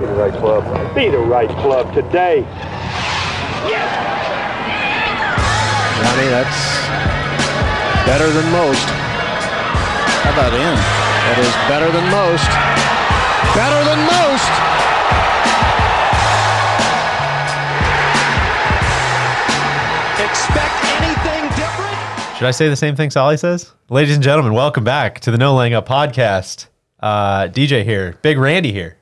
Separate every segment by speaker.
Speaker 1: Be the right club. Be the right club today.
Speaker 2: Johnny, that's better than most. How about in? That is better than most. Better than most. Expect anything different?
Speaker 3: Should I say the same thing Solly says? Ladies and gentlemen, welcome back to the No Laying Up podcast. Uh, DJ here, Big Randy here.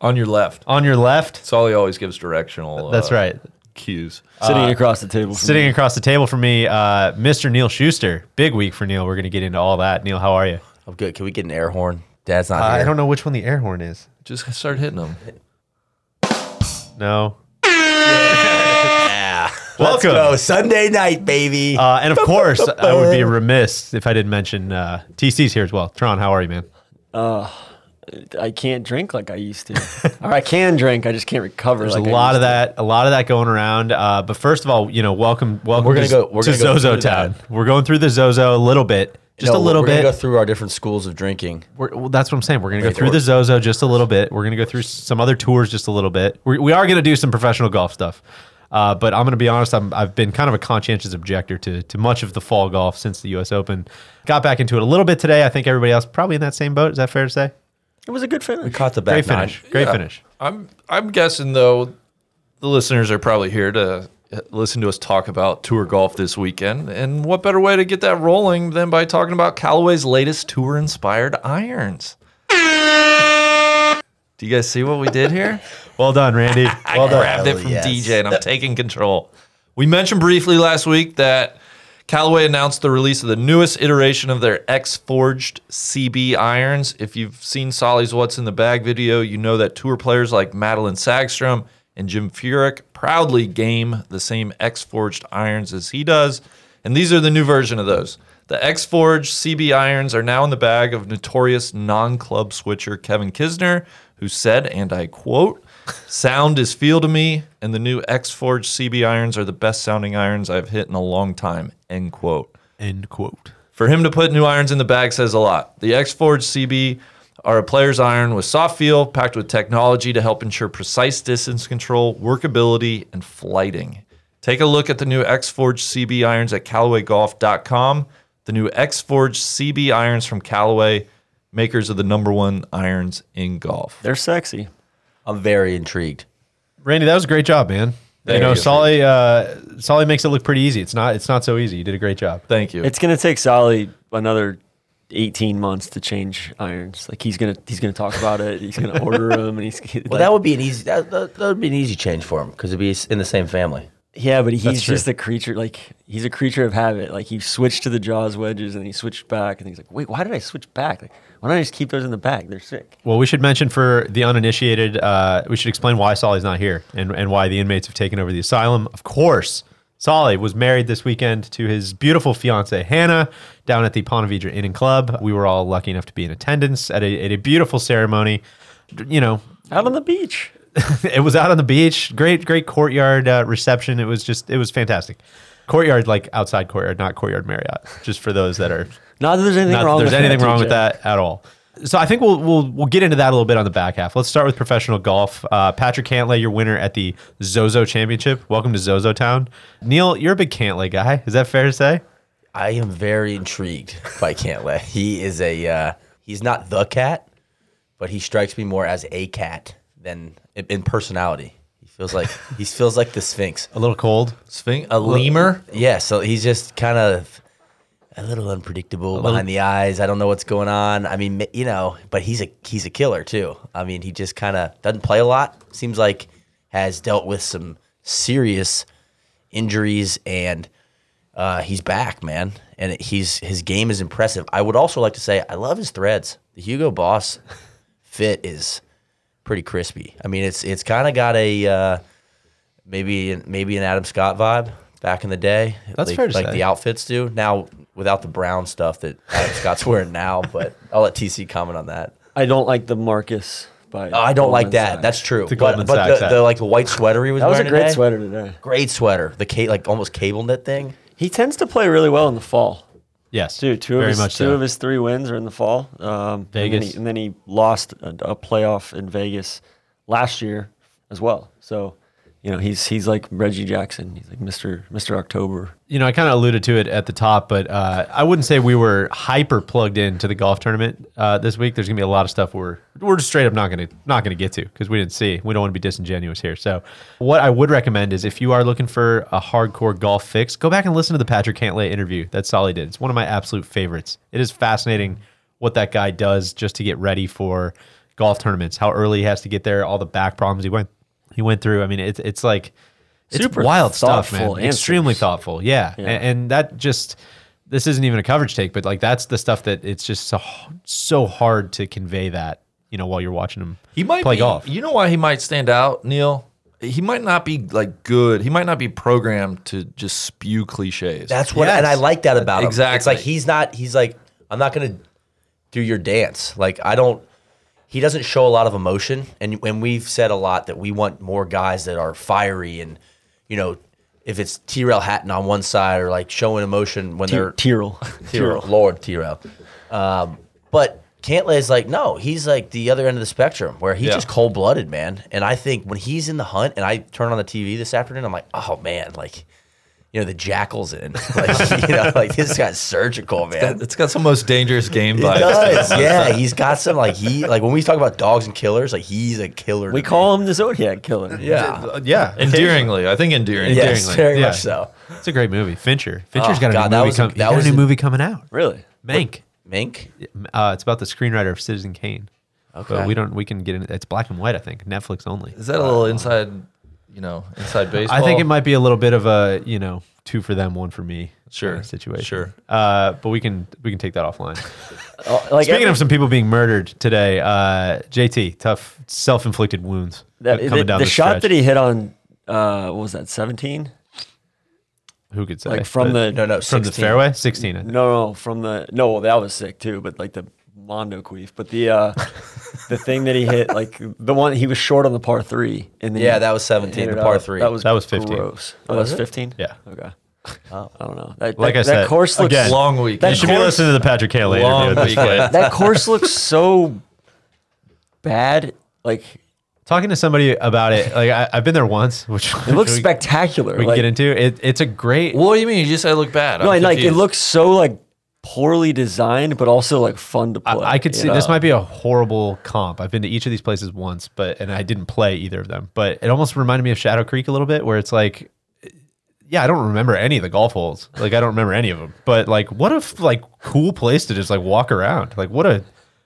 Speaker 4: On your left.
Speaker 3: On your left,
Speaker 4: Solly always gives directional.
Speaker 3: that's
Speaker 4: uh,
Speaker 3: right. Uh,
Speaker 4: Cues.
Speaker 5: Sitting across the table. From
Speaker 3: Sitting across the table from me, uh, Mr. Neil Schuster. Big week for Neil. We're going to get into all that. Neil, how are you?
Speaker 6: I'm good. Can we get an air horn? Dad's not
Speaker 3: I
Speaker 6: here.
Speaker 3: don't know which one the air horn is.
Speaker 4: Just start hitting them.
Speaker 3: No.
Speaker 6: Let's
Speaker 3: Welcome.
Speaker 6: go. Sunday night, baby.
Speaker 3: Uh, and of course, I would be remiss if I didn't mention uh, TC's here as well. Tron, how are you, man?
Speaker 5: I can't drink like I used to. or I can drink, I just can't recover.
Speaker 3: There's
Speaker 5: like
Speaker 3: a
Speaker 5: I
Speaker 3: lot of
Speaker 5: used to.
Speaker 3: that, a lot of that going around. Uh, but first of all, you know, welcome, welcome
Speaker 6: We're gonna
Speaker 3: to,
Speaker 6: go- we're
Speaker 3: to
Speaker 6: gonna go
Speaker 3: Zozo
Speaker 6: through that.
Speaker 3: Town. We're going through the Zozo a little bit, just
Speaker 6: No,
Speaker 3: a little
Speaker 6: we're gonna
Speaker 3: bit.
Speaker 6: go through our different schools of drinking.
Speaker 3: We're- well, that's what I'm saying. We're gonna go
Speaker 6: Right.
Speaker 3: through the Zozo just a little bit. We're gonna go through some other tours just a little bit. We, we are gonna do some professional golf stuff. Uh, but I'm gonna be honest. I'm, I've been kind of a conscientious objector to to much of the fall golf since the U.S. Open. Got back into it a little bit today. I think everybody else probably in that same boat. Is that fair to say?
Speaker 5: It was a good finish.
Speaker 6: Caught the
Speaker 3: Great
Speaker 6: back nine.
Speaker 3: finish. Great
Speaker 4: Yeah.
Speaker 3: finish.
Speaker 4: I'm I'm guessing though, the listeners are probably here to uh, listen to us talk about tour golf this weekend, and what better way to get that rolling than by talking about Callaway's latest tour-inspired irons? Do you guys see what we did here?
Speaker 3: Well done, Randy. Well done.
Speaker 4: grabbed it
Speaker 6: Hell
Speaker 4: from
Speaker 6: yes.
Speaker 4: DJ, and I'm taking control. We mentioned briefly last week that Callaway announced the release of the newest iteration of their X Forged CB irons. If you've seen Solly's What's in the Bag video, you know that tour players like Madeline Sagstrom and Jim Furyk proudly game the same X Forged irons as he does. And these are the new version of those. The X Forge CB irons are now in the bag of notorious non club switcher Kevin Kisner, who said, and I quote, Sound is feel to me, and the new X Forge CB irons are the best sounding irons I've hit in a long time, end quote.
Speaker 3: End quote.
Speaker 4: For him to put new irons in the bag says a lot. The X Forge CB are a player's iron with soft feel, packed with technology to help ensure precise distance control, workability, and flighting. Take a look at the new X Forge CB irons at CallawayGolf.com. The new X Forge CB irons from Callaway, makers of the number one irons in golf.
Speaker 5: They're sexy.
Speaker 6: I'm very intrigued.
Speaker 3: Randy, that was a great job, man. you know, Solly, uh, Solly makes it look pretty easy. It's not. It's not so easy. You did a great job.
Speaker 4: Thank you.
Speaker 5: It's gonna take Solly another 18 months to change irons. Like he's gonna he's gonna talk about it. He's gonna order them, and he's
Speaker 6: Well, that would be an easy. That, that, that would be an easy change for him because it'd be in the same family.
Speaker 5: yeah. But he's
Speaker 3: true.
Speaker 5: just a creature. Like he's a creature of habit. Like he switched to the jaws wedges, and he switched back, and he's like, wait, why did I switch back? Like why don't I just keep those in the bag? They're sick.
Speaker 3: Well, we should mention for the uninitiated, uh, we should explain why Solly's not here and, and why the inmates have taken over the asylum. Of course, Solly was married this weekend to his beautiful fiancee, Hannah, down at the Ponte Vedra Inn and Club. We were all lucky enough to be in attendance at a, at a beautiful ceremony. You know,
Speaker 5: Out on the beach.
Speaker 3: it was out on the beach. Great, great courtyard uh, reception. It was just, it was fantastic. Courtyard, like outside courtyard, not courtyard Marriott, just for those that are
Speaker 5: Not that there's anything
Speaker 3: not that
Speaker 5: wrong.
Speaker 3: there's
Speaker 5: with
Speaker 3: anything
Speaker 5: that,
Speaker 3: wrong with
Speaker 5: TJ.
Speaker 3: that at all. So I think we'll we'll we'll get into that a little bit on the back half. Let's start with professional golf. Uh, Patrick Cantlay, your winner at the Zozo Championship. Welcome to Zozo Town. Neil, you're a big Cantlay guy. Is that fair to say?
Speaker 6: I am very intrigued by Cantlay. He is a. Uh, he's not the cat, but he strikes me more as a cat than in, in personality. He feels like he feels like the Sphinx.
Speaker 3: A little cold.
Speaker 4: Sphinx, a lemur?
Speaker 6: Yeah, so he's just kind of a little unpredictable behind the eyes. I don't know what's going on. I mean, you know, but he's a he's a killer too. I mean, he just kind of doesn't play a lot. Seems like has dealt with some serious injuries and uh, he's back, man. And he's his game is impressive. I would also like to say I love his threads. The Hugo Boss fit is pretty crispy. I mean, it's it's kind of got a uh, maybe maybe an Adam Scott vibe back in the day.
Speaker 3: That's
Speaker 6: like,
Speaker 3: fair to
Speaker 6: like
Speaker 3: say.
Speaker 6: the outfits do now without the brown stuff that Adam Scott's wearing now. But I'll let TC comment on that.
Speaker 5: I don't like the Marcus. By
Speaker 6: Oh, I don't like
Speaker 5: Goldman
Speaker 6: that.
Speaker 5: Sachs.
Speaker 6: That's true.
Speaker 3: The Goldman
Speaker 6: but but
Speaker 3: Sachs
Speaker 6: the,
Speaker 3: hat.
Speaker 6: the like the white sweater he was
Speaker 5: that was a
Speaker 6: wearing
Speaker 5: great
Speaker 6: today,
Speaker 5: sweater today.
Speaker 6: Great sweater. The ca- like almost cable knit thing.
Speaker 5: He tends to play really well in the fall.
Speaker 3: Yes,
Speaker 5: Dude, two of
Speaker 3: very
Speaker 5: his
Speaker 3: much
Speaker 5: two
Speaker 3: so.
Speaker 5: of his three wins are in the fall. Um,
Speaker 3: Vegas.
Speaker 5: and then he, and then he lost a, a playoff in Vegas last year as well. So, you know, he's he's like Reggie Jackson. He's like Mister Mister October.
Speaker 3: you know, I kind of alluded to it at the top, but uh, I wouldn't say we were hyper plugged into the golf tournament uh, this week. There's gonna be a lot of stuff we're we're just straight up not gonna not gonna get to because we didn't see. We don't want to be disingenuous here. So, what I would recommend is if you are looking for a hardcore golf fix, go back and listen to the Patrick Cantlay interview that Solly did. It's one of my absolute favorites. It is fascinating what that guy does just to get ready for golf tournaments. How early he has to get there, all the back problems he went he went through. I mean, it's it's like. It's
Speaker 5: Super
Speaker 3: wild stuff, man.
Speaker 5: thoughtful
Speaker 3: Extremely
Speaker 5: answers.
Speaker 3: thoughtful thoughtful. Yeah. A- And, that just, this isn't even a coverage take, but like that's the stuff that it's just so, so hard to convey that, you know, while you're watching him
Speaker 4: He might
Speaker 3: play
Speaker 4: be,
Speaker 3: golf.
Speaker 4: You know why he might stand out, Neil? He might not be like good. He might not be programmed to just spew cliches.
Speaker 6: That's what,
Speaker 3: Yes.
Speaker 6: and I like that about him. It's
Speaker 4: Exactly.
Speaker 6: like he's not. He's like, I'm not gonna do your dance. Like I don't. He doesn't show a lot of emotion, and and we've said a lot that we want more guys that are fiery and, you know, if it's Tyrell Hatton on one side or like showing emotion when they're
Speaker 5: Tyrrell.
Speaker 6: Tyrell, Lord Tyrell. Um, but Cantlay is like, no, he's like the other end of the spectrum where he's
Speaker 4: Yeah.
Speaker 6: just cold blooded, man. And I think when he's in the hunt, and I turn on the TV this afternoon, I'm like, oh man, like. You know the jackals in, like, you know, like this guy's surgical, man.
Speaker 4: it's got some most dangerous game
Speaker 6: He
Speaker 4: vibes.
Speaker 6: does, yeah. He's got some like he, like when we talk about dogs and killers, like he's a killer.
Speaker 5: We
Speaker 6: to
Speaker 5: call him the Zodiac Killer.
Speaker 6: me. yeah,
Speaker 3: Uh, yeah.
Speaker 4: Endearingly, I think endearingly.
Speaker 6: yes,
Speaker 3: endearingly,
Speaker 6: very
Speaker 3: yeah.
Speaker 6: much so.
Speaker 3: It's a great movie. Fincher. Fincher's
Speaker 6: Oh,
Speaker 3: got a
Speaker 6: God,
Speaker 3: new
Speaker 6: that
Speaker 3: movie
Speaker 6: was a-
Speaker 3: coming.
Speaker 6: that
Speaker 3: Got a
Speaker 6: was
Speaker 3: new
Speaker 6: a-
Speaker 3: movie coming out.
Speaker 5: Really?
Speaker 3: Mank.
Speaker 6: Mink,
Speaker 3: Uh, it's about the screenwriter of Citizen Kane. Okay. But
Speaker 6: Okay.
Speaker 3: we don't. We can get into. It's black and white. I think Netflix only.
Speaker 4: Is that a little inside, you know, inside baseball?
Speaker 3: I think it might be a little bit of a you know two for them, one for me.
Speaker 4: Sure,
Speaker 3: kinda situation.
Speaker 4: sure.
Speaker 3: Uh, but we can we can take that offline.
Speaker 5: Uh, like
Speaker 3: Speaking
Speaker 5: every-
Speaker 3: of some people being murdered today, uh, JT, tough self-inflicted wounds
Speaker 5: that,
Speaker 3: coming
Speaker 5: the,
Speaker 3: down
Speaker 5: the
Speaker 3: the
Speaker 5: shot
Speaker 3: stretch.
Speaker 5: that he hit on, uh, what was that? Seventeen?
Speaker 3: Who could say?
Speaker 5: Like from
Speaker 3: But-
Speaker 5: the
Speaker 6: no, no,
Speaker 3: from
Speaker 6: 16.
Speaker 3: the fairway, sixteen. I think.
Speaker 5: No, no, from the no. Well, that was sick too. But like the Mondo Queef, but the uh, the thing that he hit, like the one he was short on the par three, and then
Speaker 6: Yeah,
Speaker 5: he
Speaker 6: that was 17,
Speaker 5: hit it
Speaker 6: the par
Speaker 5: out.
Speaker 6: three.
Speaker 5: That was
Speaker 3: That was 15.
Speaker 5: Gross. Oh, that
Speaker 6: Was Oh.
Speaker 5: was
Speaker 6: it?
Speaker 5: fifteen.
Speaker 3: Yeah.
Speaker 5: Okay. I don't know. That,
Speaker 3: Like
Speaker 5: that,
Speaker 3: I said,
Speaker 5: that course looks
Speaker 3: again,
Speaker 4: long week.
Speaker 5: That
Speaker 3: You should be
Speaker 5: course-
Speaker 3: listening to the Patrick Hale interview.
Speaker 4: long
Speaker 3: at this point.
Speaker 4: weekend.
Speaker 5: that course looks so bad. Like
Speaker 3: Talking to somebody about it, like I, I've been there once, which
Speaker 5: it looks
Speaker 3: we,
Speaker 5: spectacular.
Speaker 3: we can
Speaker 5: like,
Speaker 3: get into it. It's a great.
Speaker 4: what do you mean? You just said it looked bad.
Speaker 5: no,
Speaker 4: I'm
Speaker 5: and, like it
Speaker 4: confused.
Speaker 5: looks so like poorly designed, but also like fun to play.
Speaker 3: I, I could
Speaker 5: you
Speaker 3: see
Speaker 5: know?
Speaker 3: this might be a horrible comp. I've been to each of these places once, but and I didn't play either of them. But it almost reminded me of Shadow Creek a little bit, where it's like, yeah, I don't remember any of the golf holes. Like I don't remember any of them. But like, what a f- like cool place to just like walk around. Like what a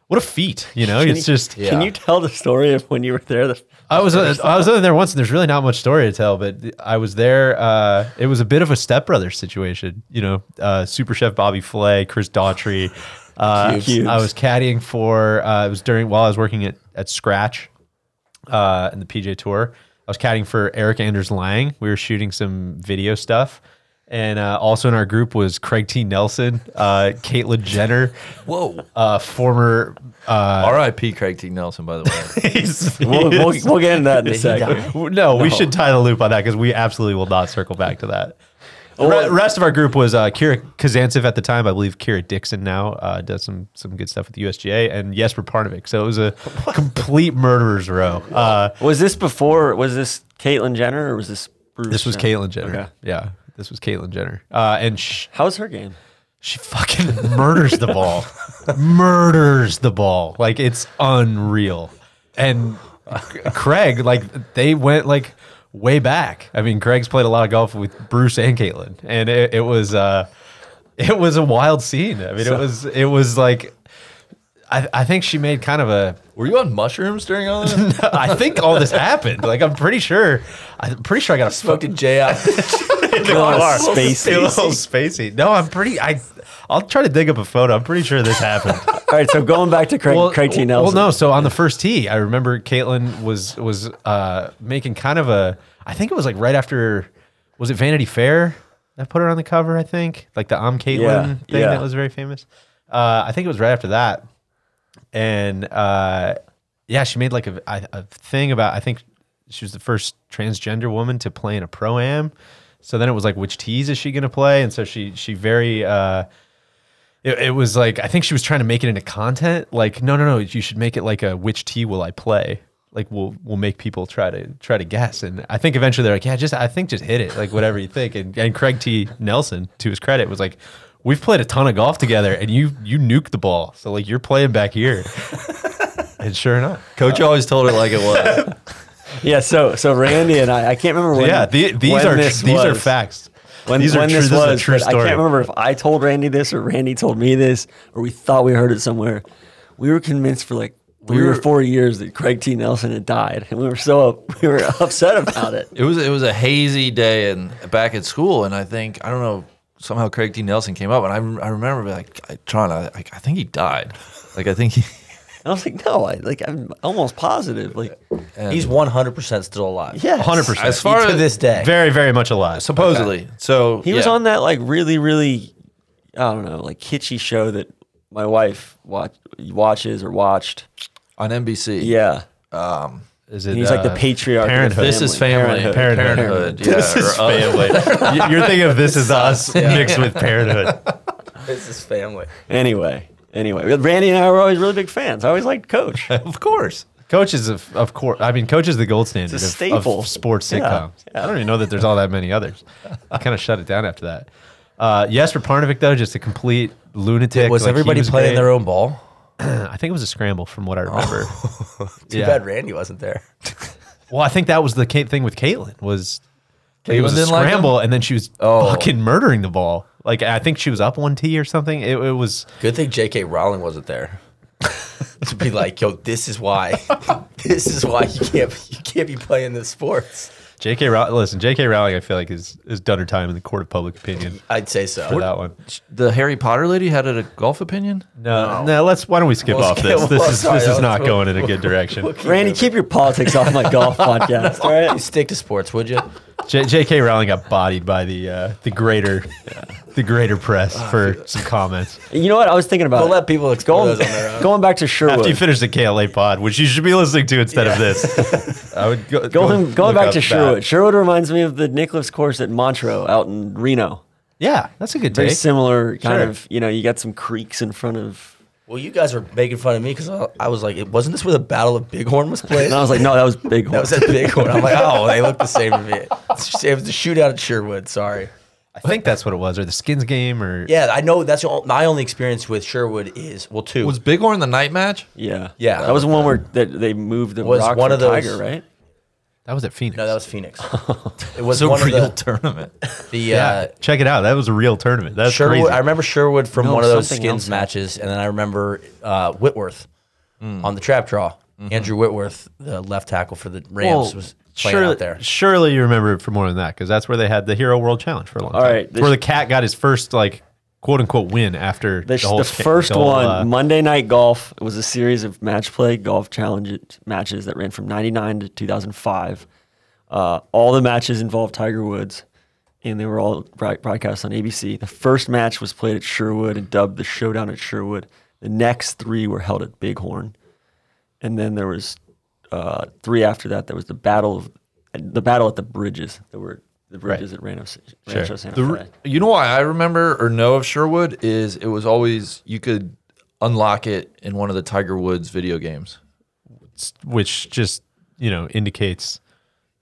Speaker 3: what a feat, you know? It's just
Speaker 5: Can you tell the story of when you were there? The
Speaker 3: I was uh, I was only there once, and there's really not much story to tell. But th- I was there. Uh, it was a bit of a stepbrother situation, you know. Uh, Super Chef Bobby Flay, Chris Daughtry. Uh,
Speaker 5: Cubes.
Speaker 3: I was caddying for. Uh, it was during while I was working at at Scratch, uh, in the PJ Tour. I was caddying for Eric Anders Lang. We were shooting some video stuff. And uh, also in our group was Craig T. Nelson, uh, Caitlyn Jenner,
Speaker 4: Whoa.
Speaker 3: uh, former. Uh,
Speaker 4: R.I.P. Craig T. Nelson, by the way.
Speaker 5: we'll, we'll, we'll get into that in a second.
Speaker 6: die?
Speaker 3: W- No, we should tie the loop on that because we absolutely will not circle back to that. The re-
Speaker 5: Well-
Speaker 3: rest of our group was uh, Kira Kazantsev at the time, I believe. Kira Dixon now uh, does some some good stuff with the USGA, and Jesper Parnovic. So it was a complete murderers row. Uh,
Speaker 5: Was this before? Was this Caitlyn Jenner or was this Bruce?
Speaker 3: this was
Speaker 5: No.
Speaker 3: Caitlyn Jenner.
Speaker 5: Okay.
Speaker 3: Yeah, this was Caitlyn Jenner, uh, and sh-
Speaker 5: How's her game?
Speaker 3: she fucking murders the ball, murders the ball. Like it's unreal. And C- Craig, like they went like way back. I mean, Craig's played a lot of golf with Bruce and Caitlin, and it, it was uh, it was a wild scene. I mean, it was it was like. I, I think she made kind of a.
Speaker 4: Were you on mushrooms during all this?
Speaker 3: I think all this happened. Like I'm pretty sure. I'm pretty sure I got a
Speaker 6: smoked a J out.
Speaker 3: spacey. A little spacey. No, I'm pretty. I I'll try to dig up a photo. I'm pretty sure this happened.
Speaker 5: All right, so going back to Craig, Craig T. Nelson.
Speaker 3: Well, no. So on the first tee, I remember Caitlin was was uh, making kind of a. I think it was like right after. Was it Vanity Fair that put her on the cover? I think like the I'm Caitlin
Speaker 5: Yeah,
Speaker 3: thing
Speaker 5: yeah.
Speaker 3: that was very famous. Uh, I think it was right after that, and uh, yeah, she made like a, a, a thing about. I think she was the first transgender woman to play in a pro am. So then it was like, which tees is she going to play? And so she she very. Uh, It, it was like I think she was trying to make it into content. Like, no, no, no, you should make it like a which tea will I play? Like we'll we'll make people try to try to guess. And I think eventually they're like, yeah, just I think just hit it, like whatever you think. And and Craig T Nelson, to his credit, was like. We've played a ton of golf together, and you you nuke the ball. So like you're playing back here, and sure enough, Uh,
Speaker 4: Coach always told it like it was.
Speaker 5: Yeah, so so Randy and I, I can't remember when.
Speaker 3: yeah, the, these
Speaker 5: when
Speaker 3: are
Speaker 5: this
Speaker 3: these are
Speaker 5: was.
Speaker 3: facts.
Speaker 5: When,
Speaker 3: these are
Speaker 5: when
Speaker 3: true.
Speaker 5: this
Speaker 3: this
Speaker 5: was,
Speaker 3: is a true
Speaker 5: but I
Speaker 3: story.
Speaker 5: can't remember if I told Randy this or Randy told me this or we thought we heard it somewhere. We were convinced for like three or four years that Craig T. Nelson had died, and we were so up, we were upset about it.
Speaker 4: It was it was a hazy day and back at school, and I think I don't know somehow Craig T Nelson came up, and I, I remember being like I- Tron, I, I think he died. Like I think he.
Speaker 5: And I was like, no, I like I'm almost positive. Like,
Speaker 6: He's 100% still alive.
Speaker 5: yeah,
Speaker 3: 100%.
Speaker 4: As far
Speaker 6: to
Speaker 4: as
Speaker 6: this day.
Speaker 3: Very, very much alive.
Speaker 4: supposedly, so
Speaker 5: He was
Speaker 4: yeah.
Speaker 5: on that like really, really, I don't know, like kitschy show that my wife watch, watches or watched.
Speaker 4: on NBC.
Speaker 5: Yeah,
Speaker 3: Is it,
Speaker 5: and he's like the
Speaker 3: uh,
Speaker 5: patriarch. of the
Speaker 3: Parenthood.
Speaker 4: This is family.
Speaker 5: Parenthood.
Speaker 3: Parenthood.
Speaker 4: Parenthood. Yeah,
Speaker 3: This is
Speaker 4: or, uh,
Speaker 3: family. Y- You're thinking of this is us mixed with parenthood.
Speaker 6: It's his family.
Speaker 5: Anyway, anyway, Randy and I were always really big fans. I always liked Coach.
Speaker 4: Of course.
Speaker 3: Coach is, of, of course, I mean, Coach is the gold standard
Speaker 5: It's a
Speaker 3: of-
Speaker 5: staple.
Speaker 3: Of, sports
Speaker 5: Yeah,
Speaker 3: sitcoms. I don't even know that there's all that many others. I kind of shut it down after that. Uh, yes, for Parnovic, though, just a complete lunatic.
Speaker 6: Was
Speaker 3: Like, he
Speaker 6: everybody
Speaker 3: was
Speaker 6: playing
Speaker 3: great.
Speaker 6: their own ball?
Speaker 3: I think it was a scramble from what I remember.
Speaker 6: Too
Speaker 3: Yeah.
Speaker 6: bad Randy wasn't there.
Speaker 3: Well, I think that was the Kate thing with Caitlin was it was a
Speaker 4: didn't like him?
Speaker 3: scramble, and then she was fucking murdering the ball. Like I think she was up one tee or something. It, it was
Speaker 6: Good thing J.K. Rowling wasn't there. to be like, yo, this is why, this is why you can't you can't be playing this sports.
Speaker 3: J.K. Rowling. Listen, J.K. Rowling. I feel like is is done her time in the court of public opinion
Speaker 6: I'd say
Speaker 3: for
Speaker 6: so.
Speaker 3: that one.
Speaker 4: The Harry Potter lady had a golf opinion.
Speaker 3: No, no, Let's. Why don't we skip
Speaker 6: Well,
Speaker 3: off
Speaker 6: skip-
Speaker 3: this? This
Speaker 6: well,
Speaker 3: is
Speaker 6: sorry,
Speaker 3: this is
Speaker 6: let's
Speaker 3: not
Speaker 6: move-
Speaker 3: going in a good direction.
Speaker 5: Randy, keep your politics off my golf podcast. All
Speaker 6: You
Speaker 5: right.
Speaker 6: stick to sports, would you?
Speaker 3: J- J.K. Rowling got bodied by the uh, the greater the greater press
Speaker 6: Ah,
Speaker 3: for some comments
Speaker 5: You know what? I was thinking about.
Speaker 6: We'll
Speaker 5: it.
Speaker 6: let people explore
Speaker 5: going,
Speaker 6: those on their own.
Speaker 5: going back to
Speaker 3: after you
Speaker 5: Sherwood.
Speaker 3: finish the KLA pod, which you should be listening to instead of this. I would go,
Speaker 5: Going, going
Speaker 3: look
Speaker 5: back
Speaker 3: up
Speaker 5: to
Speaker 3: that.
Speaker 5: Sherwood. Sherwood reminds me of the Nicholas course at Montreux out in Reno.
Speaker 3: Yeah, that's a good
Speaker 5: Very
Speaker 3: take.
Speaker 5: similar kind
Speaker 3: Sure.
Speaker 5: of, you know, you got some creeks in front of.
Speaker 6: Well, you guys were making fun of me because I, I was like, it wasn't this where the Battle of Bighorn was played?
Speaker 5: And I was like, no, that was big.
Speaker 6: that was at Bighorn. I'm like, oh, they look the same to me. It's just- It was the shootout at Sherwood. Sorry.
Speaker 3: I think that's what it was, or the skins game, or
Speaker 6: Yeah, I know. That's the o- my only experience with Sherwood is well, two
Speaker 4: Was
Speaker 6: was,
Speaker 4: Bighorn the night match?
Speaker 5: yeah,
Speaker 6: Yeah.
Speaker 5: That was the one where that they moved the
Speaker 6: Um, Was
Speaker 5: rock
Speaker 6: one
Speaker 5: for
Speaker 6: of those-
Speaker 5: Tiger, right?
Speaker 3: that was at Phoenix.
Speaker 6: no, that was Phoenix. It was
Speaker 4: It's a
Speaker 6: one
Speaker 4: real
Speaker 6: of the,
Speaker 4: tournament.
Speaker 6: the
Speaker 3: yeah.
Speaker 6: uh,
Speaker 3: Check it out. That was a real tournament. That's
Speaker 6: Sherwood.
Speaker 3: crazy.
Speaker 6: I remember Sherwood from
Speaker 5: No,
Speaker 6: one of those
Speaker 5: something
Speaker 6: skins
Speaker 5: else
Speaker 6: matches, and then I remember uh, Whitworth on the trap draw. Andrew Whitworth, the left tackle for the Rams,
Speaker 3: Well,
Speaker 6: was playing
Speaker 3: surely,
Speaker 6: out there.
Speaker 3: Surely you remember it for more than that, because that's where they had the Hero World Challenge for a long
Speaker 5: All
Speaker 3: time.
Speaker 5: right,
Speaker 3: It's where
Speaker 5: this-
Speaker 3: the cat got his first like quote unquote win after
Speaker 5: The,
Speaker 3: the,
Speaker 5: sh-
Speaker 3: whole
Speaker 5: the
Speaker 3: sca-
Speaker 5: first
Speaker 3: the whole,
Speaker 5: one,
Speaker 3: uh,
Speaker 5: Monday Night Golf, was a series of match play golf challenges matches that ran from '99 to 2005. Uh, all the matches involved Tiger Woods, and they were all broad- broadcast on ABC. The first match was played at Sherwood and dubbed the Showdown at Sherwood. The next three were held at Bighorn, and then there was uh, three after that. There was the battle of the battle at the bridges. There were the bridges at Rancho, Rancho Santa
Speaker 4: The
Speaker 5: Fe.
Speaker 4: re- you know why I remember or know of Sherwood is it was always you could unlock it in one of the Tiger Woods video games.
Speaker 3: which just you know indicates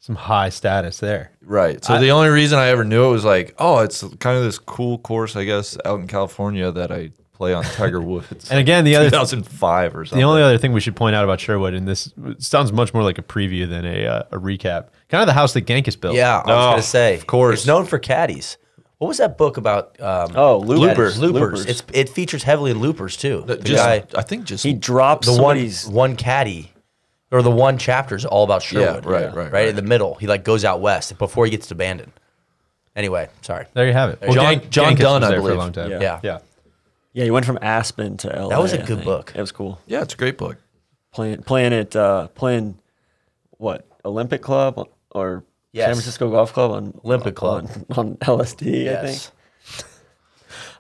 Speaker 3: some high status there.
Speaker 4: Right. So the only reason I ever knew it was like, oh, it's kind of this cool course, I guess, out in California that I play on Tiger Woods.
Speaker 3: And again, the other
Speaker 4: 2005 or something.
Speaker 3: The only other thing we should point out about Sherwood, and this sounds much more like a preview than a, uh, a recap, kind of the house that Genghis built.
Speaker 6: Yeah, I was
Speaker 4: Oh,
Speaker 6: gonna say.
Speaker 4: of course.
Speaker 6: it's known for caddies. What was that book about? Um,
Speaker 5: Oh, Loopers.
Speaker 6: caddies?
Speaker 5: Loopers.
Speaker 6: Loopers. It's it features heavily in Loopers too. The,
Speaker 4: Just-
Speaker 6: guy,
Speaker 4: I think just
Speaker 5: He drops
Speaker 6: the one
Speaker 5: somebody's
Speaker 6: one caddy, or the one chapter is all about Sherwood.
Speaker 4: right, right,
Speaker 6: right,
Speaker 4: right.
Speaker 6: in the middle. He like goes out west before he gets to Bandon. Anyway, sorry.
Speaker 3: There you have it.
Speaker 6: you
Speaker 4: go. John- John
Speaker 3: Genghis
Speaker 4: Donne,
Speaker 3: was
Speaker 4: I
Speaker 3: there for a
Speaker 4: believe.
Speaker 3: long time.
Speaker 5: Yeah.
Speaker 6: Yeah.
Speaker 3: yeah.
Speaker 5: Yeah, he went from Aspen to LA.
Speaker 6: was a
Speaker 5: I
Speaker 6: good
Speaker 5: think.
Speaker 6: book.
Speaker 5: It was cool.
Speaker 4: yeah, it's a great book.
Speaker 5: Playing playing at uh, playing what Olympic Club or
Speaker 6: Yes.
Speaker 5: San Francisco Golf Club on
Speaker 6: Olympic Club.
Speaker 5: on, on LSD. I think.
Speaker 6: Yes.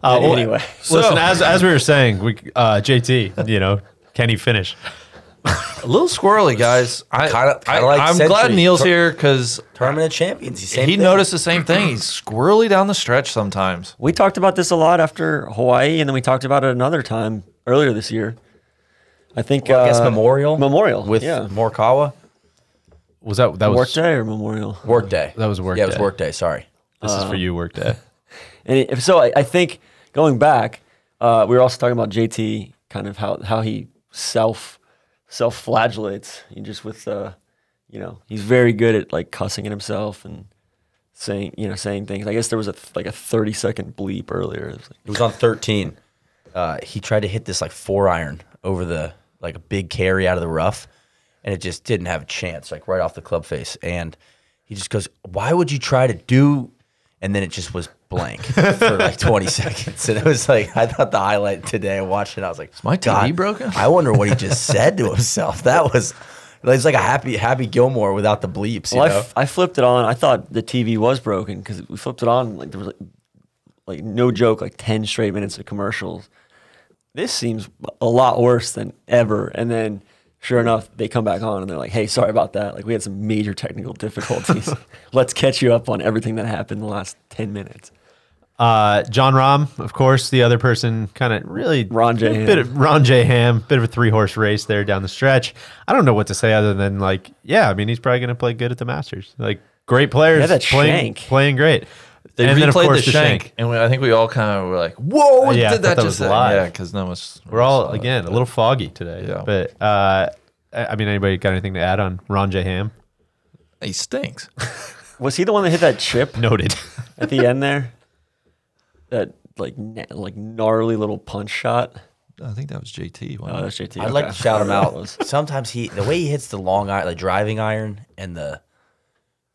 Speaker 3: Uh, well,
Speaker 5: anyway,
Speaker 3: Listen, as, as we were saying, we, uh, JT, you know, can he finish?
Speaker 4: A little squirrely, guys. I,
Speaker 6: Kinda-
Speaker 4: I,
Speaker 6: kinda like
Speaker 4: I'm
Speaker 6: Century.
Speaker 4: glad Neil's
Speaker 6: Tur-
Speaker 4: here because
Speaker 6: Tournament of Champions. He's
Speaker 4: he
Speaker 6: same thing.
Speaker 4: noticed the same thing. He's squirrely down the stretch sometimes.
Speaker 5: We talked about this a lot after Hawaii, and then we talked about it another time earlier this year. I think
Speaker 6: I guess
Speaker 5: uh,
Speaker 6: Memorial.
Speaker 5: Memorial
Speaker 6: with
Speaker 5: yeah.
Speaker 6: Morikawa.
Speaker 3: Was that that was
Speaker 5: Workday or Memorial.
Speaker 6: Workday.
Speaker 3: That was
Speaker 6: Yeah, it was
Speaker 3: Workday.
Speaker 6: Workday. Sorry.
Speaker 3: This is for
Speaker 5: Uh.
Speaker 3: you, workday.
Speaker 5: And it, so I, I think going back, uh, we were also talking about JT, kind of how how he self self flagellates. He just with uh, you know, he's very good at like cussing at himself and saying you know saying things. I guess there was a th- like a thirty second bleep earlier. It was like,
Speaker 6: It was on 13. Uh, he tried to hit this like four iron over the like a big carry out of the rough, and it just didn't have a chance. Like right off the club face, and he just goes, "Why would you try to do?" And then it just was blank for like 20 seconds, and it was like I thought the highlight today. I watched it. I was like,
Speaker 4: my TV
Speaker 6: "God,
Speaker 4: broken?"
Speaker 6: I wonder what he just said to himself. That was. It's like a happy, happy Gilmore without the bleeps. You
Speaker 5: well, I,
Speaker 6: know?
Speaker 5: f- I flipped it on. I thought the TV was broken because we flipped it on. Like there was like, like no joke, like ten straight minutes of commercials. This seems a lot worse than ever. And then, sure enough, they come back on and they're like, "Hey, sorry about that. Like we had some major technical difficulties. Let's catch you up on everything that happened in the last ten minutes."
Speaker 3: Uh, John Rahm, of course, the other person, kind of really
Speaker 5: Ron J.
Speaker 3: bit
Speaker 5: Ham.
Speaker 3: of Ron J. Ham, bit of a three horse race there down the stretch. I don't know what to say other than like, yeah, I mean, he's probably going to play good at the Masters. Like, great players,
Speaker 5: Yeah, that
Speaker 3: playing,
Speaker 5: shank.
Speaker 3: playing great.
Speaker 4: They replayed the, shank, and we, I think we all kind of were like, "Whoa,
Speaker 3: Uh, yeah, I
Speaker 4: did
Speaker 3: thought
Speaker 4: that
Speaker 3: that
Speaker 4: just
Speaker 3: was
Speaker 4: then?
Speaker 3: live.
Speaker 4: Yeah, because no one's
Speaker 3: We're all again a little foggy today.
Speaker 4: Yeah.
Speaker 3: But uh, I I mean, anybody got anything to add on Ron J. Ham?
Speaker 4: He stinks.
Speaker 5: Was he the one that hit that chip
Speaker 3: Noted.
Speaker 4: Oh,
Speaker 5: at the end there? That like na- like gnarly little punch shot.
Speaker 4: I think that was JT.
Speaker 3: Uh,
Speaker 5: Oh, that's JT.
Speaker 6: I'd like
Speaker 5: Okay.
Speaker 6: to shout him
Speaker 5: That was-
Speaker 6: out. Sometimes he, the way he hits the long iron, the driving iron, and the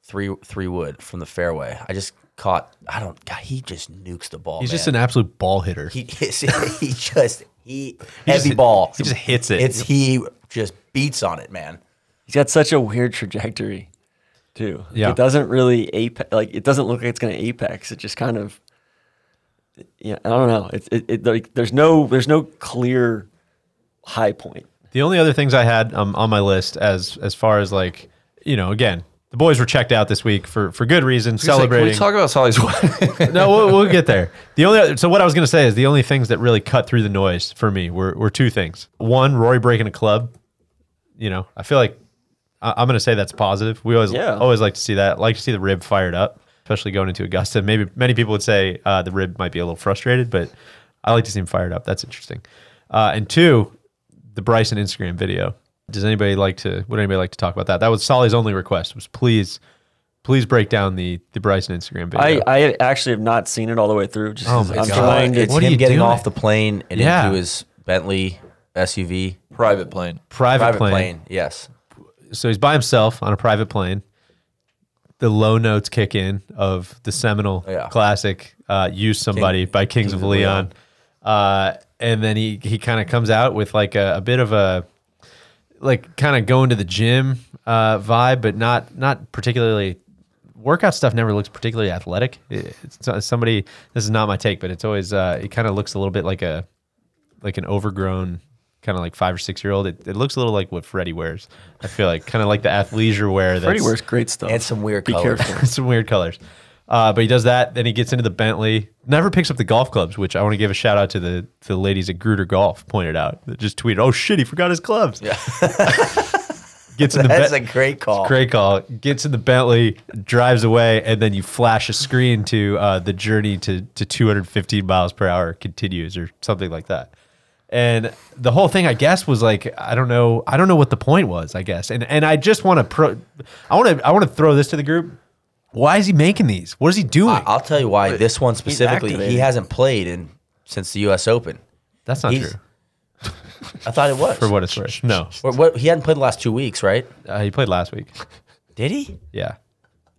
Speaker 6: three three wood from the fairway. I just caught. I don't. God, he just nukes the ball.
Speaker 3: he's just an
Speaker 6: man.
Speaker 3: absolute ball hitter.
Speaker 6: He he just he, heavy
Speaker 3: just-
Speaker 6: ball.
Speaker 3: he just hits it.
Speaker 6: It's he just beats on it, man.
Speaker 5: He's got such a weird trajectory, too. Like,
Speaker 3: Yeah.
Speaker 5: It doesn't really apex. Like it doesn't look like it's going to apex. It just kind of. Yeah, I don't know. It's it, it like there's no there's no clear high point.
Speaker 3: The only other things I had um, on my list, as as far as like you know, again, the boys were checked out this week for for good reason,
Speaker 4: Can
Speaker 3: celebrating.
Speaker 4: we talk about Solly's
Speaker 3: no, we'll, we'll get there. The only other- so what I was going to say is the only things that really cut through the noise for me were were two things. One, Rory breaking a club. You know, I feel like I, I'm going to say that's positive. We always
Speaker 5: Yeah.
Speaker 3: always like to see that. Like to see the rib fired up, especially going into Augusta. Maybe many people would say uh, the rib might be a little frustrated, but I like to see him fired up. That's interesting. Uh, and two, the Bryson Instagram video. Does anybody like to? Would anybody like to talk about that? That was Solly's only request. Was please, please break down the the Bryson Instagram video.
Speaker 5: I, I actually have not seen it all the way through. Just 'cause
Speaker 3: Oh my
Speaker 5: I'm
Speaker 3: God.
Speaker 5: trying to.
Speaker 6: It's
Speaker 3: What are
Speaker 6: him
Speaker 3: you
Speaker 6: getting
Speaker 3: doing?
Speaker 6: off the plane and
Speaker 3: Yeah.
Speaker 6: into his Bentley SUV,
Speaker 4: private plane?
Speaker 3: private,
Speaker 6: private plane.
Speaker 3: plane.
Speaker 6: Yes,
Speaker 3: so he's by himself on a private plane. The low notes kick in of the seminal
Speaker 6: Yeah.
Speaker 3: classic uh, "Use Somebody" by Kings, of Leon, Uh, and then he he kind of comes out with like a, a bit of a like kind of going to the gym uh, vibe, but not not particularly. Workout stuff never looks particularly athletic. It- It's not- somebody. This is not my take, but it's always uh, it kind of looks a little bit like a like an overgrown kind of like five or six year old. It, it looks a little like what Freddie wears. I feel like kind of like the athleisure wear. That's
Speaker 5: Freddie wears great stuff.
Speaker 6: and some weird
Speaker 5: Be
Speaker 6: colors.
Speaker 5: careful.
Speaker 3: some weird colors. Uh, but he does that. Then he gets into the Bentley. Never picks up the golf clubs, which I want to give a shout out to the to the ladies at Gruder Golf pointed out. That just tweeted, "Oh shit, he forgot his clubs." Yeah. gets in the
Speaker 6: That's
Speaker 3: Be-
Speaker 6: a great call.
Speaker 3: Great call. Gets in the Bentley, drives away, and then you flash a screen to uh, the journey to, to 215 miles per hour continues or something like that. And the whole thing, I guess, was like I don't know, I don't know what the point was. I guess, and and I just want to pro, I want to I want to throw this to the group. Why is he making these? What is he doing?
Speaker 6: I- I'll tell you why. this one specifically, he
Speaker 5: activated.
Speaker 6: hasn't played in since the U.S. Open.
Speaker 3: That's not
Speaker 6: he's-
Speaker 3: true.
Speaker 6: I thought it was.
Speaker 3: For what it's worth, no,
Speaker 6: What, what, he hadn't played the last two weeks, right?
Speaker 3: uh, he played last week.
Speaker 6: Did he?
Speaker 3: Yeah,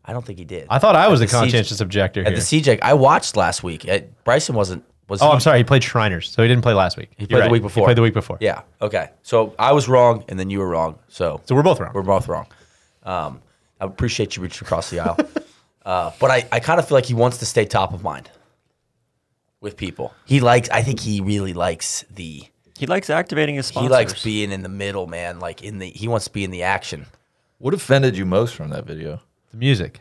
Speaker 6: I don't think he did.
Speaker 3: I thought I was a
Speaker 6: the CJ
Speaker 3: conscientious objector
Speaker 6: at
Speaker 3: here.
Speaker 6: the CJ, I watched last week. Uh, Bryson wasn't. Was
Speaker 3: oh,
Speaker 6: he?
Speaker 3: I'm sorry, he played Shriners, so he didn't play last week.
Speaker 6: He played the week before.
Speaker 3: He played the week before.
Speaker 6: Yeah. Okay. So I was wrong, and then you were wrong. So
Speaker 3: so we're both wrong.
Speaker 6: we're both wrong. Um, I appreciate you reaching across the aisle, uh, but I, I kind of feel like he wants to stay top of mind with people. He likes. I think he really likes the
Speaker 5: He likes activating his sponsors.
Speaker 6: He likes being in the middle, man. Like in the he wants to be in the action.
Speaker 4: What offended you most from that video?
Speaker 3: The music.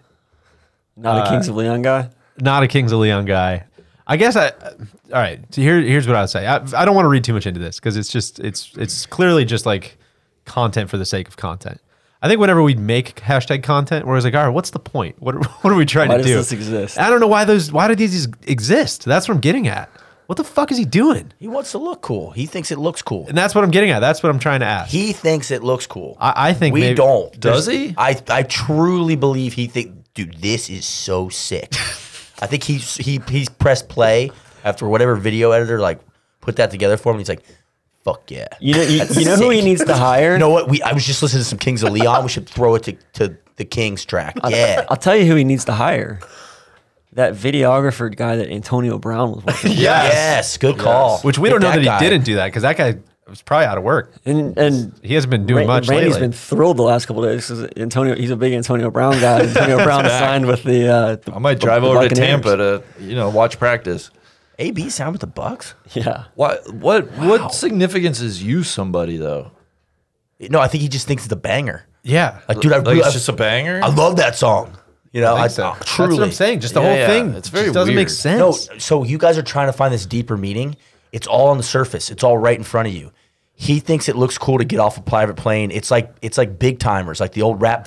Speaker 5: not a Kings of Leon guy.
Speaker 3: not a Kings of Leon guy. I guess I. uh, All right. So here, here's what I'd say. I, I don't want to read too much into this because it's just it's it's clearly just like content for the sake of content. I think whenever we make hashtag content, we're always like, all right, what's the point? What are, what are we trying
Speaker 5: Why
Speaker 3: to
Speaker 5: does
Speaker 3: do?
Speaker 5: this exist?
Speaker 3: I don't know why those why do these exist. That's what I'm getting at. What the fuck is he doing?
Speaker 6: He wants to look cool. He thinks it looks cool.
Speaker 3: And that's what I'm getting at. That's what I'm trying to ask.
Speaker 6: He thinks it looks cool.
Speaker 3: I, I think
Speaker 6: we
Speaker 3: maybe-
Speaker 6: don't.
Speaker 4: Does he?
Speaker 6: I I truly believe he think, dude, this is so sick. I think he's he he's pressed play after whatever video editor like put that together for him. And he's like, fuck yeah.
Speaker 5: You know, you,
Speaker 6: That's
Speaker 5: you know who he
Speaker 6: sick.
Speaker 5: needs to hire.
Speaker 6: You know what? We I was just listening to some Kings of Leon. We should throw it to, to the Kings track. Yeah.
Speaker 5: I'll tell you who he needs to hire. That videographer guy that Antonio Brown was working. with.
Speaker 6: Yes. Good call.
Speaker 3: Which we don't know
Speaker 6: Hit
Speaker 3: that,
Speaker 6: guy.
Speaker 3: he didn't do that because that guy was probably out of work.
Speaker 5: and and
Speaker 3: He hasn't been doing
Speaker 5: Ran-
Speaker 3: much
Speaker 5: Randy's
Speaker 3: lately.
Speaker 5: been thrilled the last couple of days because Antonio, he's a big Antonio Brown guy. Antonio Brown signed with the. Uh, the
Speaker 4: I might
Speaker 5: the-
Speaker 4: drive
Speaker 5: the
Speaker 4: over to
Speaker 5: Buccaneers.
Speaker 4: Tampa to you know watch practice.
Speaker 6: AB sound with the Bucks?
Speaker 5: Yeah,
Speaker 4: What what what significance is you somebody though?
Speaker 6: No, I think he just thinks it's a banger.
Speaker 3: Yeah.
Speaker 6: Like, dude, I,
Speaker 4: Like
Speaker 6: really,
Speaker 4: it's just a banger.
Speaker 6: I love that song. You know, I, uh,
Speaker 3: think so.
Speaker 6: truly.
Speaker 3: That's what I'm saying. Just the
Speaker 4: Yeah,
Speaker 3: whole
Speaker 4: yeah.
Speaker 3: thing.
Speaker 4: It's
Speaker 3: It's
Speaker 4: very
Speaker 3: very doesn't
Speaker 4: weird.
Speaker 3: make sense.
Speaker 6: No, so you guys are trying to find this deeper meaning. It's all on the surface. It's all right in front of you. He thinks it looks cool to get off a private plane. It's like it's like big timers, like the old rap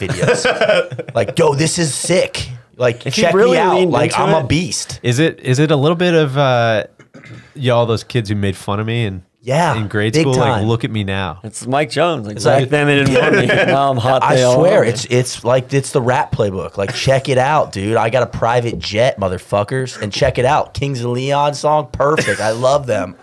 Speaker 6: videos. like, yo, this is sick. Like,
Speaker 5: he
Speaker 6: check
Speaker 5: really
Speaker 6: me out.
Speaker 5: leaned
Speaker 6: Like,
Speaker 5: into
Speaker 6: I'm a
Speaker 5: it-
Speaker 6: beast.
Speaker 3: Is it is it a little bit of uh, you all those kids who made fun of me and
Speaker 6: Yeah,
Speaker 3: in grade
Speaker 6: big
Speaker 3: school like
Speaker 6: time.
Speaker 3: look at me now.
Speaker 5: it's Mike Jones. Like,
Speaker 6: like-
Speaker 5: back then they didn't want me. Now I'm hot.
Speaker 6: I
Speaker 5: they all
Speaker 6: swear,
Speaker 5: want me.
Speaker 6: it's it's like it's the rap playbook. Like, check it out, dude. I got a private jet, motherfuckers, and check it out. Kings of Leon song, perfect. I love them.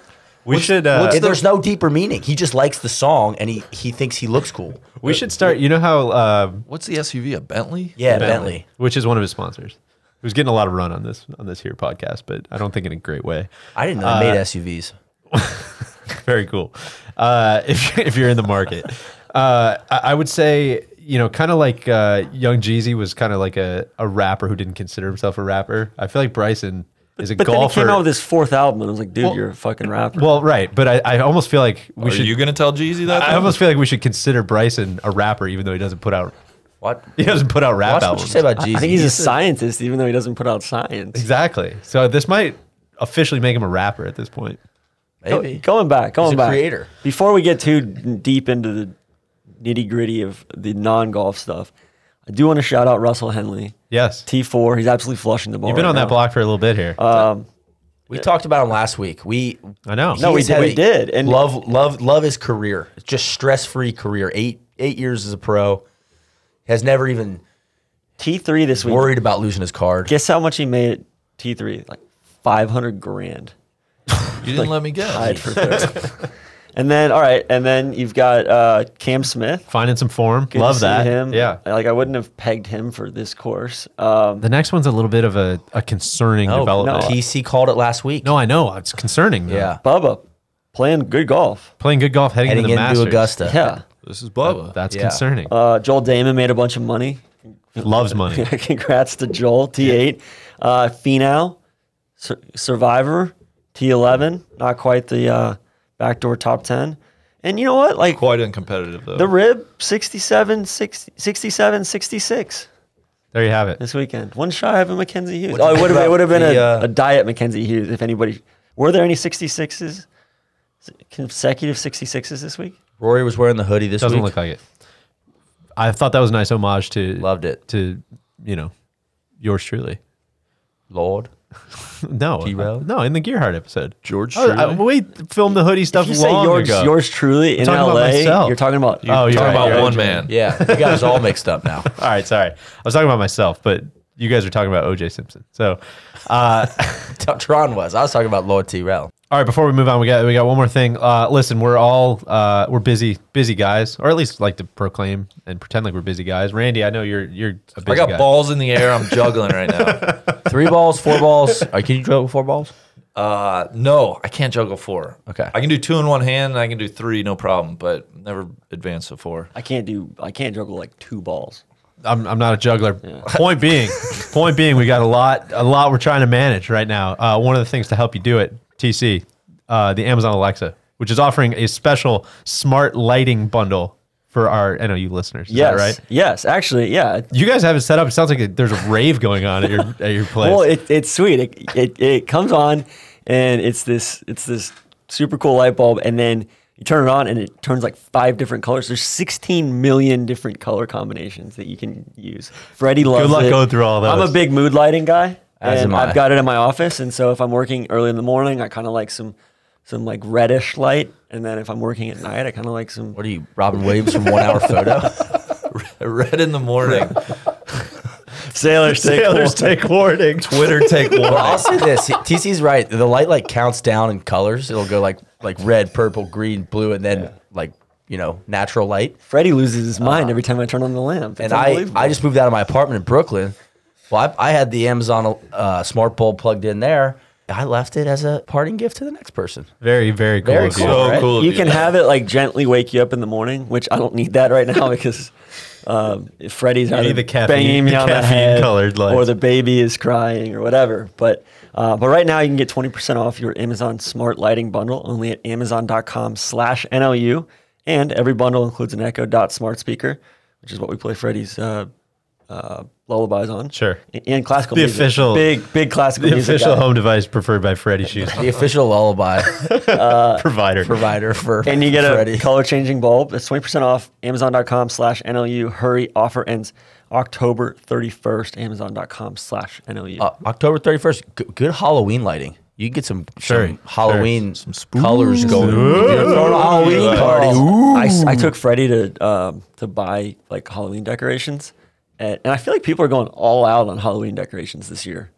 Speaker 3: We should uh,
Speaker 6: And there's no deeper meaning. He just likes the song, and he he thinks he looks cool.
Speaker 3: we should start. You know how uh,
Speaker 4: What's the SUV? A Bentley?
Speaker 6: Yeah, Bentley.
Speaker 3: which is one of his sponsors, who's getting a lot of run on this on this here podcast, but I don't think in a great way.
Speaker 6: I didn't know they
Speaker 3: Uh,
Speaker 6: made SUVs.
Speaker 3: Very cool. Uh, if if you're in the market, uh, I, I would say you know kind of like uh, Young Jeezy was kind of like a, a rapper who didn't consider himself a rapper. I feel like Bryson is a
Speaker 5: But then he
Speaker 3: golfer.
Speaker 5: came out with his fourth album, and I was like, dude, you're a fucking rapper.
Speaker 3: well, right, but I, I almost feel like we
Speaker 4: Are
Speaker 3: should
Speaker 4: you gonna tell Jeezy that?
Speaker 3: I
Speaker 4: though?
Speaker 3: almost feel like we should consider Bryson a rapper, even though he doesn't put out
Speaker 6: What?
Speaker 3: he doesn't put out rap
Speaker 6: Watch what
Speaker 3: albums.
Speaker 6: you say about Jesus.
Speaker 5: I think he's a scientist, even though he doesn't put out science.
Speaker 3: exactly. So this might officially make him a rapper at this point.
Speaker 6: Maybe.
Speaker 5: Going back, going
Speaker 6: a
Speaker 5: back.
Speaker 6: creator.
Speaker 5: Before we get too deep into the nitty gritty of the non golf stuff, I do want to shout out Russell Henley.
Speaker 3: Yes,
Speaker 5: T4, he's absolutely flushing the ball.
Speaker 3: you've been
Speaker 5: right
Speaker 3: on
Speaker 5: now.
Speaker 3: that block for a little bit here.
Speaker 5: Uh,
Speaker 6: We talked about him last week. We
Speaker 3: I know.
Speaker 6: he
Speaker 3: No,
Speaker 5: we
Speaker 6: has
Speaker 5: did-
Speaker 6: had
Speaker 5: we
Speaker 6: a-
Speaker 5: did, and-
Speaker 6: love love love his career. It's Just stress free career. Eight eight years as a pro. Has never even
Speaker 5: T3 this week.
Speaker 6: worried about losing his card.
Speaker 5: Guess how much he made at T3? Like 500 grand.
Speaker 4: you didn't let me guess.
Speaker 5: Tied for third. and then, all right, and then you've got uh, Cam Smith.
Speaker 3: Finding some form,
Speaker 5: Good to
Speaker 3: love
Speaker 5: see
Speaker 3: that.
Speaker 5: Him.
Speaker 3: Yeah.
Speaker 5: Like, I wouldn't have pegged him for this course. Um,
Speaker 3: The next one's a little bit of a, a concerning development. No.
Speaker 6: TC called it last week.
Speaker 3: I know it's concerning. though.
Speaker 6: Yeah.
Speaker 5: Bubba playing good golf.
Speaker 3: playing good golf heading,
Speaker 6: Heading
Speaker 3: into the
Speaker 6: into
Speaker 3: Masters.
Speaker 6: Augusta.
Speaker 5: Yeah.
Speaker 4: This is Bubba.
Speaker 3: That's
Speaker 6: Yeah.
Speaker 3: concerning.
Speaker 5: Uh, Joel Damon made a bunch of money.
Speaker 3: Loves money.
Speaker 5: Congrats to Joel, T8. Uh, Finau, Sur- Survivor, T11. Not quite the uh, backdoor top 10. And you know what? Like,
Speaker 4: Quite uncompetitive though.
Speaker 5: The rib 67, 60, 67, 66
Speaker 3: There you have it.
Speaker 5: this weekend. One shy of a Mackenzie Hughes. Oh, it would have it would have been
Speaker 6: the,
Speaker 5: a,
Speaker 6: uh,
Speaker 5: a diet Mackenzie Hughes if anybody. Were there any 66s? Consecutive 66s this week?
Speaker 6: Rory was wearing the hoodie this
Speaker 3: Doesn't
Speaker 6: week.
Speaker 3: look like it. I thought that was a nice homage to
Speaker 6: Loved it.
Speaker 3: to you know yours truly.
Speaker 6: Lord.
Speaker 3: No, uh,
Speaker 6: T-Row?
Speaker 3: no, in the Gearheart episode,
Speaker 4: George
Speaker 3: Oh, I-
Speaker 4: Shuey?
Speaker 3: we filmed the hoodie stuff
Speaker 5: If you say
Speaker 3: long
Speaker 5: yours,
Speaker 3: ago.
Speaker 5: yours truly in
Speaker 3: talking about
Speaker 5: LA,
Speaker 3: myself.
Speaker 5: you're talking about.
Speaker 3: oh, you're
Speaker 4: Talking
Speaker 3: right,
Speaker 4: about
Speaker 3: you're right.
Speaker 4: one man.
Speaker 6: Yeah. You got us all mixed up now.
Speaker 3: All right, sorry. I was talking about myself, but you guys are talking about OJ Simpson. So, uh,
Speaker 6: Tron was. I was talking about Lord Tyrell.
Speaker 3: all right. Before we move on, we got we got one more thing. Uh, listen, we're all uh, we're busy, busy guys, or at least like to proclaim and pretend like we're busy guys. Randy, I know you're you're a busy
Speaker 4: I got
Speaker 3: guy.
Speaker 4: balls in the air. I'm juggling right now.
Speaker 6: Three balls, four balls. All right, can you juggle four balls?
Speaker 4: Uh, no, I can't juggle four.
Speaker 6: Okay.
Speaker 4: I can do two in one hand and I can do three, no problem, but never advance to four.
Speaker 5: I can't do. I can't juggle like two balls.
Speaker 3: I'm, I'm not a juggler. Point being, point being, we got a lot, a lot we're trying to manage right now. Uh, one of the things to help you do it, TC, uh, the Amazon Alexa. which is offering a special smart lighting bundle for our NOU listeners. Is
Speaker 5: yes,
Speaker 3: that right?
Speaker 5: Yes, actually, yeah.
Speaker 3: You guys have it set up. It sounds like there's a rave going on at your at your place.
Speaker 5: Well, it, it's sweet. It, it it comes on, and it's this it's this super cool light bulb, and then you turn it on, and it turns like five different colors. There's 16 million different color combinations that you can use. Freddie loves
Speaker 3: luck
Speaker 5: it.
Speaker 3: going through all
Speaker 5: I'm a
Speaker 3: those.
Speaker 5: big mood lighting guy,
Speaker 6: As
Speaker 5: and
Speaker 6: am I.
Speaker 5: I've got it in my office. And so if I'm working early in the morning, I kind of like some some like reddish light, and then if I'm working at night, I kind of like some
Speaker 6: What are you, Robin Williams from One Hour Photo?
Speaker 4: Red in the morning.
Speaker 5: sailors.
Speaker 3: Sailors take warning.
Speaker 4: Twitter take
Speaker 6: Well,
Speaker 4: one.
Speaker 6: I'll say this: TC's right. The light like counts down in colors. It'll go like like red, purple, green, blue, and then like you know natural light.
Speaker 5: Freddie loses his mind every time I turn on the lamp. It's
Speaker 6: and I
Speaker 5: unbelievable.
Speaker 6: I just moved out of my apartment in Brooklyn. Well, I, I had the Amazon uh, smart bulb plugged in there. I left it as a parting gift to the next person.
Speaker 3: Very very cool.
Speaker 6: Very
Speaker 3: of you.
Speaker 6: cool.
Speaker 4: So
Speaker 6: Right.
Speaker 4: cool. of
Speaker 5: you can have it like gently wake you up in the morning, which I don't need that right now because um, Freddy's out
Speaker 3: need the caffeine-
Speaker 5: banging me
Speaker 3: the
Speaker 5: on the
Speaker 3: caffeine
Speaker 5: head,
Speaker 3: colored lights.
Speaker 5: or the baby is crying, or whatever. But uh, but right now you can get twenty percent off your Amazon Smart Lighting Bundle only at Amazon.com/nlu, and every bundle includes an Echo Dot smart speaker, which is what we play Freddy's. Uh, uh, lullabies on
Speaker 3: Sure.
Speaker 5: and, and classical
Speaker 3: The
Speaker 5: music.
Speaker 3: official-
Speaker 5: big big classical
Speaker 3: The
Speaker 5: music
Speaker 3: official
Speaker 5: guy.
Speaker 3: home device preferred by Freddie Shoes
Speaker 5: Uh-huh.
Speaker 6: The official lullaby
Speaker 3: provider.
Speaker 6: provider for
Speaker 5: and you get a
Speaker 6: Freddy.
Speaker 5: color changing bulb. It's 20% off amazon.com slash NLU. Hurry, offer ends October 31st, amazon.com slash NLU.
Speaker 6: Uh, October thirty first. good Halloween lighting. You can get some,
Speaker 3: Sure,
Speaker 6: some
Speaker 3: sure.
Speaker 6: Halloween colors going. You're throwing a
Speaker 5: Halloween
Speaker 6: Halloween party.
Speaker 5: I, s- I took Freddie to um, to buy like Halloween decorations. And, and I feel like people are going all out on Halloween decorations this year.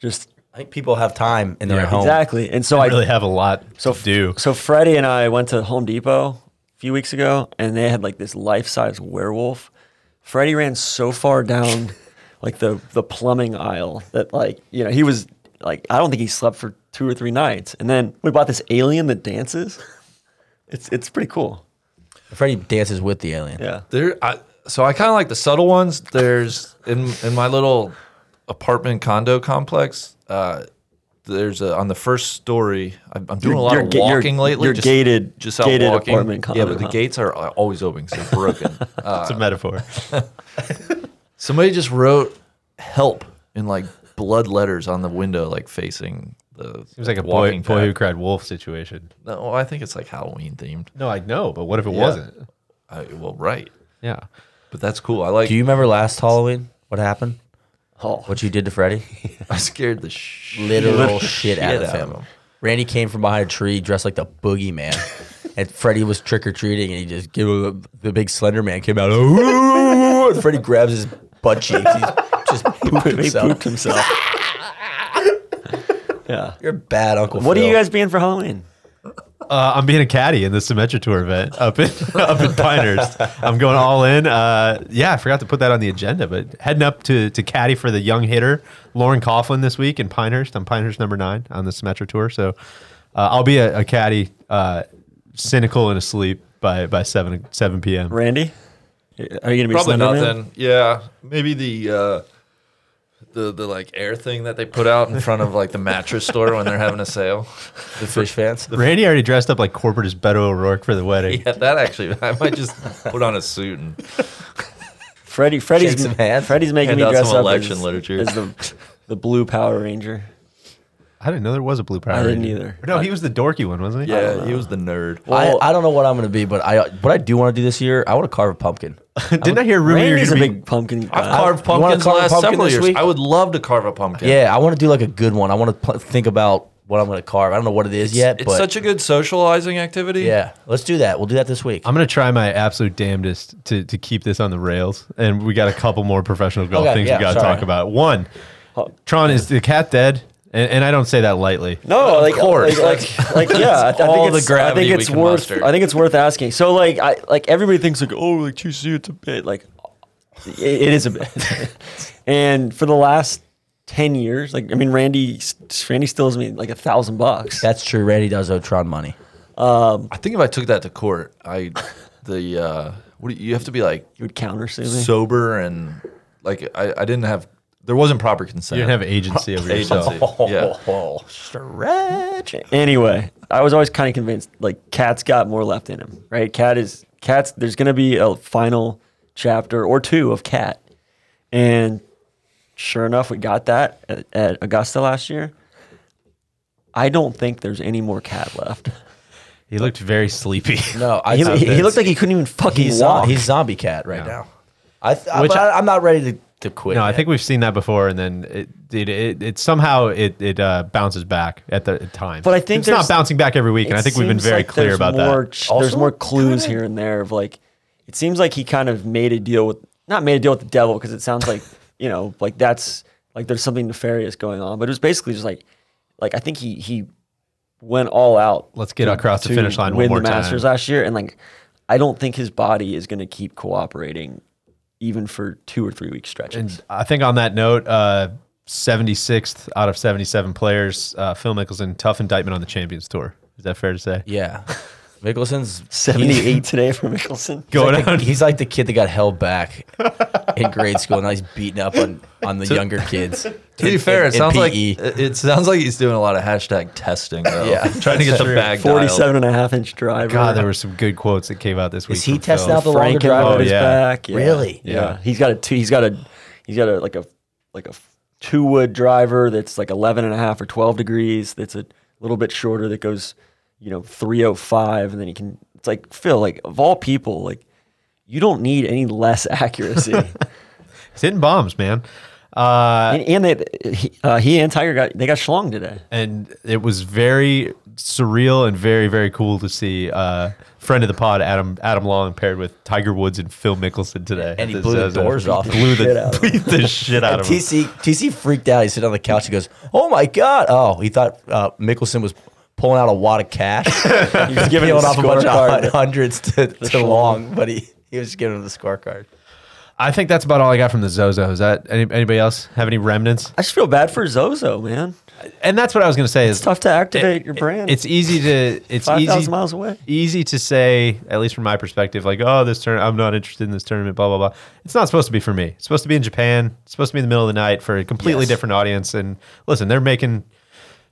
Speaker 5: Just
Speaker 6: I think people have time and they're at home.
Speaker 5: exactly. And so
Speaker 3: I
Speaker 5: I
Speaker 3: really have a lot
Speaker 5: so
Speaker 3: to do.
Speaker 5: So Freddie and I went to Home Depot a few weeks ago, and they had like this life-size werewolf. Freddie ran so far down, like the the plumbing aisle that like you know he was like I don't think he slept for two or three nights. And then we bought this alien that dances. It's it's pretty cool.
Speaker 6: Freddy dances with the alien.
Speaker 5: Yeah.
Speaker 4: There, I, so I kind of like the subtle ones. There's in in my little apartment condo complex. Uh, there's a, on the first story. I'm, I'm doing a lot
Speaker 5: Your-
Speaker 4: of
Speaker 5: your ga- your-
Speaker 4: walking lately.
Speaker 5: your gated-
Speaker 4: just out
Speaker 5: gated
Speaker 4: walking.
Speaker 5: apartment condo,
Speaker 4: Yeah, but the
Speaker 5: huh?
Speaker 4: gates are always open, so they're broken. uh,
Speaker 3: it's a metaphor.
Speaker 4: somebody just wrote "help" in like blood letters on the window, like facing the.
Speaker 3: Seems like a boy,
Speaker 4: walking
Speaker 3: boy who
Speaker 4: path.
Speaker 3: cried wolf situation.
Speaker 4: No, I think it's like Halloween themed.
Speaker 3: No, I know, but what if it
Speaker 4: Yeah.
Speaker 3: wasn't?
Speaker 4: I, well, right,
Speaker 3: Yeah.
Speaker 4: but that's cool. I like.
Speaker 6: Do you remember last Halloween? What happened?
Speaker 5: Oh,
Speaker 6: What you did to Freddy?
Speaker 4: I scared the shit.
Speaker 6: Literal shit out of
Speaker 4: out of
Speaker 6: him.
Speaker 4: him.
Speaker 6: Randy came from behind a tree dressed like the boogeyman. and Freddy was trick or treating and he just gave a, the big slender man came out. "Ooh," and Freddy grabs his butt cheeks. He's just pooped
Speaker 5: he
Speaker 6: himself.
Speaker 5: pooped himself. yeah.
Speaker 6: You're a bad Uncle
Speaker 5: What are
Speaker 6: Phil.
Speaker 5: you guys being for Halloween?
Speaker 3: Uh, I'm being a caddy in the Symmetra Tour event up in up in Pinehurst. I'm going all in. Uh, yeah, I forgot to put that on the agenda, but heading up to to caddy for the young hitter Lauren Coughlin this week in Pinehurst. I'm Pinehurst number nine on the Symmetra Tour, so uh, I'll be a, a caddy, uh, cynical and asleep by by seven seven p.m.
Speaker 5: Randy? Are you gonna be
Speaker 4: Probably
Speaker 5: Slenderman?
Speaker 4: nothing. Yeah, maybe the uh, the the like air thing that they put out in front of like the mattress store when they're having a sale.
Speaker 6: the fish fans?
Speaker 3: Randy already dressed up like corporatist Beto O'Rourke for the wedding.
Speaker 4: Yeah, that actually, I might just put on a suit and
Speaker 5: Freddie, Freddie's,
Speaker 6: Shake some hands.
Speaker 5: Freddie's making
Speaker 4: Hand
Speaker 5: me
Speaker 4: out
Speaker 5: dress
Speaker 4: some
Speaker 5: up
Speaker 4: election
Speaker 5: as,
Speaker 4: literature.
Speaker 5: as the, the blue Power Ranger.
Speaker 3: I didn't know there was a blue power.
Speaker 5: I didn't
Speaker 3: Ranger.
Speaker 5: either.
Speaker 3: No, he was the dorky one, wasn't he?
Speaker 4: yeah, he was the nerd.
Speaker 5: Well-
Speaker 6: I, I don't know what I'm going to be, but I what I do want to do this year, I want to carve a pumpkin.
Speaker 3: didn't I hear rumor you're
Speaker 5: Randy's a
Speaker 3: gonna be
Speaker 5: big pumpkin guy.
Speaker 4: I've carved
Speaker 6: uh, you wanna
Speaker 4: pumpkins the
Speaker 6: carve a
Speaker 4: last
Speaker 6: pumpkin
Speaker 4: several
Speaker 6: this
Speaker 4: years.
Speaker 6: week?
Speaker 4: I would love to carve a pumpkin.
Speaker 6: Yeah, I want to do like a good one. I want to pl- think about what I'm going to carve. I don't know what it is yet,
Speaker 4: it's
Speaker 6: but
Speaker 4: such a good socializing activity.
Speaker 6: yeah, let's do that. We'll do that this week.
Speaker 3: I'm gonna try my absolute damnedest to to keep this on the rails, and we got a couple more professional golf
Speaker 6: Okay,
Speaker 3: things
Speaker 6: yeah,
Speaker 3: we got to
Speaker 6: sorry.
Speaker 3: talk about. One,
Speaker 5: Oh.
Speaker 3: Tron is the cat dead, and, and I don't say that lightly.
Speaker 5: no, like,
Speaker 4: course.
Speaker 5: like, like, like, yeah. I, I
Speaker 4: all the
Speaker 5: think it's, I
Speaker 4: gravity
Speaker 5: think
Speaker 4: we
Speaker 5: it's
Speaker 4: can
Speaker 5: worth.
Speaker 4: muster.
Speaker 5: I think it's worth asking. So, like, I like everybody thinks like, oh, like TCU, it's a bit. Like, it, it is a bit. and for the last ten years, like, I mean, Randy, Randy steals me like a thousand bucks.
Speaker 6: That's true. Randy does owe Tron money.
Speaker 4: I think if I took that to court, I the uh, what do you, you have to be like
Speaker 5: You would counter sue me.
Speaker 4: sober and like I, I didn't have there wasn't proper consent.
Speaker 3: You didn't have agency over yourself.
Speaker 4: agency. yeah.
Speaker 6: Oh. Stretch.
Speaker 5: Anyway, I was always kind of convinced like Cat's got more left in him, right? Cat is Cat's. There's gonna be a final chapter or two of Cat, and sure enough, we got that at, at Augusta last year. I don't think there's any more Cat left.
Speaker 3: He looked very sleepy.
Speaker 6: No, I
Speaker 5: He,
Speaker 6: thought
Speaker 5: he, he
Speaker 6: that-
Speaker 5: looked like he couldn't even fucking
Speaker 6: he's zo-
Speaker 5: walk.
Speaker 6: he's zombie cat right now. I, th-
Speaker 3: Which
Speaker 6: but
Speaker 3: I-
Speaker 6: I, am not ready to, to quit.
Speaker 3: No, I
Speaker 6: yet.
Speaker 3: think we've seen that before, and then it it, it, it somehow it it uh, bounces back at the time.
Speaker 5: But I think
Speaker 3: it's not
Speaker 5: there's-
Speaker 3: bouncing back every week, and
Speaker 5: It
Speaker 3: I think we've been
Speaker 5: seems
Speaker 3: very
Speaker 5: like
Speaker 3: clear
Speaker 5: there's
Speaker 3: about
Speaker 5: more,
Speaker 3: that.
Speaker 5: ch- there's more clues here and there of like, it seems like he kind of made a deal with, not made a deal with the devil because it sounds like, you know, like that's like there's something nefarious going on. But it was basically just like, like I think he he went all out.
Speaker 3: Let's get
Speaker 5: to-
Speaker 3: across the
Speaker 5: to
Speaker 3: finish line one
Speaker 5: win
Speaker 3: more
Speaker 5: the Masters
Speaker 3: time.
Speaker 5: last year, and like I don't think his body is going to keep cooperating, even for two or three week stretches.
Speaker 3: And I think on that note, uh, 76th out of 77 players, uh, Phil Mickelson, tough indictment on the Champions Tour. Is that fair to say?
Speaker 6: yeah, Mickelson's
Speaker 5: Seventy eight today for Mickelson.
Speaker 3: Going
Speaker 6: He's like,
Speaker 3: on.
Speaker 6: the, he's like the kid that got held back in grade school, and now he's beating up on, on the younger kids.
Speaker 4: To be fair, it sounds like it, it sounds like he's doing a lot of hashtag testing though.
Speaker 6: E. Yeah.
Speaker 4: trying to get the bag dialed.
Speaker 5: 47 and a half inch driver.
Speaker 3: God, there were some good quotes that came out this week.
Speaker 6: is he
Speaker 3: from
Speaker 6: testing
Speaker 3: Phil.
Speaker 6: out the longer
Speaker 5: Frank had
Speaker 6: driver?
Speaker 5: one
Speaker 3: Oh,
Speaker 5: on his
Speaker 3: yeah.
Speaker 5: back. Yeah.
Speaker 6: Really?
Speaker 5: Yeah. He's got a two, he's got a he's got a like a like a two wood driver that's like 11 and a half or 12 degrees that's a little bit shorter that goes you know 305 and then he can it's like Phil like of all people like you don't need any less accuracy
Speaker 3: He's hitting bombs, man. Uh,
Speaker 5: and, and they he, uh, he and Tiger got they got schlong today
Speaker 3: and it was very surreal and very very cool to see uh, friend of the pod Adam Adam Long paired with Tiger Woods and Phil Mickelson today.
Speaker 6: And he
Speaker 3: This
Speaker 6: blew the
Speaker 3: is-
Speaker 6: doors off.
Speaker 3: Blew the
Speaker 5: Shit out of
Speaker 3: beat the shit out of him.
Speaker 6: TC TC freaked out. He sitting on the couch. He goes, "Oh my god!" Oh, he thought uh, Mickelson was pulling out a wad of cash. he was
Speaker 5: giving him the
Speaker 6: off a bunch
Speaker 5: scorecard.
Speaker 6: of hundreds to, to
Speaker 5: shoulder.
Speaker 6: long, but he, he was just giving him the scorecard.
Speaker 3: I think that's about all I got from the Zozo. Is that any, anybody else have any remnants?
Speaker 5: I just feel bad for Zozo man
Speaker 3: And that's what I was going to say. Is
Speaker 5: it's tough to activate your brand
Speaker 3: It's easy to it's easy
Speaker 5: 5,000 miles away.
Speaker 3: Easy to say, at least from my perspective, like, oh, this turn I'm not interested in this tournament, blah blah blah. It's not supposed to be for me. It's supposed to be in Japan. It's supposed to be in the middle of the night for a completely
Speaker 6: Yes.
Speaker 3: different audience. And listen, they're making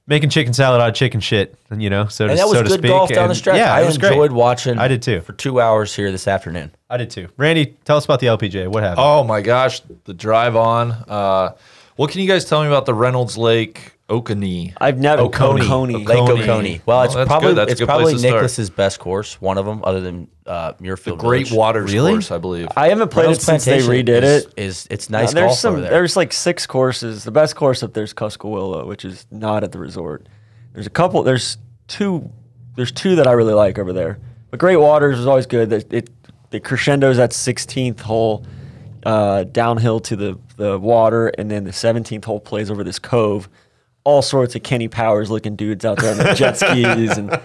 Speaker 3: making chicken salad out of chicken shit, and you know, so to,
Speaker 6: And that was
Speaker 3: so to
Speaker 6: good
Speaker 3: speak.
Speaker 6: golf down
Speaker 3: And
Speaker 6: the stretch.
Speaker 3: Yeah,
Speaker 6: I
Speaker 3: it was great.
Speaker 6: enjoyed watching.
Speaker 3: I did too.
Speaker 6: for two hours here this afternoon.
Speaker 3: I did too. Randy, tell us about the LPJ. What happened?
Speaker 4: Oh my gosh, the drive on. Uh, what can you guys tell me about the Reynolds Lake Okanee?
Speaker 5: I've never
Speaker 3: Oconee.
Speaker 5: Oconee.
Speaker 6: Lake
Speaker 4: Oconee.
Speaker 6: Oconee. Well,
Speaker 4: Oh,
Speaker 6: it's
Speaker 4: that's
Speaker 6: probably
Speaker 4: good. That's a
Speaker 6: it's
Speaker 4: good place
Speaker 6: probably
Speaker 4: to start.
Speaker 6: Nicholas's best course, one of them, other than uh, Muirfield.
Speaker 4: Great
Speaker 6: Village.
Speaker 4: Waters course, I believe.
Speaker 5: I haven't played
Speaker 6: Reynolds
Speaker 5: it since they redid
Speaker 6: Plantation is,
Speaker 5: it.
Speaker 6: Is it's
Speaker 5: No,
Speaker 6: nice
Speaker 5: there's
Speaker 6: golf
Speaker 5: some.
Speaker 6: over there.
Speaker 5: There's like six courses. The best course up there's Tuscaloosa, which is not at the resort. There's a couple. There's two. There's two that I really like over there. But Great Waters is always good. It, it the crescendo's at 16th hole, uh, downhill to the the water, and then the 17th hole plays over this cove. All sorts of Kenny Powers looking dudes out there on their jet skis and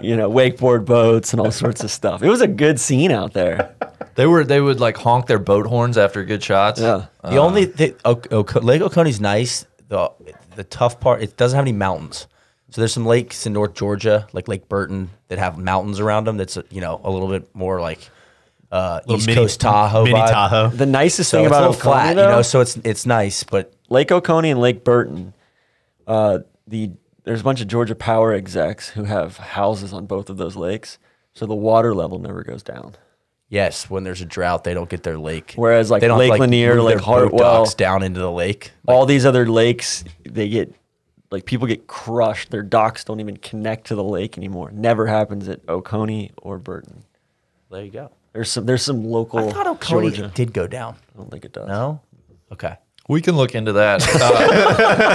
Speaker 5: you know wakeboard boats and all sorts of stuff. It was a good scene out there.
Speaker 4: They were they would like honk their boat horns after good shots.
Speaker 5: Yeah.
Speaker 6: The only thing, o- o- Lake Oconee's nice. The the tough part, it doesn't have any mountains. So there's some lakes in North Georgia, like Lake Burton, that have mountains around them. That's uh, you know a little bit more like uh, East
Speaker 3: mini-
Speaker 6: Coast Tahoe.
Speaker 3: mini
Speaker 6: vibe.
Speaker 3: Tahoe.
Speaker 5: The nicest
Speaker 6: So
Speaker 5: thing
Speaker 6: it's
Speaker 5: about
Speaker 6: a little
Speaker 5: Oconee,
Speaker 6: flat, you
Speaker 5: though-
Speaker 6: know. So it's it's nice, but
Speaker 5: Lake Oconee and Lake Burton, uh, the there's a bunch of Georgia Power execs who have houses on both of those lakes, so the water level never goes down.
Speaker 6: yes, when there's a drought, they don't get their lake.
Speaker 5: Whereas, like,
Speaker 6: they don't
Speaker 5: Lake Lanier,
Speaker 6: move
Speaker 5: Lake
Speaker 6: their boat
Speaker 5: Hartwell-
Speaker 6: docks down into the lake.
Speaker 5: All these other lakes, they get like people get crushed. Their docks don't even connect to the lake anymore. Never happens at Oconee or Burton.
Speaker 6: There you go.
Speaker 5: There's some there's some local
Speaker 6: I thought Oconee
Speaker 5: Georgia.
Speaker 6: did go down.
Speaker 5: I don't think it does.
Speaker 6: No. Okay.
Speaker 4: We can look into that. Uh,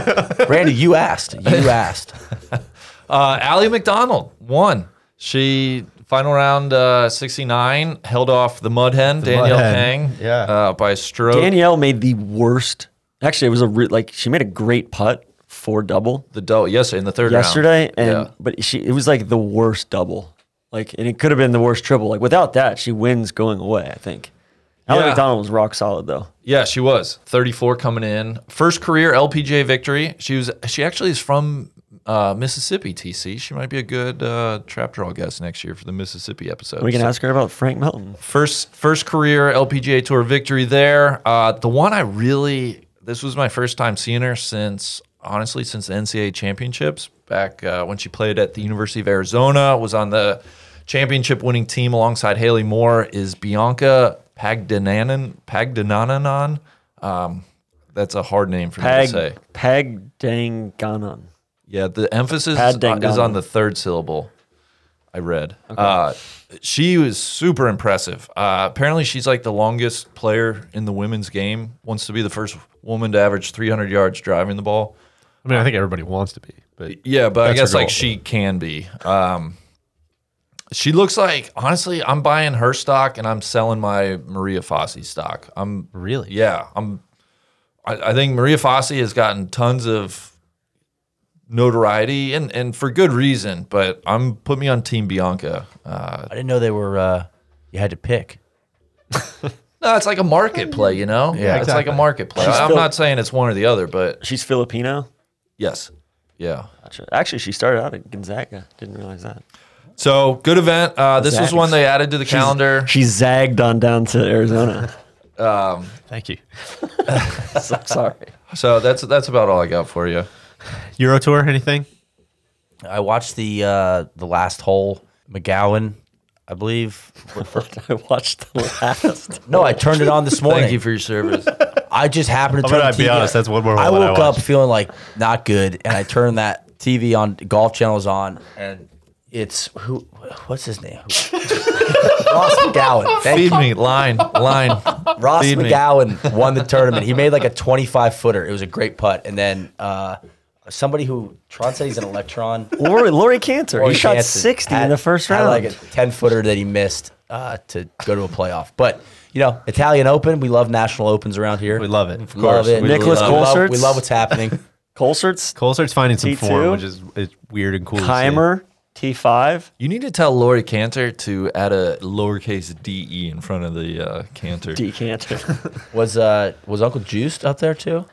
Speaker 6: Randy, you asked. You asked.
Speaker 4: uh, Allie McDonald won. She final round uh, 69 held off the mud hen Danielle
Speaker 3: Mud
Speaker 4: Kang
Speaker 3: Hen, yeah.
Speaker 4: uh, by a stroke.
Speaker 5: Danielle made the worst. Actually, it was a re- like she made a great putt for double.
Speaker 4: the double yesterday in the third round.
Speaker 5: yesterday, and
Speaker 4: Yeah.
Speaker 5: but she it was like the worst double, like and it could have been the worst triple. Like without that, she wins going away. I think. Allie
Speaker 4: Yeah.
Speaker 5: McDonald was rock solid though.
Speaker 4: Yeah, she was 34 coming in. First career LPGA victory. She was she actually is from uh, Mississippi, TC. She might be a good uh, trap draw guest next year for the Mississippi episode.
Speaker 5: We can
Speaker 4: So
Speaker 5: ask her about Frank Melton.
Speaker 4: first first career LPGA tour victory there. Uh, the one I really this was my first time seeing her since honestly since the NCAA championships back uh, when she played at the University of Arizona. Was on the championship winning team alongside Haley Moore. Is Bianca Pagdananan Pagdananan? Um, that's a hard name for me
Speaker 5: Pag,
Speaker 4: to say.
Speaker 5: Pag Dang Ganon.
Speaker 4: Yeah, the emphasis
Speaker 5: Pad
Speaker 4: is
Speaker 5: Dangon.
Speaker 4: is on the third syllable. I read. Uh, she was super impressive. Uh, apparently, she's like the longest player in the women's game. Wants to be the first woman to average 300 yards driving the ball.
Speaker 3: I mean, I think everybody wants to be, but
Speaker 4: Yeah, but I
Speaker 3: That's her
Speaker 4: guess like
Speaker 3: goal.
Speaker 4: she can be. Um, she looks like honestly, I'm buying her stock and I'm selling my Maria Fossey stock. I'm
Speaker 3: Really?
Speaker 4: yeah. I'm. I, I think Maria Fossey has gotten tons of notoriety and and for good reason. But I'm put me on Team Bianca. Uh,
Speaker 6: I didn't know they were. Uh, you had to pick.
Speaker 4: no, it's like a market play, you know. Yeah, it's like a market play.
Speaker 5: She's
Speaker 4: I'm
Speaker 5: still-
Speaker 4: not saying it's one or the other, but
Speaker 5: She's Filipino.
Speaker 4: yes, yeah.
Speaker 5: Gotcha. Actually, she started out at Gonzaga. Didn't realize that.
Speaker 4: So good event. Uh, this was
Speaker 5: Zags.
Speaker 4: one they added to the calendar.
Speaker 5: She zagged on down to Arizona.
Speaker 3: thank you.
Speaker 5: so, sorry.
Speaker 4: So that's that's about all I got for you.
Speaker 3: Euro tour, anything?
Speaker 6: I watched the uh, the last hole McGowan, I believe.
Speaker 5: I watched the last.
Speaker 6: No, I turned it on this morning.
Speaker 4: Thank you for your service.
Speaker 6: I just happened to
Speaker 3: I'm
Speaker 6: turn.
Speaker 3: gonna
Speaker 6: the
Speaker 3: be
Speaker 6: TV on.
Speaker 3: honest, that's one more
Speaker 6: I
Speaker 3: one I
Speaker 6: woke up
Speaker 3: watched.
Speaker 6: feeling like not good, and I turned that TV on. Golf Channel's on, and it's who? What's his name? Ross McGowan. Thank
Speaker 4: Feed
Speaker 6: you.
Speaker 4: me, line, line.
Speaker 6: Ross
Speaker 4: Feed me.
Speaker 6: McGowan won the tournament. He made like a 25 footer. It was a great putt, and then uh, somebody who Tron said he's an electron.
Speaker 5: Lori, Lori Cantor.
Speaker 6: Corey
Speaker 5: he shot
Speaker 6: Jansen
Speaker 5: 60 in
Speaker 6: had-
Speaker 5: the first
Speaker 6: had
Speaker 5: round.
Speaker 6: like a ten footer that he missed uh, to go to a playoff. But you know, Italian Open, we love national opens around here.
Speaker 3: We love it. Of
Speaker 6: Love it.
Speaker 3: We
Speaker 5: Nicholas
Speaker 6: we
Speaker 3: love it.
Speaker 6: love,
Speaker 5: Kohlsrud's?
Speaker 6: we love what's happening.
Speaker 5: Colsert's,
Speaker 3: Cole starts finding some
Speaker 5: T2?
Speaker 3: form, which is it's weird and cool. to see.
Speaker 5: Keimer, T5.
Speaker 4: You need to tell Lori Cantor to add a lowercase d e in front of the uh, Cantor.
Speaker 5: D Cantor.
Speaker 6: was uh, was Uncle Juiced up there too?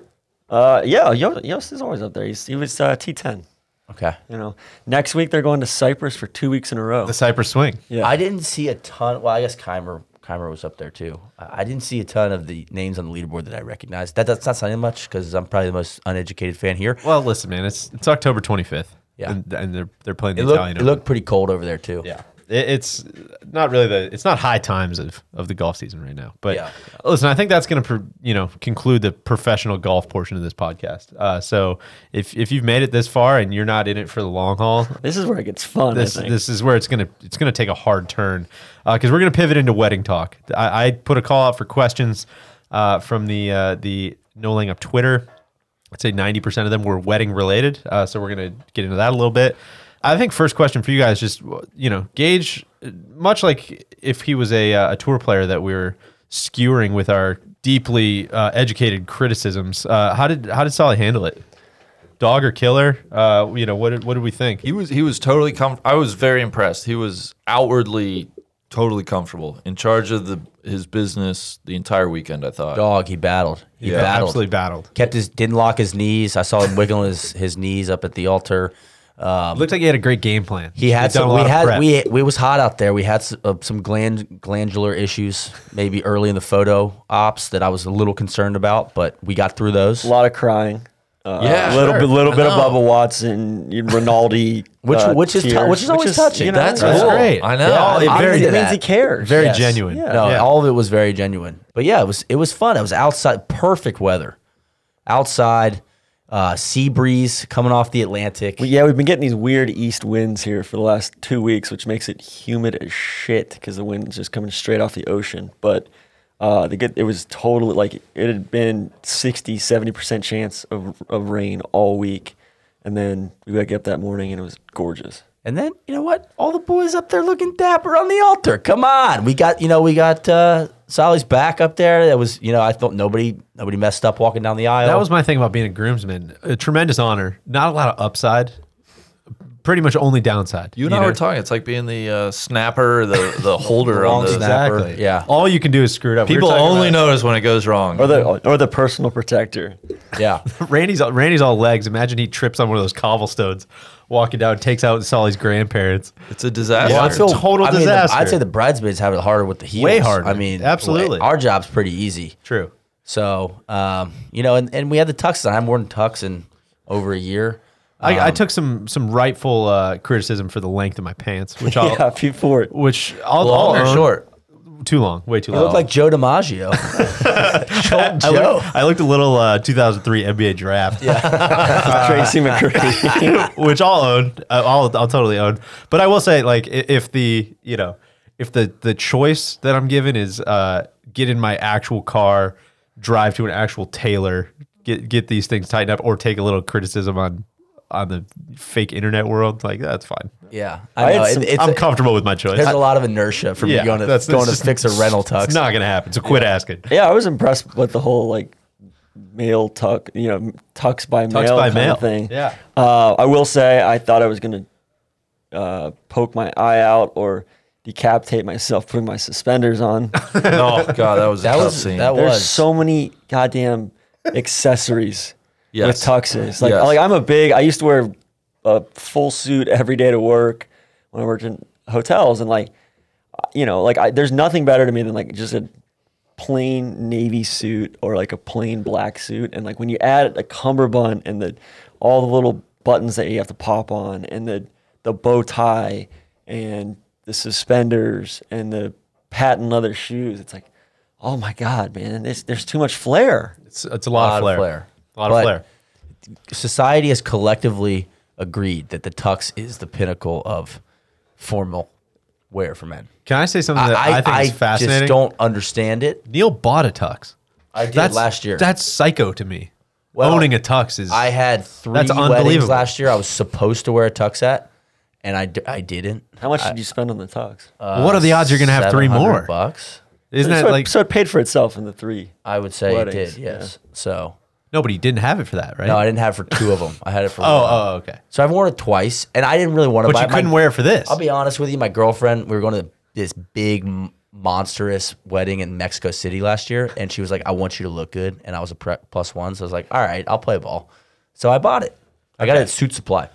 Speaker 5: uh, yeah, Yo- Yost is always up there. He's, he was uh, T10.
Speaker 6: Okay.
Speaker 5: You know, next week they're going to Cyprus for two weeks in a row.
Speaker 3: the Cypress swing.
Speaker 5: Yeah.
Speaker 6: I didn't see a ton. Well, I guess Keimer Keimer was up there too. I I didn't see a ton of the names on the leaderboard that I recognized. That that's not sounding much because I'm probably the most uneducated fan here.
Speaker 3: Well, listen, man, it's it's October 25th.
Speaker 6: Yeah.
Speaker 3: and, and they're they're playing the
Speaker 6: It
Speaker 3: Italian.
Speaker 6: looked, it
Speaker 3: Open.
Speaker 6: looked pretty cold over there too.
Speaker 3: yeah, it, it's not really the it's not high times of of the golf season right now. But
Speaker 6: Yeah.
Speaker 3: listen, I think that's going to you know conclude the professional golf portion of this podcast. Uh, so if if you've made it this far and you're not in it for the long haul,
Speaker 5: this is where it gets fun.
Speaker 3: this
Speaker 5: I think.
Speaker 3: this is where it's gonna it's gonna take a hard turn because we're gonna pivot into wedding talk. I, I put a call out for questions uh, from the uh, the Noling up Twitter. I'd say ninety percent of them were wedding related, uh, so we're gonna get into that a little bit. I think first question for you guys, just you know, gauge much like if he was a uh, a tour player that we were skewering with our deeply uh, educated criticisms. Uh, how did how did Solly handle it? Dog or killer? Uh, you know what? Did, what did we think?
Speaker 4: He was he was totally com- I was very impressed. He was outwardly totally comfortable, in charge of the his business the entire weekend. I thought.
Speaker 6: Dog, he battled. He
Speaker 4: Yeah,
Speaker 6: battled.
Speaker 3: Absolutely battled.
Speaker 6: kept his didn't lock his knees. I saw him wiggling his, his knees up at the altar. Um,
Speaker 3: Looked like he had a great game plan.
Speaker 6: he had
Speaker 3: He'd done
Speaker 6: some.
Speaker 3: a lot
Speaker 6: We
Speaker 3: of
Speaker 6: had
Speaker 3: prep.
Speaker 6: we we was hot out there. We had some, uh, some gland glandular issues maybe early in the photo ops that I was a little concerned about, but we got through those.
Speaker 5: a lot of crying. Uh,
Speaker 4: Yeah,
Speaker 5: a little
Speaker 4: sure.
Speaker 5: bit, little
Speaker 4: I
Speaker 5: bit of
Speaker 4: know.
Speaker 5: Bubba Watson, you- Rinaldi,
Speaker 6: Which-
Speaker 5: uh,
Speaker 6: which is tou-
Speaker 5: tears,
Speaker 6: which is always touching.
Speaker 5: You know,
Speaker 4: That's
Speaker 5: yeah.
Speaker 3: That's
Speaker 4: cool.
Speaker 3: great.
Speaker 4: I know.
Speaker 6: Yeah,
Speaker 4: It
Speaker 6: I'm
Speaker 3: very-
Speaker 6: into
Speaker 5: It means
Speaker 6: that.
Speaker 5: he cares.
Speaker 3: Very
Speaker 6: Yes.
Speaker 3: genuine.
Speaker 5: Yeah.
Speaker 6: No,
Speaker 3: Yeah.
Speaker 6: all of it was very genuine. But yeah, it was it was fun. It was outside, perfect weather, outside, uh, sea breeze coming off the Atlantic.
Speaker 5: But yeah, we've been getting these weird east winds here for the last two weeks, which makes it humid as shit because the wind's just coming straight off the ocean. But uh, the good, it was totally like it had been 60, 70% chance of, of rain all week. And then we wake up that morning and it was gorgeous.
Speaker 6: And then you know what? All the boys up there looking dapper on the altar. Come on, we got you know we got uh, Solly's back up there. That was you know I thought nobody nobody messed up walking down the aisle.
Speaker 3: That was my thing about being a groomsman. A tremendous honor. Not a lot of upside. Pretty much only downside.
Speaker 4: You and I
Speaker 3: know?
Speaker 4: were talking. It's like being the uh, snapper, the the holder
Speaker 6: Wrong
Speaker 4: on the
Speaker 6: snap. snapper.
Speaker 3: Exactly.
Speaker 6: Yeah.
Speaker 3: All you can do is screw it up. We were
Speaker 4: People
Speaker 3: talking
Speaker 4: only
Speaker 3: about-
Speaker 4: notice when it goes wrong.
Speaker 5: Or the, or the personal protector.
Speaker 6: yeah.
Speaker 3: Randy's all, Randy's all legs. Imagine he trips on one of those cobblestones, walking down, takes out Solly's grandparents.
Speaker 4: it's a disaster.
Speaker 3: Yeah, I feel- total
Speaker 6: I mean, the-
Speaker 3: disaster.
Speaker 6: I'd say the bridesmaids have it harder with the heels.
Speaker 3: Way harder.
Speaker 6: I mean,
Speaker 3: Absolutely.
Speaker 6: Our job's pretty easy.
Speaker 3: True.
Speaker 6: So um, you know, and, and we had the tux on. I'm wearing tux in over a year.
Speaker 3: I,
Speaker 6: Um,
Speaker 3: I took some some rightful uh, criticism for the length of my pants, which I'll
Speaker 5: Yeah, feet forward.
Speaker 3: which I'll,
Speaker 6: Long
Speaker 3: I'll
Speaker 6: or
Speaker 3: own.
Speaker 6: short?
Speaker 3: too long, way too
Speaker 6: I
Speaker 3: long.
Speaker 6: look like Joe DiMaggio. Joe.
Speaker 3: Uh-huh. I looked, I looked a little uh, 2003 NBA draft, Ah.
Speaker 5: Tracy McCurdy.
Speaker 3: which I'll own. I- I'll I'll totally own. But I will say, like, i- if the you know, if the the choice that I'm given is uh, get in my actual car, drive to an actual tailor, get get these things tightened up, or take a little criticism on on the fake internet world, like that's fine.
Speaker 6: yeah,
Speaker 5: I
Speaker 6: I
Speaker 5: had
Speaker 6: know.
Speaker 5: some-
Speaker 6: it, it's
Speaker 3: I'm
Speaker 6: a-
Speaker 3: comfortable with my choice.
Speaker 6: there's a lot of inertia for me going to
Speaker 3: that's-
Speaker 6: going
Speaker 3: it's just-
Speaker 6: to fix a rental tux.
Speaker 3: It's not gonna happen. So quit asking.
Speaker 5: yeah, I was impressed with the whole like mail tuck, you know, tux by
Speaker 3: Tux
Speaker 5: mail
Speaker 3: by
Speaker 5: kind
Speaker 3: mail.
Speaker 5: of thing.
Speaker 3: Yeah.
Speaker 5: Uh, I will say I thought I was gonna uh, poke my eye out or decapitate myself putting my suspenders on.
Speaker 4: Oh god, that was a
Speaker 6: that
Speaker 4: tough
Speaker 6: was
Speaker 4: scene.
Speaker 6: that
Speaker 5: There's
Speaker 6: was
Speaker 5: so many goddamn accessories
Speaker 4: Yes.
Speaker 5: with tuxes. Like,
Speaker 4: Yes.
Speaker 5: like I'm a big. I used to wear a full suit every day to work when I worked in hotels, and like, uh, you know, like I, there's nothing better to me than like just a plain navy suit or like a plain black suit, and like when you add a cummerbund and the all the little buttons that you have to pop on, and the the bow tie and the suspenders and the patent leather shoes, it's like. Oh my God, man! This, there's too much flair.
Speaker 3: It's, it's a lot, of flair. A lot
Speaker 6: But
Speaker 3: of flair.
Speaker 6: Society has collectively agreed that the tux is the pinnacle of formal wear for men.
Speaker 3: Can I say something that I, think is fascinating?
Speaker 6: just don't understand it.
Speaker 3: Neil bought a tux.
Speaker 6: I did
Speaker 3: That's
Speaker 6: last year.
Speaker 3: That's psycho to me.
Speaker 6: Well,
Speaker 3: Owning a tux is.
Speaker 6: I had three
Speaker 3: That's
Speaker 6: weddings
Speaker 3: unbelievable.
Speaker 6: last year. I was supposed to wear a tux at, and I, d- I didn't.
Speaker 5: How much did you spend on the tux?
Speaker 3: what are the odds you're going to have three
Speaker 6: 700
Speaker 3: more?
Speaker 6: bucks.
Speaker 3: Isn't
Speaker 5: so,
Speaker 3: that
Speaker 5: it-
Speaker 3: like
Speaker 5: so it paid for itself in the three.
Speaker 6: I would say it
Speaker 5: Weddings,
Speaker 6: did. Yes. So
Speaker 3: nobody didn't have it for that, right?
Speaker 6: no, I didn't have it for two of them. I had it for
Speaker 3: oh,
Speaker 6: one.
Speaker 3: oh, okay.
Speaker 6: So I've worn it twice, and I didn't really want
Speaker 3: But
Speaker 6: to. buy
Speaker 3: you
Speaker 6: it. My-
Speaker 3: couldn't wear it for this.
Speaker 6: I'll be honest with you. My girlfriend, we were going to this big, m- monstrous wedding in Mexico City last year, and she was like, "I want you to look good," and I was a pre- plus one, so I was like, "All right, I'll play ball." So I bought it. I got it at Suit Supply.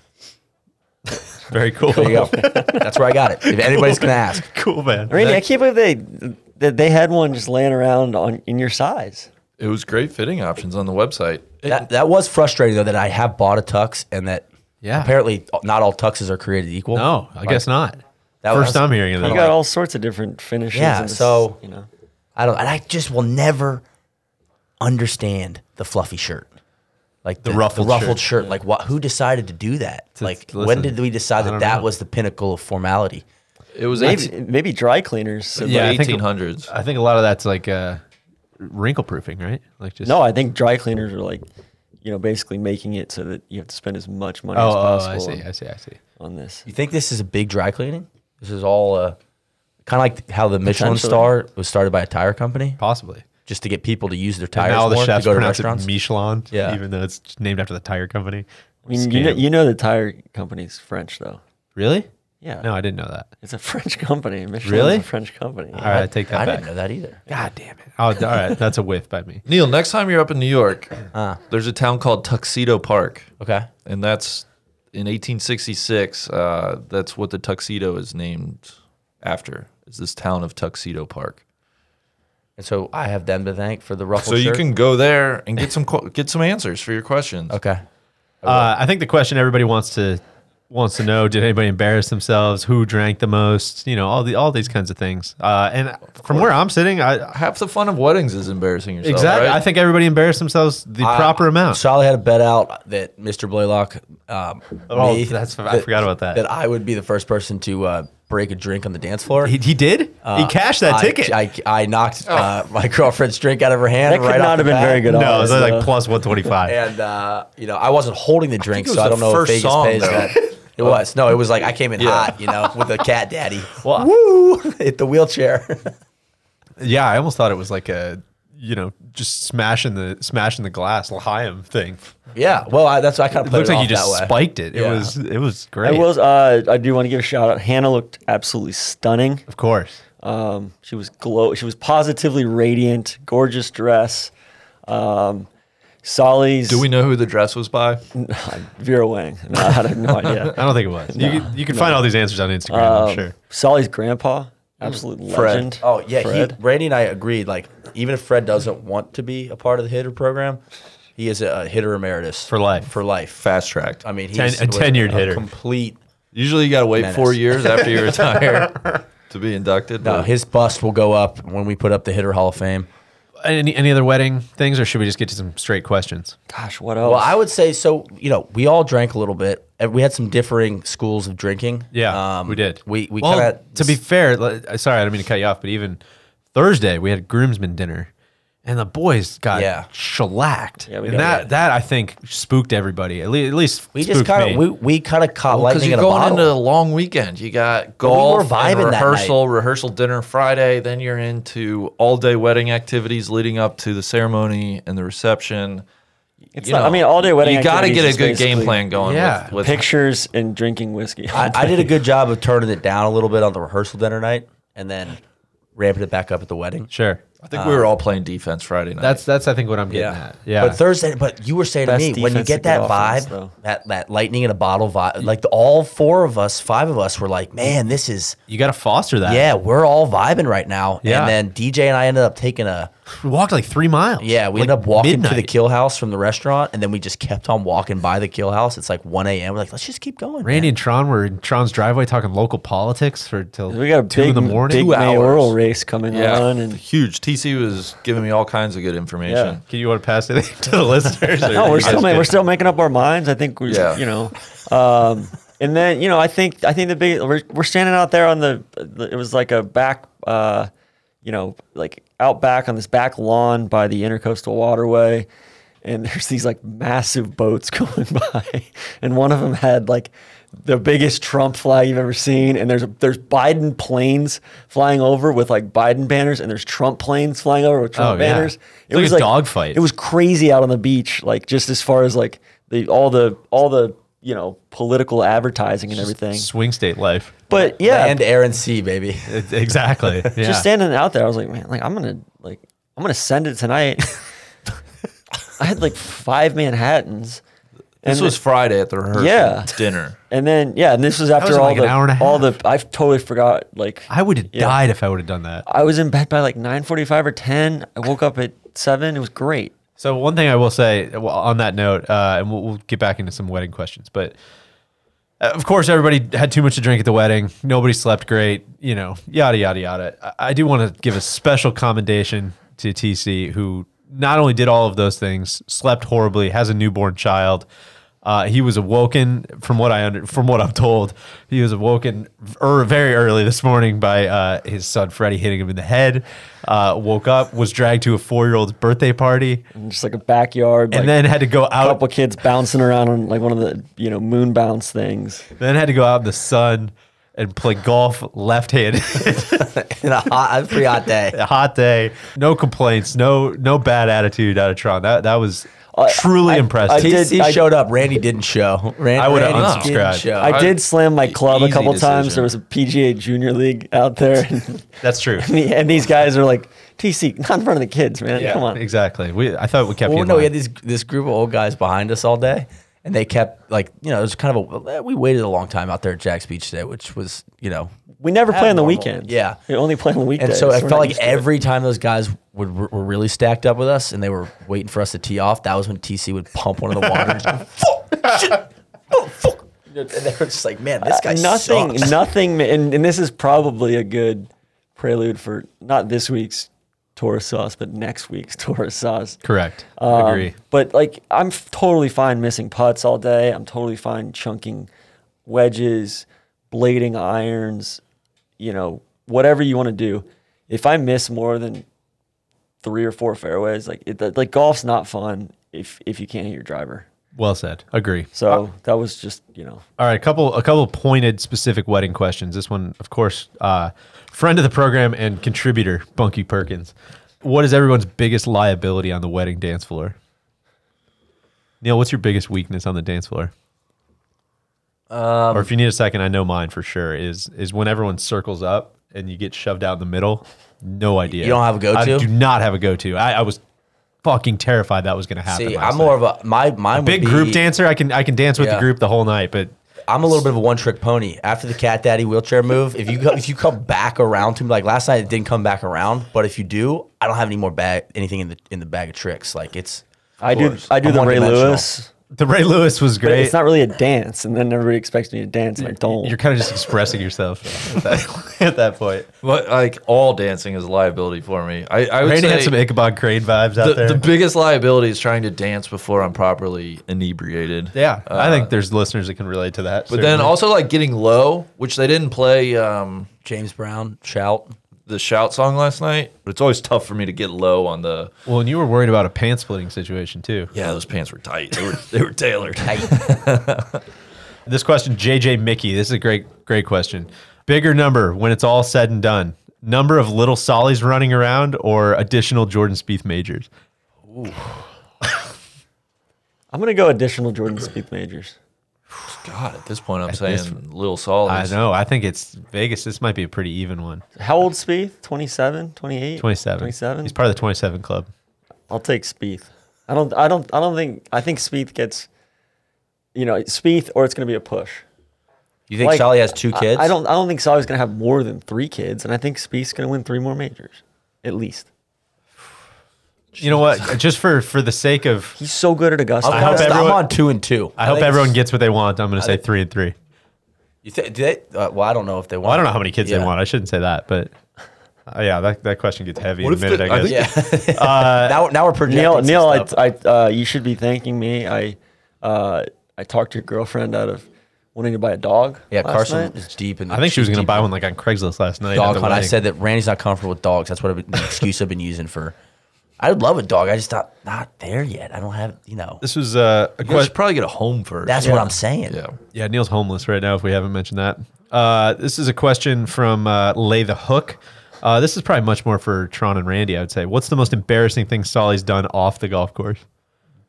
Speaker 3: Very cool.
Speaker 6: There you go. That's where I got it. If anybody's gonna ask,
Speaker 3: cool man.
Speaker 5: Randy, I can't believe they that they had one just laying around on in your size.
Speaker 4: it was great fitting options on the website. It-
Speaker 6: that that was frustrating though that I have bought a tux and that
Speaker 3: Yeah.
Speaker 6: apparently uh, not all tuxes are created equal.
Speaker 3: No, I guess not.
Speaker 6: That
Speaker 3: First
Speaker 6: was-
Speaker 3: time hearing of
Speaker 5: You
Speaker 3: that.
Speaker 5: got all sorts of different finishes.
Speaker 6: Yeah,
Speaker 5: and this-
Speaker 6: so-
Speaker 5: you know,
Speaker 6: I don't. And I just will never understand the fluffy shirt, like the,
Speaker 3: ruffled
Speaker 6: ruffled shirt. Like, what? Who decided to do that? like,
Speaker 3: to listen,
Speaker 6: when did we decide that
Speaker 3: don't
Speaker 6: that
Speaker 3: know.
Speaker 6: was the pinnacle of formality?
Speaker 4: It was
Speaker 5: maybe
Speaker 4: 18,
Speaker 5: maybe dry cleaners. so-
Speaker 3: Yeah, I think-
Speaker 4: 1800s.
Speaker 3: I think a lot of that's like uh, wrinkle proofing, right? Like just
Speaker 5: No, I think dry cleaners are like, you know, basically making it so that you have to spend as much money
Speaker 3: Oh,
Speaker 5: as
Speaker 3: oh,
Speaker 5: possible
Speaker 3: I see.
Speaker 5: on-
Speaker 3: I see. I see.
Speaker 5: on this.
Speaker 6: You think this is a big dry cleaning? This is all uh, kind of like how the Michelin
Speaker 5: Potentially.
Speaker 6: star was started by a tire company,
Speaker 3: Possibly.
Speaker 6: just to get people to use their
Speaker 3: And
Speaker 6: tires
Speaker 3: now the
Speaker 6: more to
Speaker 3: chefs
Speaker 6: go to
Speaker 3: pronounce
Speaker 6: restaurants.
Speaker 3: it Michelin,
Speaker 6: Yeah.
Speaker 3: even though it's named after the tire company.
Speaker 5: I mean, you know,
Speaker 3: Scam.
Speaker 5: you know the tire company's French though.
Speaker 3: really?
Speaker 5: Yeah,
Speaker 3: No, I didn't know that.
Speaker 5: it's a French company. Michelin's
Speaker 3: Really?
Speaker 5: a French company.
Speaker 3: All right, I take that
Speaker 6: I
Speaker 3: back.
Speaker 6: didn't know that either.
Speaker 3: God damn it. Oh, all right. That's a whiff by me.
Speaker 4: Neil, next time you're up in New York, there's a town called Tuxedo Park,
Speaker 6: Okay,
Speaker 4: and that's in 1866. Uh, that's what the tuxedo is named after. Is this town of Tuxedo Park?
Speaker 6: and so I have them to thank for the ruffled
Speaker 4: So you
Speaker 6: shirt.
Speaker 4: can go there and get some qu- get some answers for your questions.
Speaker 6: okay.
Speaker 3: Uh, I think the question everybody wants to wants to know: Did anybody embarrass themselves? Who drank the most? You know, all the all these kinds of things. Uh, and from where I'm sitting, I
Speaker 4: Half the fun of weddings is embarrassing yourself.
Speaker 3: exactly.
Speaker 4: right?
Speaker 3: I think everybody embarrassed themselves the proper amount.
Speaker 6: Solly had a bet out that Mr. Blaylock. Um,
Speaker 3: Oh,
Speaker 6: me-
Speaker 3: that's- I forgot about that.
Speaker 6: That I would be the first person to uh, break a drink on the dance floor. Uh,
Speaker 3: he, he did. he cashed that
Speaker 6: I,
Speaker 3: ticket. Oh.
Speaker 6: I, I knocked uh, my girlfriend's drink out of her hand.
Speaker 5: That could
Speaker 6: right
Speaker 5: not
Speaker 6: off the
Speaker 5: have been
Speaker 6: bat.
Speaker 5: very good.
Speaker 3: no, it
Speaker 5: odds,
Speaker 3: was like
Speaker 5: though.
Speaker 6: uh,
Speaker 3: plus one twenty five.
Speaker 6: And uh, you know, I wasn't holding the drink,
Speaker 4: it was
Speaker 6: so
Speaker 4: the
Speaker 6: I don't know if
Speaker 4: first
Speaker 6: Vegas
Speaker 4: song,
Speaker 6: pays
Speaker 4: though.
Speaker 6: that. It
Speaker 3: Oh.
Speaker 6: was no, it was like I came in hot, you know, with a cat daddy.
Speaker 3: Well-
Speaker 6: Woo! Hit the wheelchair.
Speaker 3: Yeah, I almost thought it was like a you know just smashing the smashing the glass L'chaim thing.
Speaker 6: yeah. Well, I, that's I kind
Speaker 3: It
Speaker 6: of played
Speaker 3: looks
Speaker 6: it
Speaker 3: like you
Speaker 6: off
Speaker 3: just
Speaker 6: that way.
Speaker 3: spiked it. It
Speaker 6: Yeah.
Speaker 3: was it was
Speaker 5: I
Speaker 3: great.
Speaker 5: will. Uh, I do want to give a shout out. Hannah looked absolutely stunning.
Speaker 3: of course.
Speaker 5: Um, she was glow. She was positively radiant. Gorgeous dress. Um, Solly's
Speaker 4: Do we know who the dress was by?
Speaker 5: Vera Wang. No, I have no
Speaker 3: I
Speaker 5: idea.
Speaker 6: Um,
Speaker 5: Uh,
Speaker 3: don't think it was. you can, you can find all these answers on Instagram. I'm sure.
Speaker 5: Solly's grandpa absolute
Speaker 6: Fred.
Speaker 5: legend.
Speaker 6: Oh yeah, he,
Speaker 5: Fred.
Speaker 6: Randy and I agreed. Like even if Fred doesn't want to be a part of the hitter program, he is a, a hitter emeritus
Speaker 3: For life.
Speaker 6: For life.
Speaker 4: Fast tracked.
Speaker 6: I mean, he's
Speaker 3: Ten- a
Speaker 6: was
Speaker 3: tenured hitter.
Speaker 6: Complete.
Speaker 4: Usually you got to wait
Speaker 6: Menace.
Speaker 4: four years after you retire to be inducted.
Speaker 6: No,
Speaker 4: but-
Speaker 6: his bust will go up when we put up the hitter Hall of Fame.
Speaker 3: Any any other wedding things, or should we just get to some straight questions?
Speaker 5: Gosh, what else?
Speaker 6: Well, I would say so. You know, we all drank a little bit. and We had some differing schools of drinking.
Speaker 3: Yeah,
Speaker 6: Um,
Speaker 3: we did.
Speaker 6: We we
Speaker 3: well,
Speaker 6: kind
Speaker 3: to be fair, le- sorry, I don't mean to cut you off, but even Thursday we had groomsmen dinner, and the boys got
Speaker 6: Yeah.
Speaker 3: shellacked.
Speaker 5: Yeah, we
Speaker 3: and
Speaker 5: got-
Speaker 3: that that I think spooked everybody. At least, at least
Speaker 6: we just kind of we, we kind of caught
Speaker 4: Because
Speaker 6: lightning in
Speaker 4: you're
Speaker 6: a
Speaker 4: going
Speaker 6: bottle.
Speaker 4: into a long weekend. You got
Speaker 6: we were
Speaker 4: golf, and
Speaker 6: vibing that
Speaker 4: rehearsal, rehearsal dinner Friday. Then you're into all day wedding activities leading up to the ceremony and the reception.
Speaker 5: It's not- I mean, all day wedding
Speaker 4: You got to
Speaker 5: activities is
Speaker 4: get a good game
Speaker 5: basically-
Speaker 4: plan going.
Speaker 3: Yeah.
Speaker 4: with, with
Speaker 5: pictures and drinking whiskey.
Speaker 6: I, I did a good job of turning it down a little bit on the rehearsal dinner night, and then ramping it back up at the wedding.
Speaker 3: sure.
Speaker 4: I think we were all playing defense Friday night.
Speaker 3: That's that's I think what I'm getting
Speaker 6: Yeah.
Speaker 3: at. Yeah,
Speaker 6: But Thursday, but you were saying to
Speaker 5: Best
Speaker 6: me when you
Speaker 5: defense to get
Speaker 6: get that
Speaker 5: offense,
Speaker 6: vibe,
Speaker 5: though.
Speaker 6: that that lightning in a bottle vibe, like the, all four of us, five of us were like, man, this is
Speaker 3: you got to foster that.
Speaker 6: yeah, we're all vibing right now.
Speaker 3: Yeah.
Speaker 6: And then DJ and I ended up taking a
Speaker 3: we walked like three miles.
Speaker 6: yeah, we
Speaker 3: Like
Speaker 6: ended up walking to the
Speaker 3: midnight.
Speaker 6: kill house from the restaurant, and then we just kept on walking by the kill house. It's like one a.m. We're like, let's just keep going.
Speaker 3: Randy
Speaker 6: man."
Speaker 3: and Tron were in Tron's driveway talking local politics for till
Speaker 5: we got a
Speaker 3: two
Speaker 5: big,
Speaker 3: in the morning.
Speaker 5: big
Speaker 3: Two hours.
Speaker 5: mayoral race coming
Speaker 4: yeah,
Speaker 5: on, and
Speaker 4: huge. TC was giving me all kinds of good information.
Speaker 3: Can you want to pass it to the listeners? or
Speaker 5: no,
Speaker 3: you
Speaker 5: we're
Speaker 3: guys
Speaker 5: still ma-
Speaker 3: good?
Speaker 5: we're still making up our minds. I think we,
Speaker 4: Yeah.
Speaker 5: you know, um, and then you know, I think I think the big we're, we're standing out there on the, the it was like a back, uh, you know, like out back on this back lawn by the intercoastal waterway, and there's these like massive boats going by, and one of them had like. The biggest Trump flag you've ever seen, and there's there's Biden planes flying over with like Biden banners, and there's Trump planes flying over with Trump
Speaker 3: Oh, yeah.
Speaker 5: banners.
Speaker 3: It's like a dogfight.
Speaker 5: It was crazy out on the beach, like just as far as like the all the all the you know political advertising and everything.
Speaker 3: swing state life.
Speaker 5: But yeah,
Speaker 6: and Aaron C, baby.
Speaker 3: Exactly. Yeah.
Speaker 5: just standing out there, I was like, man, like I'm gonna like I'm gonna send it tonight. I had like five Manhattans.
Speaker 4: This
Speaker 5: and
Speaker 4: was Friday at the rehearsal
Speaker 5: Yeah.
Speaker 4: dinner.
Speaker 5: and then yeah, and this was after
Speaker 3: was in,
Speaker 5: all
Speaker 3: like, an
Speaker 5: the
Speaker 3: hour and a
Speaker 5: all
Speaker 3: half.
Speaker 5: the I totally forgot like
Speaker 3: I would have
Speaker 5: Yeah.
Speaker 3: died if I would have done that.
Speaker 5: I was in bed by like nine forty five or ten. I woke up at seven. It was great.
Speaker 3: So one thing I will say well, on that note, uh, and we'll, we'll get back into some wedding questions, but uh, of course everybody had too much to drink at the wedding. Nobody slept great, you know, yada yada yada. I, I do want to give a special commendation to TC, who not only did all of those things, slept horribly, has a newborn child. Uh, he was awoken from what I under, from what I'm told. He was awoken er, very early this morning by uh, his son Freddie hitting him in the head. Uh, woke up, was dragged to a four year old's birthday party
Speaker 5: And just like a backyard.
Speaker 3: and
Speaker 5: like,
Speaker 3: then had to go out.
Speaker 5: couple kids bouncing around on like one of the you know moon bounce things.
Speaker 3: Then had to go out in the sun and play golf left-handed.
Speaker 6: in a hot, a pretty hot day.
Speaker 3: A Hot day. No complaints. No no bad attitude out of Tron. That that was truly
Speaker 5: Uh, I-
Speaker 3: impressive.
Speaker 5: I did-
Speaker 6: TC
Speaker 5: I-
Speaker 6: showed up. Randy didn't show. Ran-
Speaker 3: I would've
Speaker 6: Randy didn't
Speaker 3: unsubscribed.
Speaker 6: show.
Speaker 5: I did slam
Speaker 6: e-,
Speaker 5: my club a
Speaker 4: easy
Speaker 5: couple times.
Speaker 4: decision.
Speaker 5: There was a PGA Junior League out there, and,
Speaker 3: That's true.
Speaker 5: the- and these guys are like, "TC, not in front of the kids, man. Come on."
Speaker 3: Exactly. We I thought we kept
Speaker 5: Oh,
Speaker 3: you
Speaker 6: Well,
Speaker 3: in
Speaker 6: Oh, no, we
Speaker 3: line.
Speaker 6: had these this group of old guys behind us all day, and they kept like you know it was kind of a eh, we waited a long time out there at Jack's Beach today, which was you know,
Speaker 5: We never play on the
Speaker 6: Abnormal.
Speaker 5: weekend.
Speaker 6: Yeah.
Speaker 5: we only play on the weekend.
Speaker 6: and so I felt like every time those guys would were really stacked up with us and they were waiting for us to tee off, that was when TC would pump one of the water. and just, fuck, shit, oh, fuck. And they were just like, man, this guy
Speaker 5: Uh, nothing,
Speaker 6: sucks.
Speaker 5: nothing, and, and this is probably a good prelude for not this week's Taurus sauce, but next week's Taurus sauce.
Speaker 3: Correct.
Speaker 5: Um,
Speaker 3: Agree.
Speaker 5: But like, I'm f- totally fine missing putts all day. I'm totally fine chunking wedges, blading irons, you know, whatever you want to do. If I miss more than three or four fairways, like it, that- like golf's not fun if if you can't hit your driver.
Speaker 3: Well said. Agree.
Speaker 5: So that was just you know
Speaker 3: All right, a couple a couple pointed specific wedding questions. This one, of course, uh, friend of the program and contributor, Bunky Perkins. What is everyone's biggest liability on the wedding dance floor? Neil, what's your biggest weakness on the dance floor?
Speaker 6: Um,
Speaker 3: or if you need a second, I know mine for sure is is when everyone circles up and you get shoved out in the middle. No idea.
Speaker 6: You don't have a go-to?
Speaker 3: I do not have a go to. I, I was fucking terrified that was going to happen.
Speaker 6: See,
Speaker 3: last
Speaker 6: I'm more
Speaker 3: night.
Speaker 6: of a my mine would
Speaker 3: big
Speaker 6: be-
Speaker 3: group dancer. I can I can dance with
Speaker 6: Yeah.
Speaker 3: the group the whole night, but
Speaker 6: I'm a little bit of a one trick pony. After the cat daddy wheelchair move, if you go, if you come back around to me, like last night, it didn't come back around. But if you do, I don't have any more bag anything in the in the bag of tricks. Like it's
Speaker 5: I do
Speaker 6: course.
Speaker 5: I do
Speaker 6: I'm
Speaker 5: the Ray
Speaker 6: one-dimensional.
Speaker 5: Lewis,
Speaker 3: The Ray Lewis was
Speaker 5: but
Speaker 3: great.
Speaker 5: it's not really a dance, and then everybody expects me to dance, and I don't.
Speaker 3: You're kind of just expressing yourself at that, at that point.
Speaker 4: But like all dancing is a liability for me. I, I would
Speaker 3: Rain
Speaker 4: say
Speaker 3: had some Ichabod Crane vibes out
Speaker 4: the,
Speaker 3: there.
Speaker 4: the biggest liability is trying to dance before I'm properly inebriated.
Speaker 3: yeah, I
Speaker 4: Uh,
Speaker 3: think there's listeners that can relate to that.
Speaker 4: But then
Speaker 3: certainly.
Speaker 4: also like getting low, which they didn't play um,
Speaker 6: James Brown shout.
Speaker 4: the shout song last night. But it's always tough for me to get low on the.
Speaker 3: well, and you were worried about a pant splitting situation too.
Speaker 4: Yeah, those pants were tight. They were they were tailored.
Speaker 3: This question, JJ Mickey. This is a great, great question. Bigger number when it's all said and done. Number of little Sollies running around or additional Jordan Spieth majors.
Speaker 5: I'm gonna go additional Jordan Spieth majors.
Speaker 4: God, at this point, I'm saying
Speaker 3: this-
Speaker 4: Lil Sol.
Speaker 3: I
Speaker 4: is-
Speaker 3: know. I think it's Vegas. This might be a pretty even one.
Speaker 5: How old Spieth? 27, 28?
Speaker 3: 27.
Speaker 5: 27?
Speaker 3: He's part of the 27 club.
Speaker 5: I'll take Spieth. I don't. I don't. I don't think. I think Spieth gets. You know, Spieth, or it's going to be a push.
Speaker 6: You think
Speaker 5: Like,
Speaker 6: Sally has two
Speaker 5: I-
Speaker 6: kids?
Speaker 5: I, don't. I don't think Sally's going to have more than three kids, and I think Spieth's going to win three more majors, at least.
Speaker 3: You know what? Just for for the sake of,
Speaker 5: He's so good at Augusta.
Speaker 6: I'm,
Speaker 3: hope
Speaker 6: kinda- I'm
Speaker 3: everyone-
Speaker 6: on two and two.
Speaker 3: I, hope
Speaker 6: think
Speaker 3: everyone
Speaker 6: it's-
Speaker 3: gets what they want. I'm going to say three and three.
Speaker 6: You thi- do they, uh, well, I don't know if they want.
Speaker 3: I don't know how many kids
Speaker 6: Yeah.
Speaker 3: they want. I shouldn't say that, but uh, yeah, that, that question gets heavy
Speaker 4: What
Speaker 3: in a
Speaker 4: if
Speaker 3: minute.
Speaker 4: the-
Speaker 3: I
Speaker 4: I
Speaker 3: guess.
Speaker 4: think-
Speaker 6: Yeah.
Speaker 3: Uh,
Speaker 6: now, now we're projecting.
Speaker 5: Neil,
Speaker 6: some
Speaker 5: Neil, I,
Speaker 6: stuff.
Speaker 5: I, uh, you should be thanking me. I, uh, I talked your girlfriend out of wanting to buy a dog.
Speaker 6: yeah,
Speaker 5: last
Speaker 6: Carson
Speaker 5: night.
Speaker 6: is deep in. The
Speaker 3: I think she was going to
Speaker 6: deep
Speaker 3: buy one like on Craigslist last night. at
Speaker 6: dog
Speaker 3: the
Speaker 6: hunt. I
Speaker 3: wedding.
Speaker 6: said that Randy's not comfortable with dogs. That's what I've been, the excuse I've been using for. I would love a dog. I just thought not there yet. I don't have you know.
Speaker 3: this was uh, a
Speaker 4: You guys
Speaker 3: question.
Speaker 4: should probably get a home first.
Speaker 6: That's what I'm saying.
Speaker 4: yeah.
Speaker 3: Yeah, Neil's homeless right now. If we haven't mentioned that, uh, this is a question from uh, Lay the Hook. Uh, this is probably much more for Tron and Randy. I would say. What's the most embarrassing thing Solly's done off the golf course?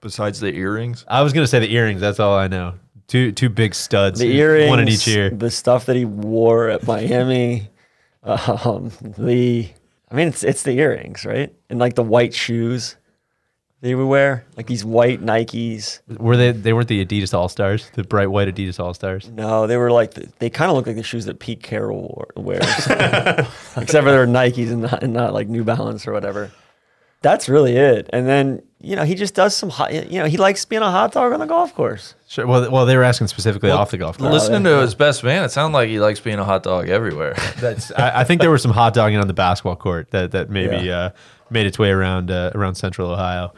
Speaker 4: Besides the earrings,
Speaker 3: I was going to say the earrings. That's all I know. Two two big studs.
Speaker 5: the earrings,
Speaker 3: one in each ear.
Speaker 5: the stuff that he wore at Miami, um, the I mean, it's it's the earrings, right? And like the white shoes that he would wear, like these white Nikes.
Speaker 3: Were they? They weren't the Adidas All Stars. The bright white Adidas All Stars.
Speaker 5: No, they were like the, they kind of look like the shoes that Pete Carroll wore, wears, except for they're Nikes and not, and not like New Balance or whatever. That's really it. And then you know he just does some hot. You know he likes being a hot dog on the golf course.
Speaker 3: Sure. Well, well, they were asking specifically off the golf course.
Speaker 4: listening to his best man, it sounded like he likes being a hot dog everywhere.
Speaker 3: That's. I, I think there was some hot dogging on the basketball court that that maybe
Speaker 5: Yeah.
Speaker 3: uh, made its way around uh, around Central Ohio.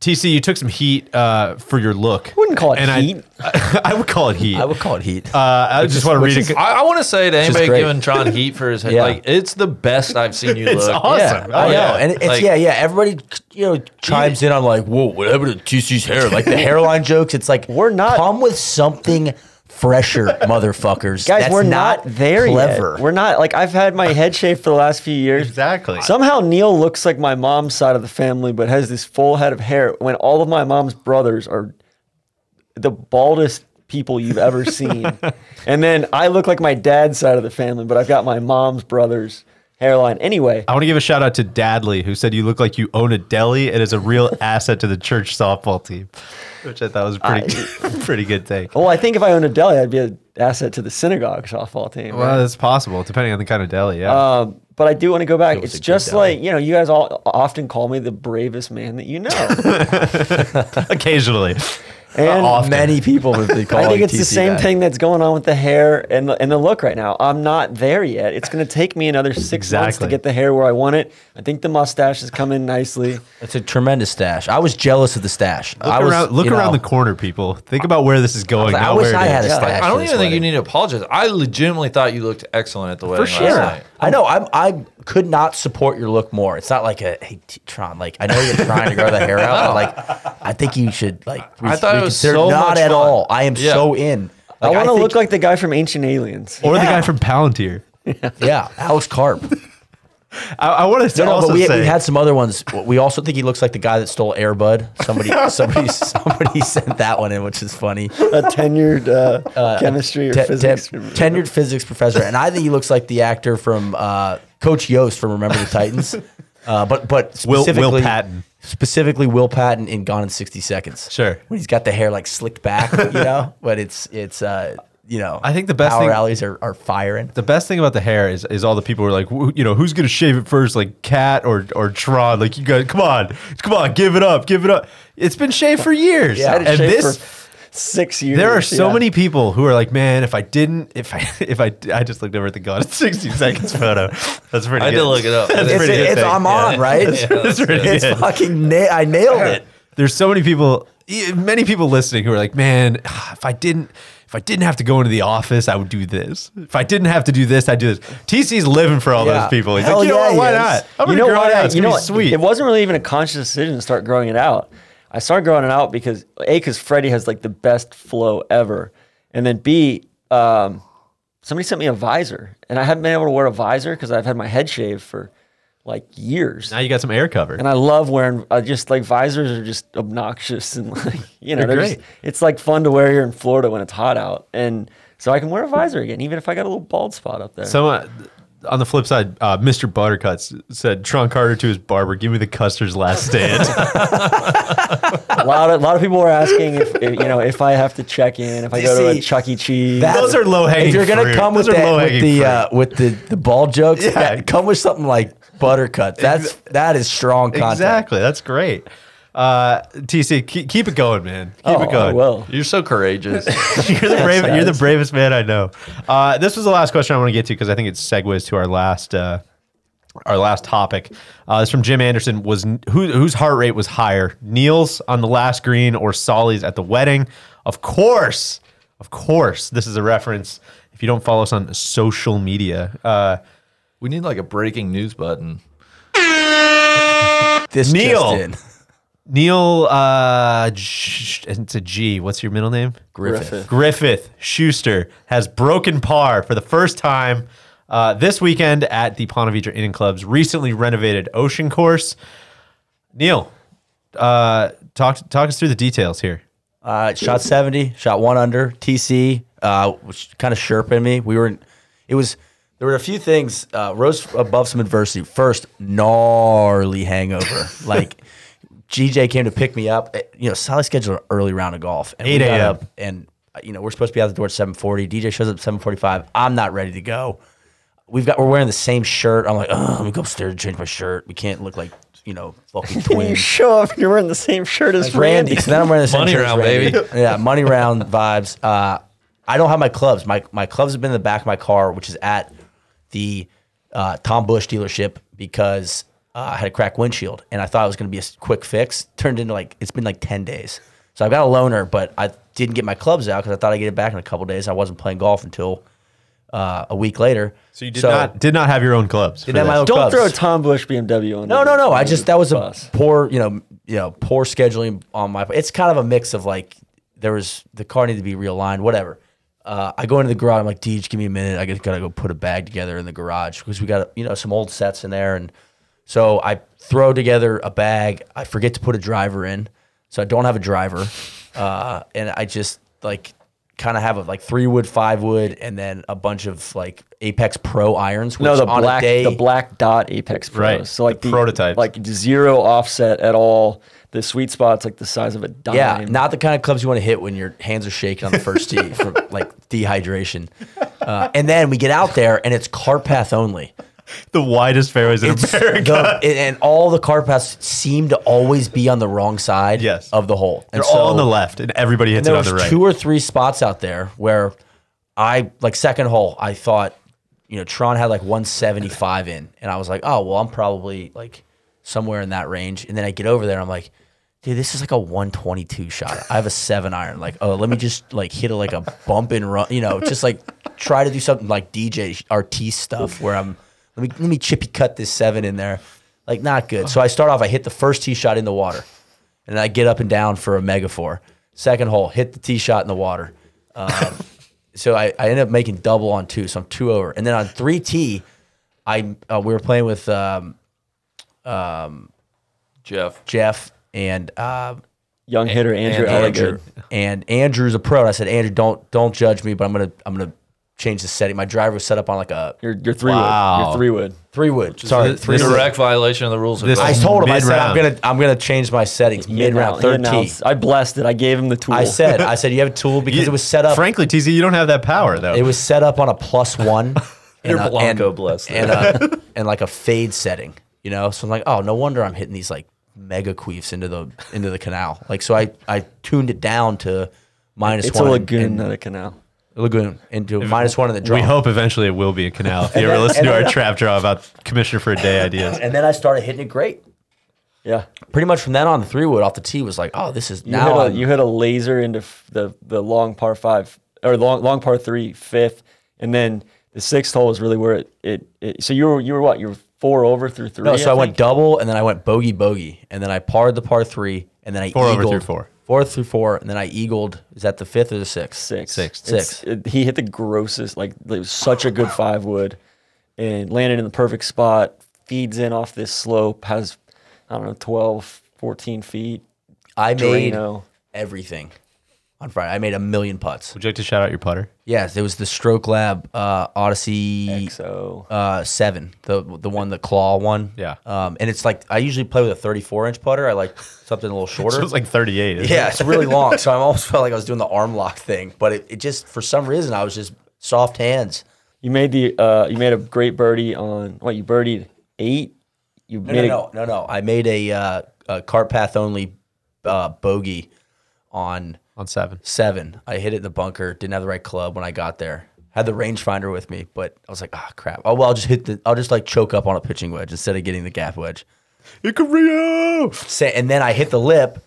Speaker 3: TC, you took some heat uh, for your look.
Speaker 5: Wouldn't call it
Speaker 3: and
Speaker 5: heat.
Speaker 3: I, I would call it heat.
Speaker 6: I would call it heat.
Speaker 3: uh, I just want to read it.
Speaker 4: I, I want to say to
Speaker 6: is
Speaker 4: anybody
Speaker 6: great.
Speaker 4: giving Tron heat for his head,
Speaker 6: Yeah.
Speaker 4: like it's the best I've seen you
Speaker 3: It's
Speaker 4: look.
Speaker 3: awesome.
Speaker 6: I
Speaker 3: Oh, yeah.
Speaker 6: know, and it's
Speaker 4: Like-
Speaker 6: yeah, yeah. Everybody, you know, chimes in on like, "Whoa, whatever to TC's hair?" Like the hairline jokes. It's like
Speaker 5: We're not-
Speaker 6: come with something fresher, motherfuckers.
Speaker 5: guys,
Speaker 6: That's
Speaker 5: we're not, there
Speaker 6: clever.
Speaker 5: yet. We're not like I've had my head shaved for the last few years.
Speaker 3: Exactly.
Speaker 5: Somehow Neil looks like my mom's side of the family, but has this full head of hair when all of my mom's brothers are the baldest people you've ever seen. and then I look like my dad's side of the family, but I've got my mom's brother's hairline. Anyway,
Speaker 3: I want to give a shout out to Dadley, who said you look like you own a deli and is a real asset to the church softball team, which I thought was a pretty good, pretty good take.
Speaker 5: well, I think if I owned a deli, I'd be an asset to the synagogue softball team. right?
Speaker 3: Well, that's possible, depending on the kind of deli. Yeah.
Speaker 5: Um, but I do want to go back. It's
Speaker 6: a good
Speaker 5: just
Speaker 6: deli.
Speaker 5: like, you know, you guys all often call me the bravest man that you know.
Speaker 3: Occasionally.
Speaker 5: And
Speaker 3: often.
Speaker 6: Many people have been calling.
Speaker 5: I think it's the
Speaker 6: TC
Speaker 5: same
Speaker 6: that.
Speaker 5: thing that's going on with the hair and the, and the look right now. I'm not there yet. It's going to take me another six months to
Speaker 3: Exactly.
Speaker 5: get the hair where I want it. I think the mustache has come in nicely.
Speaker 6: It's a tremendous stash. I was jealous of the stash.
Speaker 3: Look
Speaker 6: I was,
Speaker 3: around, look
Speaker 6: you
Speaker 3: around
Speaker 6: know,
Speaker 3: the corner, people. Think about where this is going.
Speaker 6: like, I
Speaker 3: not
Speaker 6: wish
Speaker 3: where it
Speaker 6: I
Speaker 3: is.
Speaker 6: had a
Speaker 5: Yeah.
Speaker 6: stash.
Speaker 4: I
Speaker 6: for
Speaker 4: don't
Speaker 6: this
Speaker 4: even think you
Speaker 6: wedding.
Speaker 4: need to apologize. I legitimately thought you looked excellent at the wedding last
Speaker 6: Yeah,
Speaker 4: night.
Speaker 6: I know. I'm, I could not support your look more. It's not like a hey T- Tron. Like I know you're trying to grow the hair out. But like I think you should like.
Speaker 4: I thought it was
Speaker 6: reconsider.
Speaker 4: so
Speaker 6: not
Speaker 4: much
Speaker 6: at
Speaker 4: fun.
Speaker 6: all. I am
Speaker 4: Yeah.
Speaker 6: so in.
Speaker 5: I want to
Speaker 6: think-
Speaker 5: look like the guy from Ancient Aliens.
Speaker 3: Or the
Speaker 6: Yeah.
Speaker 3: guy from Palantir.
Speaker 6: yeah, Alex Carp.
Speaker 3: I, I want to
Speaker 6: No, no,
Speaker 3: also
Speaker 6: but we,
Speaker 3: say
Speaker 6: we had some other ones. We also think he looks like the guy that stole Airbud. Somebody, somebody, somebody sent that one in, which is funny.
Speaker 5: A tenured uh, chemistry or
Speaker 6: Te- te-
Speaker 5: physics.
Speaker 6: tenured physics professor, and I think he looks like the actor from uh, Coach Yost from Remember the Titans. Uh, but but
Speaker 3: Will- Will
Speaker 6: specifically,
Speaker 3: Patton.
Speaker 6: specifically Will Patton in Gone in 60 Seconds.
Speaker 3: Sure.
Speaker 6: When he's got the hair like slicked back, you know? But it's, it's, uh, you know,
Speaker 3: I think the best
Speaker 6: power
Speaker 3: thing-
Speaker 6: rallies are, are firing.
Speaker 3: The best thing about the hair is is all the people who are like, "Wh- you know, who's gonna shave it first, like Cat or or Tron? Like you guys, come on, come on, give it up, give it up. It's been shaved for years,
Speaker 6: Yeah. I had
Speaker 5: it
Speaker 3: and
Speaker 5: shaved
Speaker 3: this.
Speaker 5: for six years.
Speaker 3: there are so
Speaker 5: yeah.
Speaker 3: many people who are like, man, if I didn't, if I, if I, I just looked over at the God 60 seconds photo. That's pretty.
Speaker 4: I
Speaker 3: good.
Speaker 4: did look it up.
Speaker 3: That's
Speaker 6: It's,
Speaker 3: pretty good
Speaker 6: it's,
Speaker 3: thing.
Speaker 6: I'm
Speaker 3: Yeah.
Speaker 6: on, right?
Speaker 3: That's pretty
Speaker 6: it's
Speaker 3: good.
Speaker 6: fucking, na- I nailed it.
Speaker 3: Uh, There's so many people, e- many people listening who are like, man, if I didn't, if I didn't have to go into the office, I would do this. If I didn't have to do this, I'd do this. TC's living for all
Speaker 6: Yeah.
Speaker 3: those people. He's
Speaker 6: Hell
Speaker 3: like, you
Speaker 6: yeah,
Speaker 3: know what? Why
Speaker 6: he is.
Speaker 3: not? I'm
Speaker 5: you
Speaker 3: gonna
Speaker 5: know
Speaker 3: grow
Speaker 5: what?
Speaker 3: it
Speaker 5: I-
Speaker 3: out. It's
Speaker 5: you know
Speaker 3: gonna
Speaker 5: what?
Speaker 3: be sweet.
Speaker 5: It wasn't really even a conscious decision to start growing it out. I started growing it out because a because Freddie has like the best flow ever, and then b um, somebody sent me a visor, and I haven't been able to wear a visor because I've had my head shaved for like years.
Speaker 3: now you got some air cover.
Speaker 5: And I love wearing. I just like visors are just obnoxious and like you know
Speaker 3: They're
Speaker 5: they're just-
Speaker 3: great.
Speaker 5: it's like fun to wear here in Florida when it's hot out, and so I can wear a visor again, even if I got a little bald spot up there.
Speaker 3: So uh, on the flip side, uh, Mr. Buttercuts said, Tron Carter to his barber, give me the Custer's last stand.
Speaker 5: a lot of a lot of people were asking if, if you know if I have to check in, if I go to
Speaker 6: See,
Speaker 5: a Chuck E. Cheese.
Speaker 6: That-
Speaker 3: Those are low-hanging
Speaker 6: If you're gonna
Speaker 3: fruit.
Speaker 6: come
Speaker 3: Those
Speaker 6: with,
Speaker 3: are
Speaker 6: that,
Speaker 3: low-hanging
Speaker 6: with the
Speaker 3: fruit.
Speaker 6: uh, with the the ball jokes, yeah. come with something like buttercup. That's that is strong content.
Speaker 3: exactly. That's great. Uh, TC, keep, keep it going, man. Keep
Speaker 5: oh,
Speaker 3: it going.
Speaker 5: I will.
Speaker 4: You're so courageous.
Speaker 3: you're the brave, you're the bravest man I know. Uh, this was the last question I want to get to because I think it segues to our last uh, our last topic. Uh, it's from Jim Anderson. Was who, whose heart rate was higher, Neil's on the last green or Solly's at the wedding? Of course, of course. This is a reference. If you don't follow us on social media, uh,
Speaker 4: we need like a breaking news button.
Speaker 6: This
Speaker 3: Neil.
Speaker 6: just in.
Speaker 3: Neil, uh, Sh- it's a G. What's your middle name?
Speaker 6: Griffith.
Speaker 3: Griffith Schuster has broken par for the first time uh, this weekend at the Ponte Vedra Inn and Club's recently renovated Ocean Course. Neil, uh, talk talk us through the details here.
Speaker 6: Uh, shot 70, shot one under. TC uh, was kind of sherping me. We were, in, it was, there were a few things. Uh, rose above some adversity. First, gnarly hangover. like, GJ came to pick me up. Uh, You know, Sally scheduled an early round of golf. And we
Speaker 3: 8
Speaker 6: got
Speaker 3: a.m..
Speaker 6: up And, uh, you know, we're supposed to be out the door at 740. DJ shows up at 745. I'm not ready to go. We've got, we're wearing the same shirt. I'm like, oh, let me go upstairs and change my shirt. We can't look like, you know, fucking
Speaker 5: When you
Speaker 6: twins.
Speaker 5: show up, you're wearing the same shirt as
Speaker 6: It's Randy.
Speaker 5: Randy.
Speaker 6: So then I'm wearing the same
Speaker 4: Money
Speaker 6: shirt as
Speaker 4: round,
Speaker 6: Randy.
Speaker 4: baby.
Speaker 6: yeah, money round vibes. Uh, I don't have my clubs. My my clubs have been in the back of my car, which is at the uh, Tom Bush dealership because uh, I had a cracked windshield, and I thought it was going to be a s- quick fix. Turned into like it's been like ten days. So I've got a loaner, but I didn't get my clubs out because I thought I'd get it back in a couple days. I wasn't playing golf until uh, a week later.
Speaker 3: So you did not did not have your own clubs.
Speaker 6: Didn't have my own
Speaker 5: Don't
Speaker 6: clubs.
Speaker 5: throw a Tom Bush BMW on.
Speaker 6: No, no, no. I
Speaker 5: the
Speaker 6: just that was a
Speaker 5: bus.
Speaker 6: poor, you know, you know, poor scheduling on my. It's kind of a mix of like there was the car needed to be realigned, whatever. Uh, I go into the garage. I'm like, Deej, give me a minute. I just gotta go put a bag together in the garage because we got you know some old sets in there, and so I throw together a bag. I forget to put a driver in, so I don't have a driver, uh, and I just like kind of have a like three wood, five wood, and then a bunch of like Apex Pro irons. Which
Speaker 5: No, the
Speaker 6: on a
Speaker 5: black
Speaker 6: day-
Speaker 5: the black dot Apex Pros.
Speaker 3: Right,
Speaker 5: So like
Speaker 3: the prototypes.
Speaker 5: like zero offset at all. The sweet spot's like the size of a dime.
Speaker 6: Yeah, not the kind of clubs you want to hit when your hands are shaking on the first tee from like dehydration. Uh, and then we get out there and it's car path only.
Speaker 3: the widest fairways in
Speaker 6: It's
Speaker 3: America.
Speaker 6: the, and- and all the car paths seem to always be on the wrong side
Speaker 3: Yes.
Speaker 6: of the hole.
Speaker 3: They're
Speaker 6: And
Speaker 3: all on
Speaker 6: so-
Speaker 3: the left, and everybody hits
Speaker 6: there
Speaker 3: it on the
Speaker 6: was
Speaker 3: right.
Speaker 6: two or three spots out there where I like second hole. I thought, you know, Tron had like 175 in, and I was like, oh well, I'm probably like somewhere in that range. And then I get over there, and I'm like, dude, this is like a 122 shot. I have a seven iron. Like, oh, let me just like hit a, like a bump and run. You know, just like try to do something like DJ RT stuff where I'm let me let me chippy cut this seven in there. Like not good. So I start off. I hit the first tee shot in the water and I get up and down for a mega four. Second hole, hit the tee shot in the water. Um, so I, I end up making double on two, so I'm two over. And then on three tee, I uh, we were playing with um,
Speaker 4: Jeff.
Speaker 6: Jeff and uh,
Speaker 5: young hitter Andrew
Speaker 6: Andrew,
Speaker 5: Alligator.
Speaker 6: and Andrew's a pro. And I said, Andrew, don't don't judge me, but I'm gonna I'm gonna changed the setting. My driver was set up on like a
Speaker 5: Your your three wood.
Speaker 3: Wow.
Speaker 5: Your three wood.
Speaker 6: three wood. Sorry,
Speaker 3: is-
Speaker 6: three
Speaker 3: this
Speaker 6: wood.
Speaker 3: is-
Speaker 4: Direct violation of the rules of
Speaker 3: This-
Speaker 6: I
Speaker 4: golf.
Speaker 6: told him I said I'm
Speaker 3: Mid-round.
Speaker 6: gonna I'm gonna change my settings
Speaker 5: He
Speaker 6: mid round
Speaker 5: announced- he
Speaker 6: thirteen.
Speaker 5: announced- I blessed it. I gave him the tool.
Speaker 6: I said I said you have a tool because it was set up.
Speaker 3: Frankly, TZ, you don't have that power though.
Speaker 6: It was set up on a plus one.
Speaker 4: You're
Speaker 6: a-
Speaker 4: Blanco blessed.
Speaker 6: And, a, and like a fade setting, you know? So I'm like, oh, no wonder I'm hitting these like mega queefs into the into the canal. Like, so I, I tuned it down to minus
Speaker 5: it's a
Speaker 6: one.
Speaker 5: lagoon,
Speaker 6: and-
Speaker 5: not a canal.
Speaker 6: lagoon. Into minus one in the draw.
Speaker 3: we hope eventually it will be a canal. If you ever listen to our trap draw about commissioner for a day ideas,
Speaker 6: And then I started hitting it great.
Speaker 5: Yeah.
Speaker 6: Pretty much from then on, the three wood off the tee was like, oh, this is
Speaker 5: You,
Speaker 6: now.
Speaker 5: hit,
Speaker 6: I'm-
Speaker 5: a, you hit a laser into f- the the long par five or long long par three fifth, and then the sixth hole is really where it, it, it so you were you were what you were four over through three.
Speaker 6: No, so I, went
Speaker 5: think?
Speaker 6: double, and then I went bogey bogey, and then I parred the par three, and then I
Speaker 3: Four
Speaker 6: eagled,
Speaker 3: over through four.
Speaker 6: four through four, and then I eagled. Is that the fifth or the sixth?
Speaker 5: six
Speaker 3: Six.
Speaker 5: It's-
Speaker 6: Six.
Speaker 5: it- he hit the grossest like it was such a good five wood, and landed in the perfect spot. Feeds in off this slope has I don't know 12, 14 feet.
Speaker 6: I made
Speaker 5: Dorino.
Speaker 6: everything on Friday. I made a million putts.
Speaker 3: would you like to shout out your putter?
Speaker 6: Yes, it was the Stroke Lab uh, Odyssey
Speaker 5: So
Speaker 6: uh, Seven, the the one the claw one.
Speaker 3: Yeah.
Speaker 6: um, and it's like I usually play with a 34 inch putter. I like something a little shorter.
Speaker 3: So it's like 38. isn't it?
Speaker 6: yeah, it's really long, so I almost felt like I was doing the arm lock thing, but it, it just for some reason I was just soft hands.
Speaker 5: you made the uh you made a great birdie on what you birdied eight. You
Speaker 6: No,
Speaker 5: made
Speaker 6: no,
Speaker 5: a-
Speaker 6: no, no, no. I made a, uh, a cart path only uh, bogey on
Speaker 3: on seven.
Speaker 6: seven. I hit it in the bunker. Didn't have the right club when I got there. Had the rangefinder with me, but I was like, ah, crap. Oh well, I'll just hit the. I'll just like choke up on a pitching wedge instead of getting the gap wedge. Say, and then I hit the lip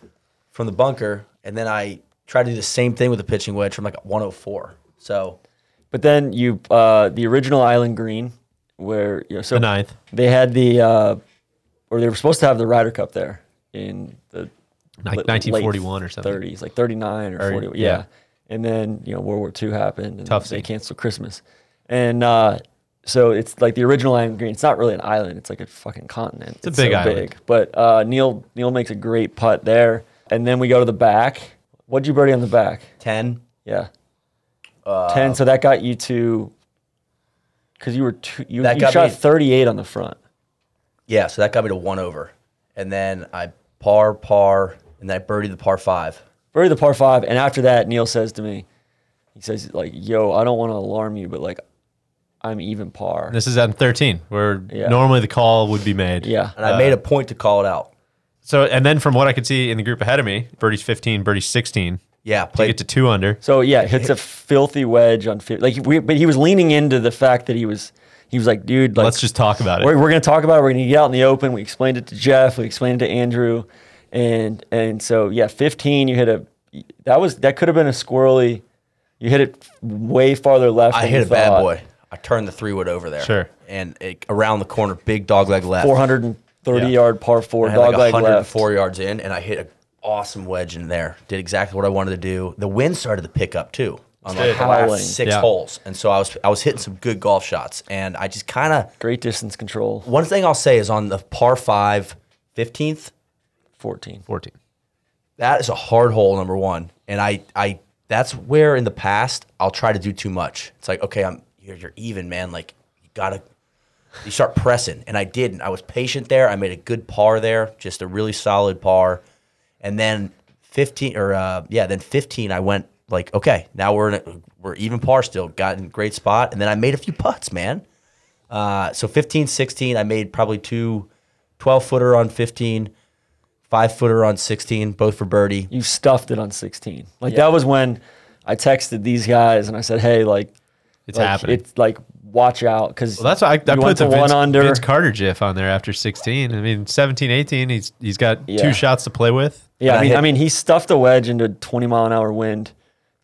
Speaker 6: from the bunker, and then I tried to do the same thing with the pitching wedge from like 104. So
Speaker 5: But then you, uh, the original Island Green, where you know, so
Speaker 3: The ninth.
Speaker 5: they had the, uh, or they were supposed to have the Ryder Cup there in the
Speaker 3: Like
Speaker 5: late
Speaker 3: 1941 or something.
Speaker 5: 30s, like 39 or,
Speaker 3: Or-
Speaker 5: 40. Yeah.
Speaker 3: yeah.
Speaker 5: And then you know World War II happened, and
Speaker 3: Tough
Speaker 5: they
Speaker 3: scene.
Speaker 5: canceled Christmas, and uh, so it's like the original Island Green. It's not really an island; it's like a fucking continent. It's,
Speaker 3: a big
Speaker 5: so
Speaker 3: island.
Speaker 5: But uh, Neil Neil makes a great putt there, and then we go to the back. What'd you birdie on the back?
Speaker 6: 10.
Speaker 5: Yeah.
Speaker 6: Uh,
Speaker 5: Ten. So that got you to. Because you were two, you,
Speaker 6: That
Speaker 5: you
Speaker 6: got
Speaker 5: shot
Speaker 6: me-
Speaker 5: thirty eight on the front.
Speaker 6: Yeah, so that got me to one over, and then I par par, and then I birdied the par five.
Speaker 5: Birdie the par five, and after that, Neil says to me, he says like, "Yo, I don't want to alarm you, but like, I'm even par."
Speaker 3: This is on 13, where
Speaker 5: Yeah.
Speaker 3: normally the call would be made. Uh,
Speaker 5: yeah.
Speaker 6: And I made a point to call it out.
Speaker 3: So, and then from what I could see in the group ahead of me, birdie's 15, birdie's 16.
Speaker 6: Yeah,
Speaker 3: To
Speaker 6: played
Speaker 3: get to two under.
Speaker 5: So yeah, hits a filthy wedge on fif- like we, but he was leaning into the fact that he was he was like, dude, like
Speaker 3: Let's just talk about
Speaker 5: We're,
Speaker 3: it.
Speaker 5: we're going to talk about it. We're going to get out in the open. We explained it to Jeff. We explained it to Andrew, and and so yeah, 15. You hit a that was that could have been a squirrely. You hit it way farther left.
Speaker 6: I
Speaker 5: than
Speaker 6: hit
Speaker 5: you
Speaker 6: a bad
Speaker 5: thought.
Speaker 6: boy. I turned the three wood over there.
Speaker 3: Sure.
Speaker 6: And it, around the corner, big dog leg left.
Speaker 5: 430
Speaker 3: Yeah.
Speaker 5: yard par four
Speaker 6: I had
Speaker 5: dog
Speaker 6: like
Speaker 5: leg left.
Speaker 6: 104 yards in, and I hit an awesome wedge in there. Did exactly what I wanted to do. The wind started to pick up too on like the
Speaker 5: Howling.
Speaker 6: last six
Speaker 3: Yeah.
Speaker 6: holes, and so I was I was hitting some good golf shots, and I just kind of
Speaker 5: Great distance control.
Speaker 6: one thing I'll say is on the par five, 15th,
Speaker 5: 14.
Speaker 3: 14.
Speaker 6: that is a hard hole number one and i i that's where in the past i'll try to do too much it's like okay i'm you're, you're even man like you gotta you start pressing and i didn't i was patient there i made a good par there just a really solid par and then 15 or uh, yeah then 15 i went like okay now we're in a, we're even par still got in a great spot and then i made a few putts man uh, so 15 16 i made probably two 12 footer on 15 five footer on 16 both for birdie
Speaker 5: You stuffed it on 16. Like that was when I texted these guys and I said, hey, like
Speaker 3: It's
Speaker 5: like,
Speaker 3: happening.
Speaker 5: It's like watch out because
Speaker 3: Well, that's why I, I
Speaker 5: you
Speaker 3: put
Speaker 5: went
Speaker 3: the
Speaker 5: to
Speaker 3: Vince,
Speaker 5: one under.
Speaker 3: Vince Carter gif on there after 16. I mean, 17, 18, he's, he's got
Speaker 5: Yeah.
Speaker 3: two shots to play with.
Speaker 5: Yeah, I
Speaker 6: And I
Speaker 5: mean, I
Speaker 6: hit-
Speaker 5: mean, he stuffed a wedge into 20 mile an hour wind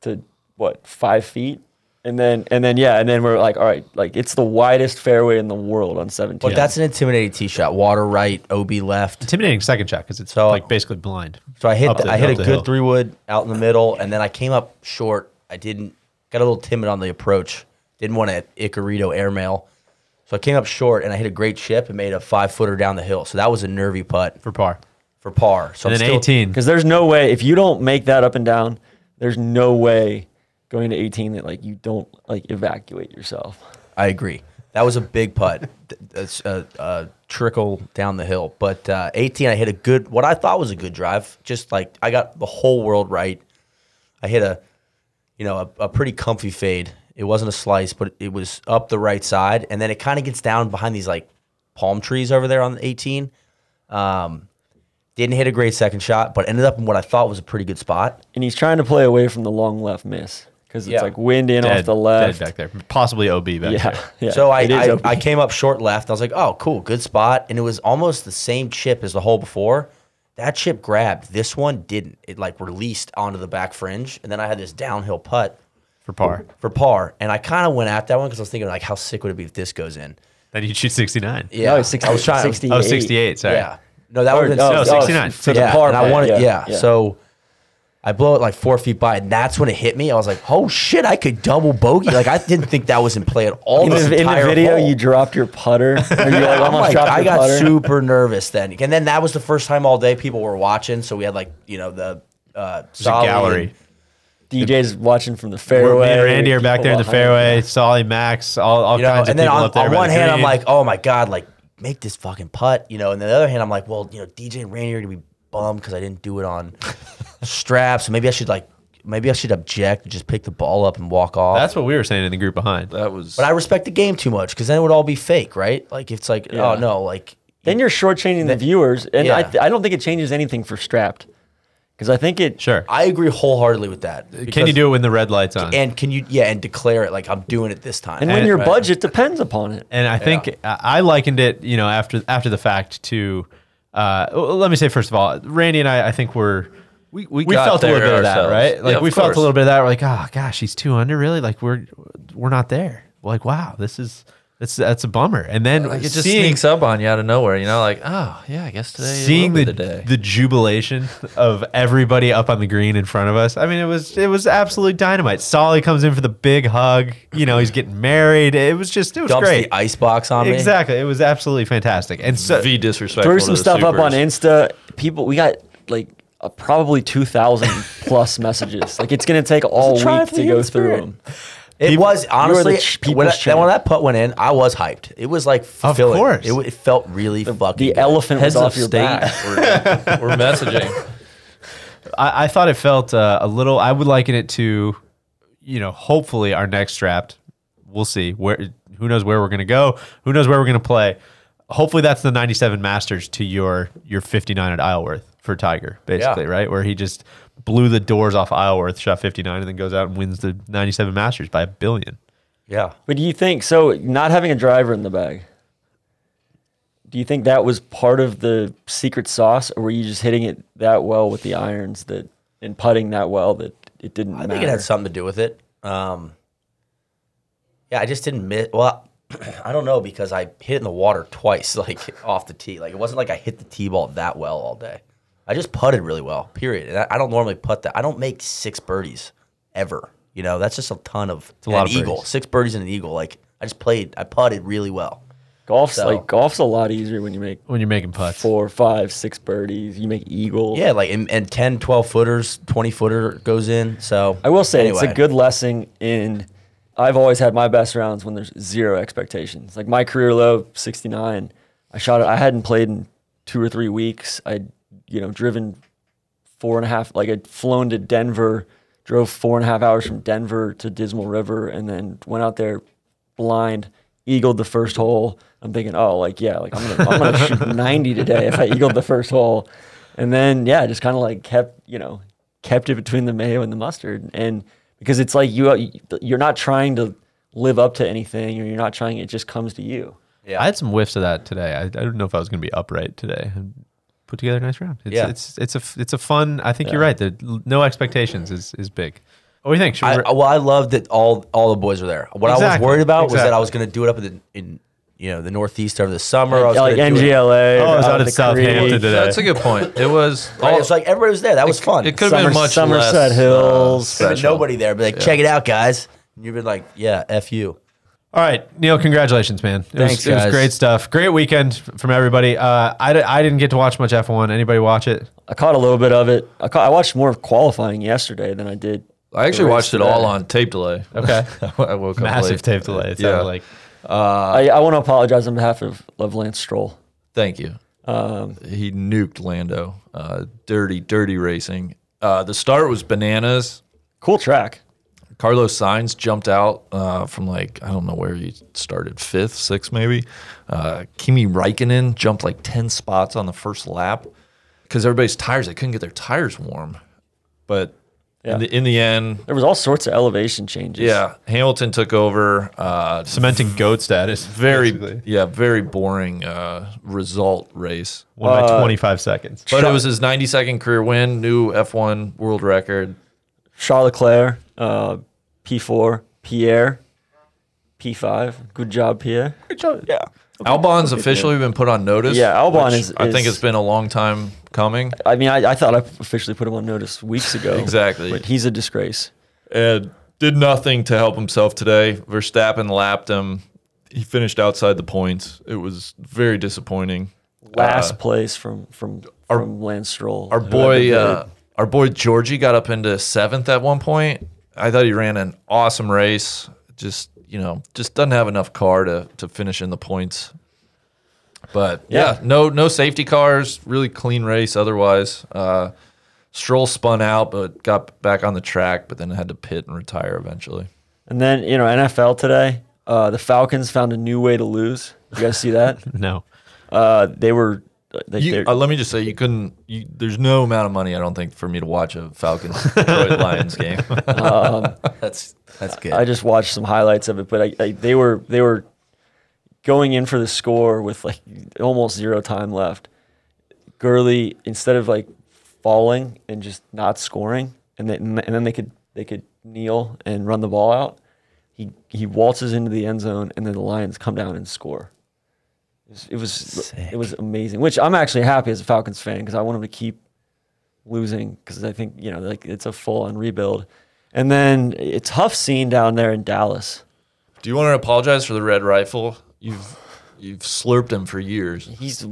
Speaker 5: to what five feet, and then and then yeah, and then we're like, all right, like it's the widest fairway in the world on 17.
Speaker 6: But that's an intimidating tee shot. Water right, OB left.
Speaker 3: Intimidating second shot because it's
Speaker 6: So-
Speaker 3: like basically blind.
Speaker 6: So I hit
Speaker 3: Up
Speaker 6: the,
Speaker 3: the-
Speaker 6: I hit
Speaker 3: up
Speaker 6: a
Speaker 3: the
Speaker 6: good
Speaker 3: hill.
Speaker 6: three wood out in the middle, and then I came up short. I didn't got a little timid on the approach. Didn't want to Icarito airmail. So I came up short and I hit a great chip and made a five footer down the hill. So that was a nervy putt
Speaker 3: for par.
Speaker 6: for par. So
Speaker 3: And
Speaker 6: I'm
Speaker 3: then
Speaker 6: still-
Speaker 3: 18.
Speaker 5: because there's no way if you don't make that up and down, there's no way going to 18 that like you don't like evacuate yourself.
Speaker 6: I agree. That was a big putt, That's a, a trickle down the hill. But uh, 18, I hit a good, what I thought was a good drive. Just like I got the whole world right. I hit a, you know, a, a pretty comfy fade. It wasn't a slice, but it was up the right side, and then it kind of gets down behind these like palm trees over there on the 18. Um, didn't hit a great second shot, but ended up in what I thought was a pretty good spot.
Speaker 5: And he's trying to play away from the long left miss because it's
Speaker 6: Yeah.
Speaker 5: like wind in
Speaker 3: Dead-
Speaker 5: off the left.
Speaker 3: Dead back there. Possibly OB back
Speaker 5: Yeah,
Speaker 3: there.
Speaker 5: yeah.
Speaker 6: So I,
Speaker 5: It is
Speaker 6: I,
Speaker 5: open.
Speaker 6: I came up short left. I was like, oh, cool, good spot. And it was almost the same chip as the hole before. That chip grabbed. This one didn't. It like released onto the back fringe. And then I had this downhill putt
Speaker 3: for par.
Speaker 6: for par. And I kind of went at that one because I was thinking, like, how sick would it be if this goes in?
Speaker 3: Then you shoot 69.
Speaker 6: Yeah.
Speaker 5: No, 60,
Speaker 6: I was trying.
Speaker 5: 60.
Speaker 3: Oh, 68. Sorry.
Speaker 6: Yeah. No, that
Speaker 5: Or-
Speaker 6: would have been
Speaker 5: oh,
Speaker 3: No,
Speaker 5: oh,
Speaker 3: 69.
Speaker 5: for the
Speaker 6: yeah,
Speaker 5: par
Speaker 6: and I
Speaker 5: putt,
Speaker 6: wanted, yeah,
Speaker 5: yeah.
Speaker 6: So I blow it like four feet by, and that's when it hit me. I was like, "Oh shit, I could double bogey!" Like I didn't think that was in play at all.
Speaker 5: in
Speaker 6: this
Speaker 5: the, in the
Speaker 6: entire
Speaker 5: video,
Speaker 6: hole.
Speaker 5: you dropped your putter. Or you like
Speaker 3: Oh
Speaker 6: I'm
Speaker 5: almost
Speaker 6: like,
Speaker 5: dropped
Speaker 6: I
Speaker 5: your
Speaker 6: got
Speaker 5: putter.
Speaker 6: super nervous then, and then that was the first time all day people were watching. So we had like you know the uh,
Speaker 3: There's a gallery.
Speaker 5: DJ's watching from the
Speaker 3: We're,
Speaker 5: fairway.
Speaker 3: me and Randy are back there in the
Speaker 5: People behind
Speaker 3: fairway. Solly, Max, all, all
Speaker 6: you know,
Speaker 3: kinds of
Speaker 6: and then
Speaker 3: people
Speaker 6: on,
Speaker 3: up there.
Speaker 6: on
Speaker 3: by the
Speaker 6: one hand, I'm
Speaker 3: green.
Speaker 6: like, oh my god, like make this fucking putt, you know. And then the other hand, I'm like, well, you know, DJ and Randy are gonna be bummed because I didn't do it on straps. So maybe I should like, maybe I should object and just pick the ball up and walk off.
Speaker 3: that's what we were saying in the group behind.
Speaker 4: That was.
Speaker 6: but I respect the game too much because then it would all be fake, right? Like it's like, oh no, like
Speaker 5: Then you're shortchanging the viewers, and I,
Speaker 6: Yeah.
Speaker 5: th- I don't think it changes anything for strapped, because I think it.
Speaker 3: Sure.
Speaker 6: I agree wholeheartedly with that.
Speaker 3: Can
Speaker 6: because-
Speaker 3: you do it when the red light's on?
Speaker 6: And can you, yeah, and declare it like I'm doing it this time.
Speaker 5: And when
Speaker 3: And-
Speaker 5: your
Speaker 3: right.
Speaker 5: budget depends upon it,
Speaker 3: And I think I I likened it, you know, after after the fact to. Uh, well, let me say first of all, Randy and I, I think were
Speaker 4: we we,
Speaker 3: we
Speaker 4: got
Speaker 3: felt a little
Speaker 4: there
Speaker 3: bit of that,
Speaker 4: ourselves.
Speaker 3: right? Like
Speaker 4: Yeah, of
Speaker 3: we felt
Speaker 4: course.
Speaker 3: a little bit of that. We're like, oh gosh, he's two under, really? Like we're we're not there. Like wow, this is that's that's a bummer. And then
Speaker 4: Like, it just
Speaker 3: seeing
Speaker 4: sneaks up on you out of nowhere. You know, like oh yeah, I guess today. will
Speaker 3: seeing
Speaker 4: be
Speaker 3: the
Speaker 4: the day.
Speaker 3: the jubilation of everybody up on the green in front of us. I mean, it was it was absolute dynamite. Solly comes in for the big hug. You know, he's getting married. It was just it was
Speaker 6: dumps
Speaker 3: great.
Speaker 6: the ice box on me.
Speaker 3: Exactly, it was absolutely fantastic. And so
Speaker 4: V disrespectful.
Speaker 5: threw
Speaker 4: to
Speaker 5: some
Speaker 4: the
Speaker 5: stuff up on
Speaker 4: supers.
Speaker 5: Insta. People, we got like uh, probably two thousand plus messages. Like it's gonna take all week
Speaker 6: triumph
Speaker 5: to
Speaker 6: of the
Speaker 5: go through
Speaker 6: human spirit.
Speaker 5: them.
Speaker 6: It
Speaker 3: People-
Speaker 6: was honestly
Speaker 5: ch-
Speaker 6: when,
Speaker 5: people's
Speaker 6: I- then when
Speaker 5: champ.
Speaker 6: that putt went in, I was hyped. It was like fulfilling.
Speaker 3: course.
Speaker 6: It, w- it felt really fucking.
Speaker 5: The
Speaker 6: good.
Speaker 5: elephant
Speaker 4: Heads
Speaker 5: was
Speaker 4: off
Speaker 5: off
Speaker 4: of
Speaker 5: your
Speaker 4: your
Speaker 5: back.
Speaker 4: state. We're, we're messaging.
Speaker 3: I, I thought it felt uh, a little. I would liken it to, you know, hopefully our next draft. We'll see where. Who knows where we're gonna go? Who knows where we're gonna play? Hopefully that's the '97 Masters to your your '59 at Isleworth for Tiger, basically,
Speaker 6: Yeah.
Speaker 3: right? Where he just blew the doors off Isleworth, shot 59, and then goes out and wins the '97 Masters by a billion.
Speaker 6: Yeah.
Speaker 5: But do you think so? Not having a driver in the bag. Do you think that was part of the secret sauce, or were you just hitting it that well with the irons that and putting that well that it didn't
Speaker 6: I
Speaker 5: matter?
Speaker 6: think it had something to do with it. Um, yeah, I just didn't miss. Well, I don't know because I hit in the water twice, like off the tee. Like it wasn't like I hit the tee ball that well all day. I just putted really well. Period. And I, I don't normally putt that. I don't make six birdies ever. You know, that's just a ton of
Speaker 3: a lot
Speaker 6: and
Speaker 3: of
Speaker 6: an eagle.
Speaker 3: birdies.
Speaker 6: Six birdies and an eagle. Like I just played. I putted really well.
Speaker 5: golf's
Speaker 6: so-
Speaker 5: like golf's a lot easier when you make
Speaker 3: When you're making putts,
Speaker 5: four, five, six birdies. You make eagle.
Speaker 6: Yeah, like and, and 10, 12 footers, 20 footer goes in. So
Speaker 5: I will say it's a
Speaker 6: anyway.
Speaker 5: good lesson in. I've always had my best rounds when there's zero expectations. Like my career low, 69. I shot it. I hadn't played in two or three weeks. I'd, you know, driven four and a half, like I'd flown to Denver, drove four and a half hours from Denver to Dismal River, and then went out there blind, eagled the first hole. I'm thinking, oh, like, yeah, like I'm gonna, I'm gonna shoot 90 today if I eagled the first hole. And then, yeah, just kind of like kept, you know, kept it between the mayo and the mustard. And because it's like you, you're not trying to live up to anything or you're not trying, it just comes to you.
Speaker 3: I had some whiffs of that today. I, I don't know if I was going to be upright today. and Put together a nice round. It's,
Speaker 6: Yeah.
Speaker 3: it's it's a f- it's a fun. I think you're right. The l- no expectations is is big. What do you think? Should we
Speaker 6: I,
Speaker 3: ra-
Speaker 6: well, I love that all all the boys were there. What I
Speaker 3: Exactly,
Speaker 6: was worried about was that
Speaker 3: exactly.
Speaker 6: I was going to do it up in, the, in you know the northeast over the summer. I was
Speaker 5: like
Speaker 6: gonna do it-
Speaker 5: NGLA.
Speaker 3: Oh, I was
Speaker 5: out
Speaker 3: out
Speaker 5: at
Speaker 3: at
Speaker 5: the
Speaker 3: Southampton
Speaker 5: creek.
Speaker 3: today.
Speaker 4: That's a good point. It was.
Speaker 6: Right,
Speaker 4: all-
Speaker 6: it's like everybody was there. That was fun.
Speaker 4: it could have
Speaker 5: Summer-
Speaker 4: been much
Speaker 5: Somerset
Speaker 4: less, uh,
Speaker 5: Hills.
Speaker 6: Could've been
Speaker 4: special.
Speaker 6: nobody there, but like check it out, guys. And you've been like, yeah, f you.
Speaker 3: All right, Neil, congratulations, man. It
Speaker 6: Thanks,
Speaker 3: was, It
Speaker 6: guys.
Speaker 3: was great stuff. Great weekend f- from everybody. Uh, I, d- I didn't get to watch much F1. Anybody watch it?
Speaker 5: I caught a little bit of it. I, caught, I watched more of qualifying yesterday than I did
Speaker 4: I actually watched it all on tape delay.
Speaker 3: Okay.
Speaker 4: I woke up
Speaker 3: Massive
Speaker 4: late.
Speaker 3: tape delay. It sounded
Speaker 4: Yeah.
Speaker 3: like
Speaker 5: I, I want to apologize on behalf of, of Lance Stroll.
Speaker 4: Thank you. he nuked Lando. Uh, dirty, dirty racing. Uh, the start was bananas.
Speaker 5: Cool track.
Speaker 4: Carlos Sainz jumped out uh, from like I don't know where he started fifth, sixth maybe. Uh, Kimi Raikkonen jumped like ten spots on the first lap because everybody's tires they couldn't get their tires warm. But
Speaker 5: Yeah.
Speaker 4: in, the, in the end,
Speaker 5: There was all sorts of elevation changes.
Speaker 4: yeah, Hamilton took over. Uh,
Speaker 3: cementing goat status.
Speaker 4: very
Speaker 3: basically.
Speaker 4: yeah, very boring uh, result race.
Speaker 3: one by twenty five seconds.
Speaker 4: But it was his 90 second career win, new F1 world record.
Speaker 5: Charles Leclerc, uh, P4, Pierre, P5. Good job, Pierre.
Speaker 4: Albon's officially been put on notice.
Speaker 5: Yeah, Albon
Speaker 4: which
Speaker 5: is-
Speaker 4: I think
Speaker 5: is-
Speaker 4: it's been a long time coming.
Speaker 5: I mean, I, I thought I officially put him on notice weeks ago.
Speaker 4: Exactly.
Speaker 5: But he's a disgrace.
Speaker 4: and did nothing to help himself today. Verstappen lapped him. He finished outside the points. It was very disappointing.
Speaker 5: Last place from from from Lance Stroll.
Speaker 4: Uh, Our boy, uh, our boy Georgie got up into seventh at one point. I thought he ran an awesome race. Just you know, just doesn't have enough car to to finish in the points. But yeah,
Speaker 5: Yeah.
Speaker 4: no no safety cars. Really clean race. Otherwise, uh, Stroll spun out, but got back on the track, but then had to pit and retire eventually.
Speaker 5: and then you know NFL today. Uh, the Falcons found a new way to lose. You guys see that?
Speaker 3: No.
Speaker 5: Uh, they were. They,
Speaker 4: You,
Speaker 5: they're-
Speaker 4: uh, let me just say, you couldn't. You, there's no amount of money I don't think for me to watch a Falcons Detroit Lions game. Um,
Speaker 6: That's that's good.
Speaker 5: I just watched some highlights of it, but I, I, they were they were going in for the score with like almost zero time left. Gurley instead of like falling and just not scoring, and then and then they could they could kneel and run the ball out. He he waltzes into the end zone, and then the Lions come down and score. It was it was, it was amazing. Which I'm actually happy as a Falcons fan because I want them to keep losing because I think you know like it's a full on rebuild. And then a tough scene down there in Dallas.
Speaker 4: Do you want to apologize for the red rifle? You've you've slurped him for years.
Speaker 5: He's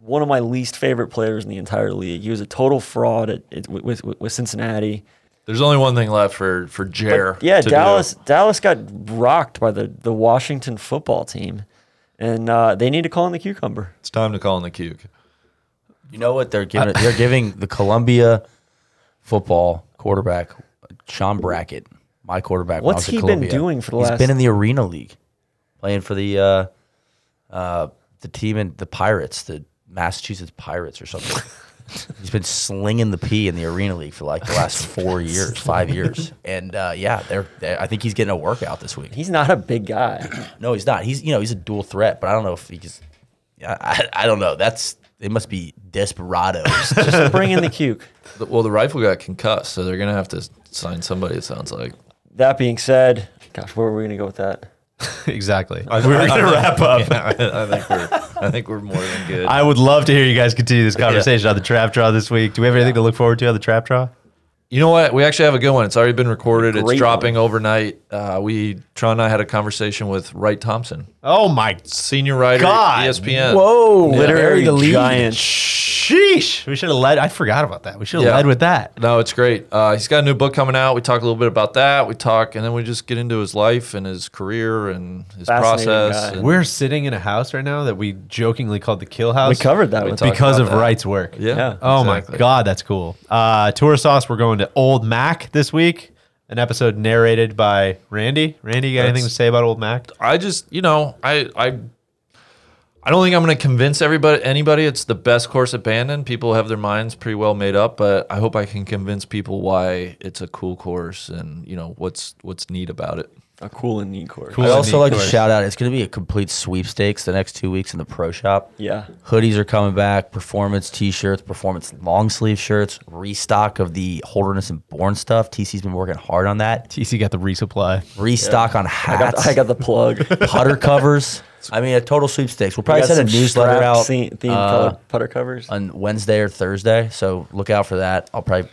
Speaker 5: one of my least favorite players in the entire league. He was a total fraud at, at, with, with with Cincinnati.
Speaker 4: There's only one thing left for for Jer.
Speaker 5: Yeah,
Speaker 4: to do.
Speaker 5: Dallas Dallas got rocked by the the Washington football team, and uh, they need to call in the cucumber.
Speaker 4: It's time to call in the cuke.
Speaker 6: you know what they're giving? they're giving the Columbia football quarterback Sean Brackett, my quarterback. when I
Speaker 5: What's
Speaker 6: was at
Speaker 5: he been
Speaker 6: Columbia.
Speaker 5: doing for the last-
Speaker 6: He's been in the Arena League, playing for the uh, uh, the team and the Pirates, the Massachusetts Pirates or something. He's been slinging the P in the Arena League for like the last four years, five years, and uh, yeah, they're, they I think he's getting a workout this week.
Speaker 5: He's not a big guy.
Speaker 6: No, he's not. He's you know he's a dual threat, but I don't know if he's. I, I, I don't know. That's they must be desperados.
Speaker 5: Just bring in the cuke.
Speaker 4: The- Well, the rifle got concussed, so they're gonna have to sign somebody. It sounds like.
Speaker 5: That being said, gosh, where were we gonna go with that?
Speaker 3: Exactly. We were going to wrap up.
Speaker 4: I think we're I think we're more than good.
Speaker 3: I would love to hear you guys continue this conversation on the trap draw this week. Do we have anything to look forward to on the trap draw?
Speaker 4: You know what? We actually have a good one. It's already been recorded. It's
Speaker 5: Great
Speaker 4: dropping overnight. Uh, we Tron and I had a conversation with Wright Thompson,
Speaker 3: Oh my
Speaker 4: senior writer,
Speaker 3: God.
Speaker 4: at E ESPN.
Speaker 6: Whoa,
Speaker 5: Literary giant.
Speaker 3: sheesh! We should have led. I forgot about that. We should have
Speaker 4: Yeah.
Speaker 3: led with that.
Speaker 4: No, it's great. Uh, he's got a new book coming out. We talk a little bit about that. We talk, and then we just get into his life and his career and his
Speaker 5: Fascinating
Speaker 4: process.
Speaker 5: guy.
Speaker 4: and-
Speaker 3: We're sitting in a house right now that we jokingly called the Kill House.
Speaker 5: We covered that
Speaker 4: We
Speaker 5: with
Speaker 4: talked
Speaker 3: because
Speaker 4: about
Speaker 3: of
Speaker 4: that.
Speaker 3: Wright's work.
Speaker 4: yeah.
Speaker 5: Yeah.
Speaker 3: Oh my
Speaker 4: exactly.
Speaker 3: God, that's cool. Uh, tour sauce. We're going to Old Mac this week. An episode narrated by Randy. Randy, you got anything to say about Old Mac?
Speaker 4: I just, you know, I, I, I don't think I'm going to convince everybody, anybody, it's the best course abandoned. People have their minds pretty well made up, but I hope I can convince people why it's a cool course and you know what's what's neat about it.
Speaker 5: A cool E and neat course.
Speaker 3: Cool.
Speaker 6: I'd also like to
Speaker 3: Course.
Speaker 6: shout out. It's going to be a complete sweepstakes the next two weeks in the pro shop.
Speaker 5: Yeah.
Speaker 6: hoodies are coming back. Performance t-shirts, performance long sleeve shirts, restock of the Holderness and Born stuff. TC's been working hard on that.
Speaker 3: TC got the resupply.
Speaker 6: Restock on
Speaker 5: I
Speaker 6: hats,
Speaker 5: got, I got the plug.
Speaker 6: putter covers. I mean, a total sweepstakes. We'll probably
Speaker 5: We got
Speaker 6: send a
Speaker 5: some
Speaker 6: newsletter
Speaker 5: strap
Speaker 6: out.
Speaker 5: scene- themed
Speaker 6: uh,
Speaker 5: color putter covers.
Speaker 6: on Wednesday or Thursday. So look out for that. I'll probably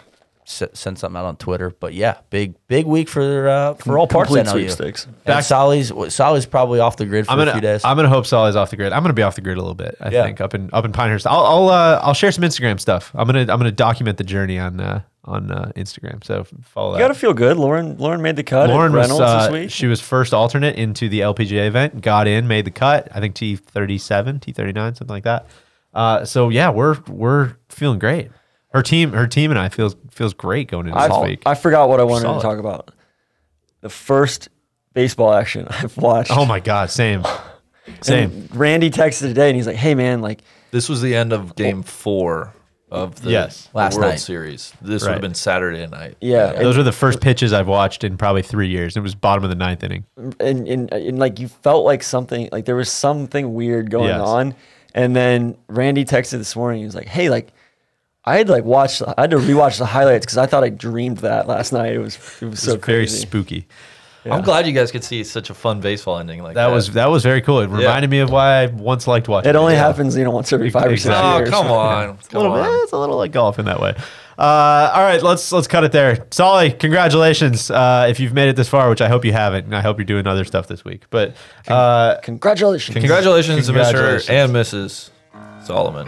Speaker 6: s- send something out on Twitter. But yeah, big big week for uh, for all parts.
Speaker 5: complete
Speaker 6: I know you.
Speaker 5: sweepstakes.
Speaker 6: And
Speaker 3: Back-
Speaker 6: Solly's Solly's probably off the grid for
Speaker 3: I'm
Speaker 6: a few
Speaker 3: gonna
Speaker 6: days.
Speaker 3: I'm gonna hope Solly's off the grid. I'm gonna be off the grid a little bit. I
Speaker 6: Yeah.
Speaker 3: think up in up in Pinehurst. I'll I'll uh, I'll share some Instagram stuff. I'm gonna I'm gonna document the journey on uh, on uh, Instagram. So follow
Speaker 5: You got
Speaker 3: that.
Speaker 5: to feel good. Lauren Lauren made the cut. at
Speaker 3: Lauren was
Speaker 5: Reynolds
Speaker 3: uh,
Speaker 5: this week.
Speaker 3: she was first alternate into the LPGA event, got in, made the cut. I think T thirty seven, T thirty nine, something like that. Uh, so yeah, we're we're feeling great. Her team, her team, and I feels feels great going into this
Speaker 5: I,
Speaker 3: week.
Speaker 5: I forgot what I wanted
Speaker 3: Solid.
Speaker 5: to talk about. The first baseball action I've watched.
Speaker 3: oh my god, same,
Speaker 5: And
Speaker 3: same.
Speaker 5: Randy texted today and he's like, "Hey man, like
Speaker 4: This was the end of Game Four of the
Speaker 3: Yes.
Speaker 6: Last
Speaker 4: World
Speaker 6: night.
Speaker 4: Series. This would
Speaker 3: Right.
Speaker 4: have been Saturday night.
Speaker 5: yeah,
Speaker 3: Those are the first pitches I've watched in probably three years. It was bottom of the ninth inning.
Speaker 5: and, and and like you felt like something like there was something weird going
Speaker 3: Yes.
Speaker 5: on and then randy texted this morning he was like hey like i had like watched i had to rewatch the highlights because i thought i dreamed that last night it was it was so
Speaker 3: It's very
Speaker 5: crazy
Speaker 3: spooky.
Speaker 4: I'm glad you guys could see such a fun baseball ending like that. Oh,
Speaker 3: That was that was very cool. It reminded me of why I once liked watching.
Speaker 5: it only
Speaker 3: Yeah.
Speaker 5: happens you know once every five
Speaker 3: Exactly.
Speaker 5: or
Speaker 4: Oh,
Speaker 5: six years
Speaker 4: come on.
Speaker 3: It's a little
Speaker 4: Come
Speaker 3: bit.
Speaker 4: on.
Speaker 3: It's a little like golf in that way. Uh, all right, let's let's cut it there. Solly, congratulations uh, if you've made it this far, which I hope you haven't, and I hope you're doing other stuff this week. But uh,
Speaker 5: congratulations
Speaker 4: Congratulations, to
Speaker 3: Congratulations.
Speaker 4: Mr. and Mrs. Solomon.